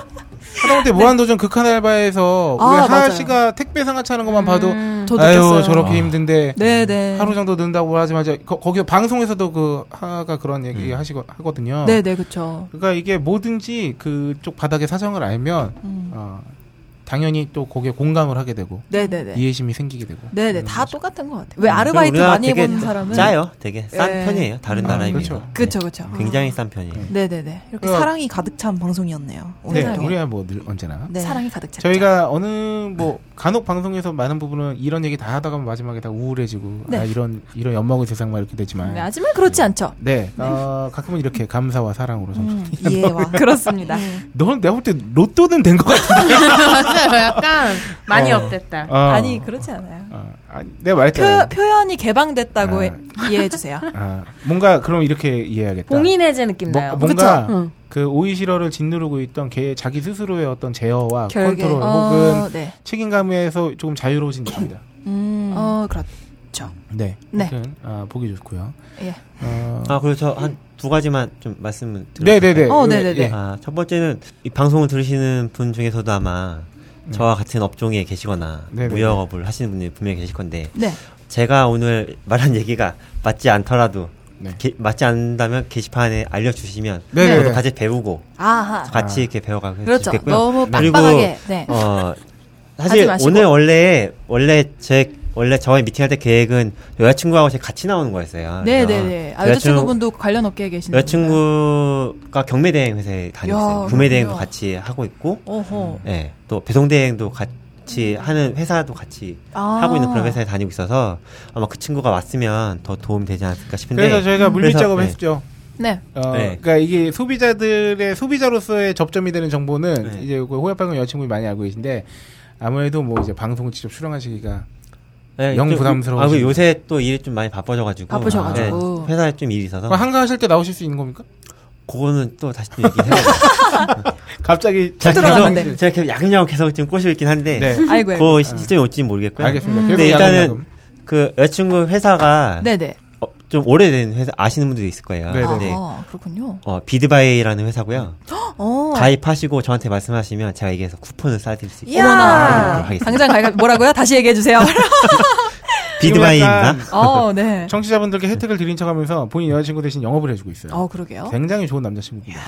Speaker 4: 하다못해 무한도전 극한 알바에서 우리
Speaker 5: 아,
Speaker 4: 하하
Speaker 5: 맞아요.
Speaker 4: 씨가 택배 상하차는 것만 봐도
Speaker 9: 음.
Speaker 5: 저
Speaker 4: 아유
Speaker 5: 느꼈어요.
Speaker 4: 저렇게 힘든데
Speaker 5: 네네.
Speaker 4: 하루 정도 는다고 하지 말자. 거, 거기 방송에서도 그 하하가 그런 얘기 하시고 하거든요.
Speaker 5: 네네 그쵸.
Speaker 4: 그러니까 이게 뭐든지 그쪽 바닥의 사정을 알면
Speaker 5: 음.
Speaker 4: 어, 당연히 또 거기에 공감을 하게 되고
Speaker 5: 네네네.
Speaker 4: 이해심이 생기게 되고.
Speaker 5: 네네
Speaker 4: 예. 그런
Speaker 5: 다
Speaker 4: 거죠.
Speaker 5: 똑같은 것 같아요. 왜 아르바이트
Speaker 7: 우리나라
Speaker 5: 많이
Speaker 7: 되게
Speaker 5: 해본 사람은
Speaker 7: 짜요. 되게 싼
Speaker 5: 예.
Speaker 7: 편이에요. 다른
Speaker 4: 아,
Speaker 7: 나라에
Speaker 4: 그렇죠.
Speaker 7: 비해서.
Speaker 5: 그쵸 그쵸.
Speaker 7: 네. 굉장히 싼 편이에요.
Speaker 5: 네네네. 이렇게
Speaker 6: 이렇게
Speaker 4: 그럼-
Speaker 6: 사랑이 가득 찬 방송이었네요. 오늘.
Speaker 4: 그러니까
Speaker 5: 그렇죠.
Speaker 4: 네, 우리야 뭐 늘 언제나.
Speaker 6: 네.
Speaker 5: 사랑이 가득 찼죠.
Speaker 4: 저희가 어느 뭐 간혹 방송에서 많은 부분은 이런 얘기 다 하다가 마지막에 다 우울해지고
Speaker 5: 네.
Speaker 4: 아 이런 이런 엿먹은 세상 막 이렇게 되지만
Speaker 5: 네,
Speaker 4: 네,
Speaker 5: 하지만 그렇지 않죠.
Speaker 4: 어, 가끔은 이렇게 감사와 사랑으로 좀
Speaker 6: 음,
Speaker 4: (laughs)
Speaker 6: 이해와.
Speaker 5: 그렇습니다.
Speaker 4: 너는 내가 볼 때 로또는 된 것 같은데
Speaker 9: 맞아요. 약간 많이 업됐다.
Speaker 4: 어.
Speaker 5: 아니 그렇지 않아요.
Speaker 4: 어, 아니, 내가 말했잖아
Speaker 5: 표, 표현이 개방됐다고
Speaker 4: 아.
Speaker 5: 해- 이해해주세요.
Speaker 4: (laughs) 아, 뭔가 그럼 이렇게 이해해야겠다
Speaker 9: 봉인해제 느낌
Speaker 4: 뭐-
Speaker 9: 나요.
Speaker 4: 뭔가
Speaker 9: 그쵸?
Speaker 5: 어.
Speaker 9: 응.
Speaker 4: 그 오이시러를 짓누르고 있던 걔 자기 스스로의 어떤 제어와
Speaker 5: 결계.
Speaker 4: 컨트롤
Speaker 5: 어,
Speaker 4: 혹은
Speaker 5: 네.
Speaker 4: 책임감에서 조금 자유로워진 느낌이다
Speaker 6: 음.
Speaker 5: 어 그렇죠.
Speaker 4: 네,
Speaker 5: 네.
Speaker 4: 아무튼, 아, 보기 좋고요
Speaker 5: 예.
Speaker 4: 어,
Speaker 7: 아 그리고 저 한 두 가지만 좀 말씀을 드릴게요.
Speaker 4: 네네네
Speaker 5: 어, 네네네.
Speaker 4: 예.
Speaker 7: 아첫 번째는 이 방송을 들으시는 분 중에서도 아마 저와 같은 업종에 계시거나
Speaker 4: 네. 네네네.
Speaker 7: 무역업을 하시는 분들이 분명히 계실 건데
Speaker 5: 네.
Speaker 7: 제가 오늘 말한 얘기가 맞지 않더라도
Speaker 4: 네.
Speaker 7: 게- 맞지 않는다면 게시판에 알려주시면
Speaker 4: 네네네.
Speaker 7: 저도 같이 배우고
Speaker 5: 아하.
Speaker 7: 같이 이렇게 배워가고
Speaker 5: 그렇죠.
Speaker 7: 좋겠고요.
Speaker 5: 너무
Speaker 7: 그리고
Speaker 5: 빡빡하게. 네.
Speaker 7: 어,
Speaker 5: (laughs) 하지
Speaker 7: 사실
Speaker 5: 마시고.
Speaker 7: 오늘 원래 원래 제 원래 저희 미팅할 때 계획은 여자친구하고 제가 같이 나오는 거였어요.
Speaker 5: 네, 네,
Speaker 7: 그래서
Speaker 5: 네. 아,
Speaker 7: 여자친구-
Speaker 5: 여자친구분도 관련 업계에 계시는
Speaker 7: 여자친구가 경매 대행 회사에 다녔어요.
Speaker 5: 야,
Speaker 7: 구매 대행도
Speaker 5: 그렇구나.
Speaker 7: 같이 하고 있고,
Speaker 5: 분이구나. 어허.
Speaker 7: 예, 또 배송 대행도 같이 같이 하는 회사도 같이
Speaker 5: 아.
Speaker 7: 하고 있는 그런 회사에 다니고 있어서 아마 그 친구가 왔으면 더 도움이 되지 않을까 싶은데
Speaker 4: 그래서 저희가 물밑
Speaker 7: 그래서,
Speaker 4: 작업을
Speaker 7: 네.
Speaker 4: 했죠.
Speaker 5: 네.
Speaker 4: 어,
Speaker 7: 네.
Speaker 4: 그러니까 이게 소비자들의 소비자로서의 접점이 되는 정보는
Speaker 7: 네.
Speaker 4: 이제 그 호야팔군 여자친구분이 많이 알고 계신데 아무래도 뭐 이제 방송을 직접 출연하시기가
Speaker 7: 네,
Speaker 4: 영
Speaker 7: 좀-
Speaker 4: 부담스러워.
Speaker 7: 아, 그리고 요새 또 일이 좀 많이 바빠져가지고
Speaker 5: 바쁘셔가지고.
Speaker 7: 네, 회사에 좀 일이 있어서
Speaker 4: 그럼 한가하실 때 나오실 수 있는 겁니까?
Speaker 7: 그거는 또 다시 또 얘기해요.
Speaker 5: (laughs)
Speaker 4: 갑자기
Speaker 7: 제가
Speaker 5: 들어가는데.
Speaker 7: 계속 제가 계속 야금야금 계속 지금 꼬시고 있긴 한데
Speaker 4: 네.
Speaker 5: 아이고. 아이고.
Speaker 7: 그거 시점이 올지는 모르겠고요.
Speaker 4: 알겠습니다.
Speaker 7: 근데
Speaker 4: 계속
Speaker 7: 일단은
Speaker 4: 야금야금.
Speaker 7: 그 여자친구 회사가
Speaker 5: 네네.
Speaker 7: 어, 좀 오래된 회사 아시는 분들도 있을 거예요.
Speaker 4: 네네.
Speaker 7: 근데
Speaker 5: 아, 그렇군요.
Speaker 7: 어, 비드바이라는 회사고요.
Speaker 5: 어.
Speaker 7: 가입하시고 저한테 말씀하시면 제가 여기에서 쿠폰을 쏴드릴 수 있도록
Speaker 5: 이야.
Speaker 7: 하도록 하겠습니다.
Speaker 5: 당장 가야 뭐라고요? 다시 얘기해 주세요.
Speaker 7: 비드바이입니다.
Speaker 4: 지금 약간
Speaker 5: 어, 네.
Speaker 4: 청취자분들께 혜택을 드린 척하면서 본인 여자친구 대신 영업을 해주고 있어요.
Speaker 5: 어, 그러게요.
Speaker 4: 굉장히 좋은 남자친구입니다.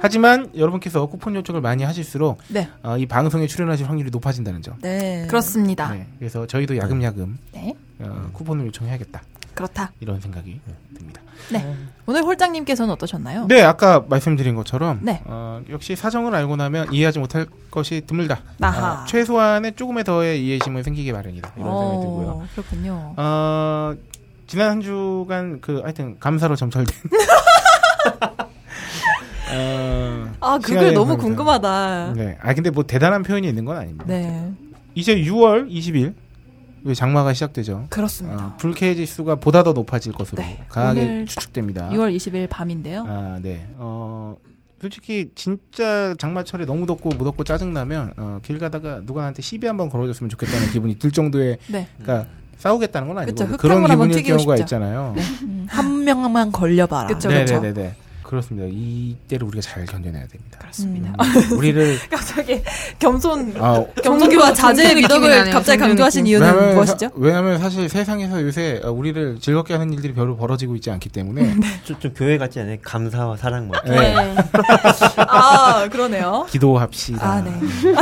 Speaker 4: 하지만 여러분께서 쿠폰 요청을 많이 하실수록
Speaker 5: 네.
Speaker 4: 어, 이 방송에 출연하실 확률이 높아진다는 점.
Speaker 6: 네.
Speaker 5: 그렇습니다.
Speaker 4: 네. 그래서 저희도 야금야금
Speaker 5: 네.
Speaker 4: 어, 쿠폰을 요청해야겠다
Speaker 5: 그렇다.
Speaker 4: 이런 생각이 듭니다.
Speaker 5: 네. 오늘 홀장님께서는 어떠셨나요?
Speaker 4: 네, 아까 말씀드린 것처럼
Speaker 5: 네.
Speaker 4: 어, 역시 사정을 알고 나면 이해하지 못할 것이 드물다.
Speaker 5: 나하.
Speaker 4: 어, 최소한의 조금의 더의 이해심은 생기기 마련이다. 이런 생각이 들고요.
Speaker 5: 어, 그렇군요.
Speaker 4: 어, 지난 한 주간 그 하여튼 감사로
Speaker 5: (laughs)
Speaker 4: 점철된. 어,
Speaker 5: 아, 그걸
Speaker 4: 시간에
Speaker 5: 너무
Speaker 4: 감사.
Speaker 5: 궁금하다.
Speaker 4: 네. 아 근데 뭐 대단한 표현이 있는 건 아닙니다.
Speaker 5: 네.
Speaker 4: 이제 6월 20일 장마가 시작되죠.
Speaker 5: 그렇습니다.
Speaker 4: 어, 불쾌지수가 보다 더 높아질 것으로
Speaker 5: 네.
Speaker 4: 강하게
Speaker 5: 오늘
Speaker 4: 추측됩니다.
Speaker 5: 6월 20일 밤인데요.
Speaker 4: 아, 네. 어, 솔직히 진짜 장마철에 너무 덥고 무덥고 짜증나면 어, 길 가다가 누가 나한테 시비 한번 걸어줬으면 좋겠다는
Speaker 5: (laughs)
Speaker 4: 기분이 들 정도의
Speaker 5: 네.
Speaker 4: 그러니까 싸우겠다는 건 아니고
Speaker 5: 그쵸,
Speaker 4: 그런
Speaker 5: 흙탕물 한번
Speaker 4: 기분일
Speaker 5: 튀기고
Speaker 4: 경우가
Speaker 5: 싶죠. 네.
Speaker 4: 있잖아요.
Speaker 6: 한 명만 걸려봐라.
Speaker 5: 그쵸,
Speaker 4: 네,
Speaker 5: 그쵸.
Speaker 4: 네, 네, 네. 그렇습니다. 이때를 우리가 잘 견뎌내야 됩니다.
Speaker 5: 그렇습니다. (laughs)
Speaker 4: 우리를
Speaker 5: 갑자기 겸손
Speaker 4: 아,
Speaker 5: 경기와 자제의
Speaker 1: 느낌이
Speaker 5: 미덕을
Speaker 1: 나네요.
Speaker 5: 갑자기
Speaker 1: 종교
Speaker 5: 강조하신
Speaker 1: 느낌.
Speaker 5: 이유는
Speaker 4: 왜냐면
Speaker 5: 무엇이죠?
Speaker 4: 사- 왜냐면 사실 세상에서 요새 어, 우리를 즐겁게 하는 일들이 별로 벌어지고 있지 않기
Speaker 5: (laughs) 네.
Speaker 4: 때문에
Speaker 7: 좀, 좀 교회 같지 않아요? 감사와 사랑 뭐.
Speaker 4: 네.
Speaker 5: 아 그러네요.
Speaker 4: 기도합시다.
Speaker 5: 아 네.
Speaker 4: (laughs)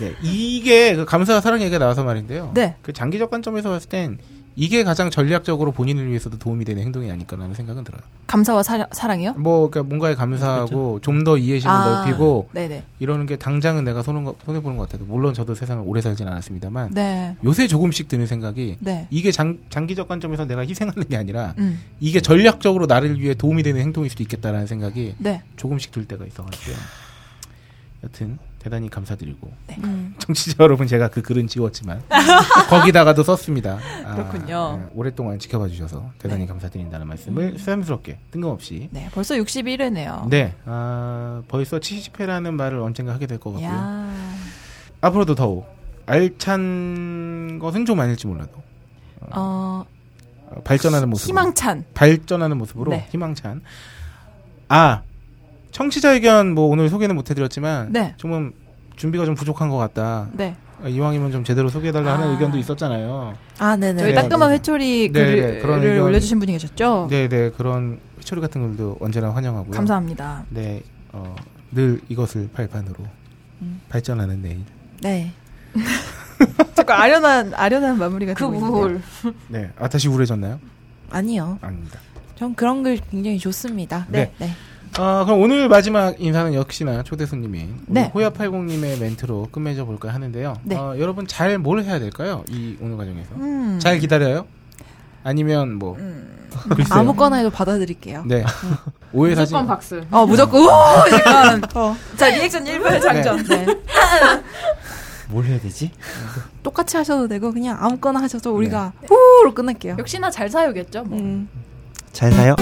Speaker 4: 네, 이게 그 감사와 사랑 얘기가 나와서 말인데요.
Speaker 5: 네.
Speaker 4: 그 장기적 관점에서 봤을 땐 이게 가장 전략적으로 본인을 위해서도 도움이 되는 행동이 아닐까라는 생각은 들어요.
Speaker 5: 감사와 사, 사랑이요?
Speaker 4: 뭐 그러니까 뭔가에 감사하고 좀 더 이해심을
Speaker 5: 아.
Speaker 4: 넓히고
Speaker 5: 네네.
Speaker 4: 이러는 게 당장은 내가 손해 손해 보는 것 같아도 물론 저도 세상을 오래 살진 않았습니다만
Speaker 5: 네.
Speaker 4: 요새 조금씩 드는 생각이
Speaker 5: 네.
Speaker 4: 이게 장, 장기적 관점에서 내가 희생하는 게 아니라
Speaker 5: 음.
Speaker 4: 이게 전략적으로 나를 위해 도움이 되는 행동일 수도 있겠다라는 생각이
Speaker 5: 네.
Speaker 4: 조금씩 들 때가 있어가지고요. 여튼 대단히 감사드리고
Speaker 5: 네.
Speaker 4: (laughs) 청취자 여러분 제가 그 글은
Speaker 5: (laughs)
Speaker 4: 지웠지만 거기다가도 썼습니다. 아,
Speaker 5: 그렇군요. 음.
Speaker 4: 예, 오랫동안 지켜봐 주셔서 대단히 감사드린다는 말씀을 수염스럽게 뜬금없이
Speaker 5: 네. 벌써 61회네요.
Speaker 4: 네 아, 벌써 70회라는 말을 언젠가 하게 될 것 같고요.
Speaker 5: 야.
Speaker 4: 앞으로도 더욱 알찬 것은 좀 아닐지 몰라도
Speaker 5: 어
Speaker 4: 어, 발전하는 모습
Speaker 5: 희망찬.
Speaker 4: 발전하는 모습으로
Speaker 5: 네.
Speaker 4: 희망찬. 아 청취자 의견 뭐 오늘 소개는 못해드렸지만
Speaker 5: 네.
Speaker 4: 조금 준비가 좀 부족한 것 같다.
Speaker 5: 네.
Speaker 4: 어, 이왕이면 좀 제대로 소개해달라 하는
Speaker 5: 아.
Speaker 4: 의견도 있었잖아요.
Speaker 6: 아,
Speaker 5: 저희
Speaker 4: 네,
Speaker 6: 네네.
Speaker 5: 따끔한
Speaker 4: 네.
Speaker 5: 회초리
Speaker 4: 네, 네.
Speaker 5: 글을
Speaker 4: 그런 의견-
Speaker 5: 올려주신 분이 계셨죠?
Speaker 4: 네네 그런 회초리 같은 글도 언제나 환영하고요.
Speaker 5: 어. 감사합니다.
Speaker 4: 네, 어, 늘 이것을 발판으로
Speaker 5: 음.
Speaker 4: 발전하는 내일.
Speaker 6: 네.
Speaker 5: 자꾸 아련한 아련한 마무리가
Speaker 9: 그
Speaker 5: 되고 있는데요.
Speaker 9: 우울.
Speaker 4: 네, 아 다시 우울해졌나요?
Speaker 6: 아니요.
Speaker 4: 아닙니다.
Speaker 6: 전 그런 글 굉장히 좋습니다.
Speaker 4: 네.
Speaker 6: 네.
Speaker 4: 아 그럼 오늘 마지막 인사는 역시나 초대 손님인
Speaker 5: 네.
Speaker 4: 호야팔공님의 멘트로 끝맺어 볼까 하는데요.
Speaker 5: 네.
Speaker 4: 어, 여러분 잘 뭘 해야 될까요? 이 오늘 과정에서
Speaker 5: 음.
Speaker 4: 잘 기다려요? 아니면 뭐 글쎄요.
Speaker 6: 아무거나 해도 받아들일게요.
Speaker 4: 네
Speaker 5: 음.
Speaker 4: (laughs) 오해 사진
Speaker 1: 무조건 박수.
Speaker 5: 어 무조건 오 약간 자 리액션 1분 장전. 네.
Speaker 7: 뭘 해야 되지?
Speaker 6: 똑같이 하셔도 되고 그냥 아무거나 하셔도 우리가
Speaker 4: 네.
Speaker 6: 후로 끝낼게요.
Speaker 5: 역시나 잘 사요겠죠. 뭐.
Speaker 6: 음.
Speaker 7: 잘 사요?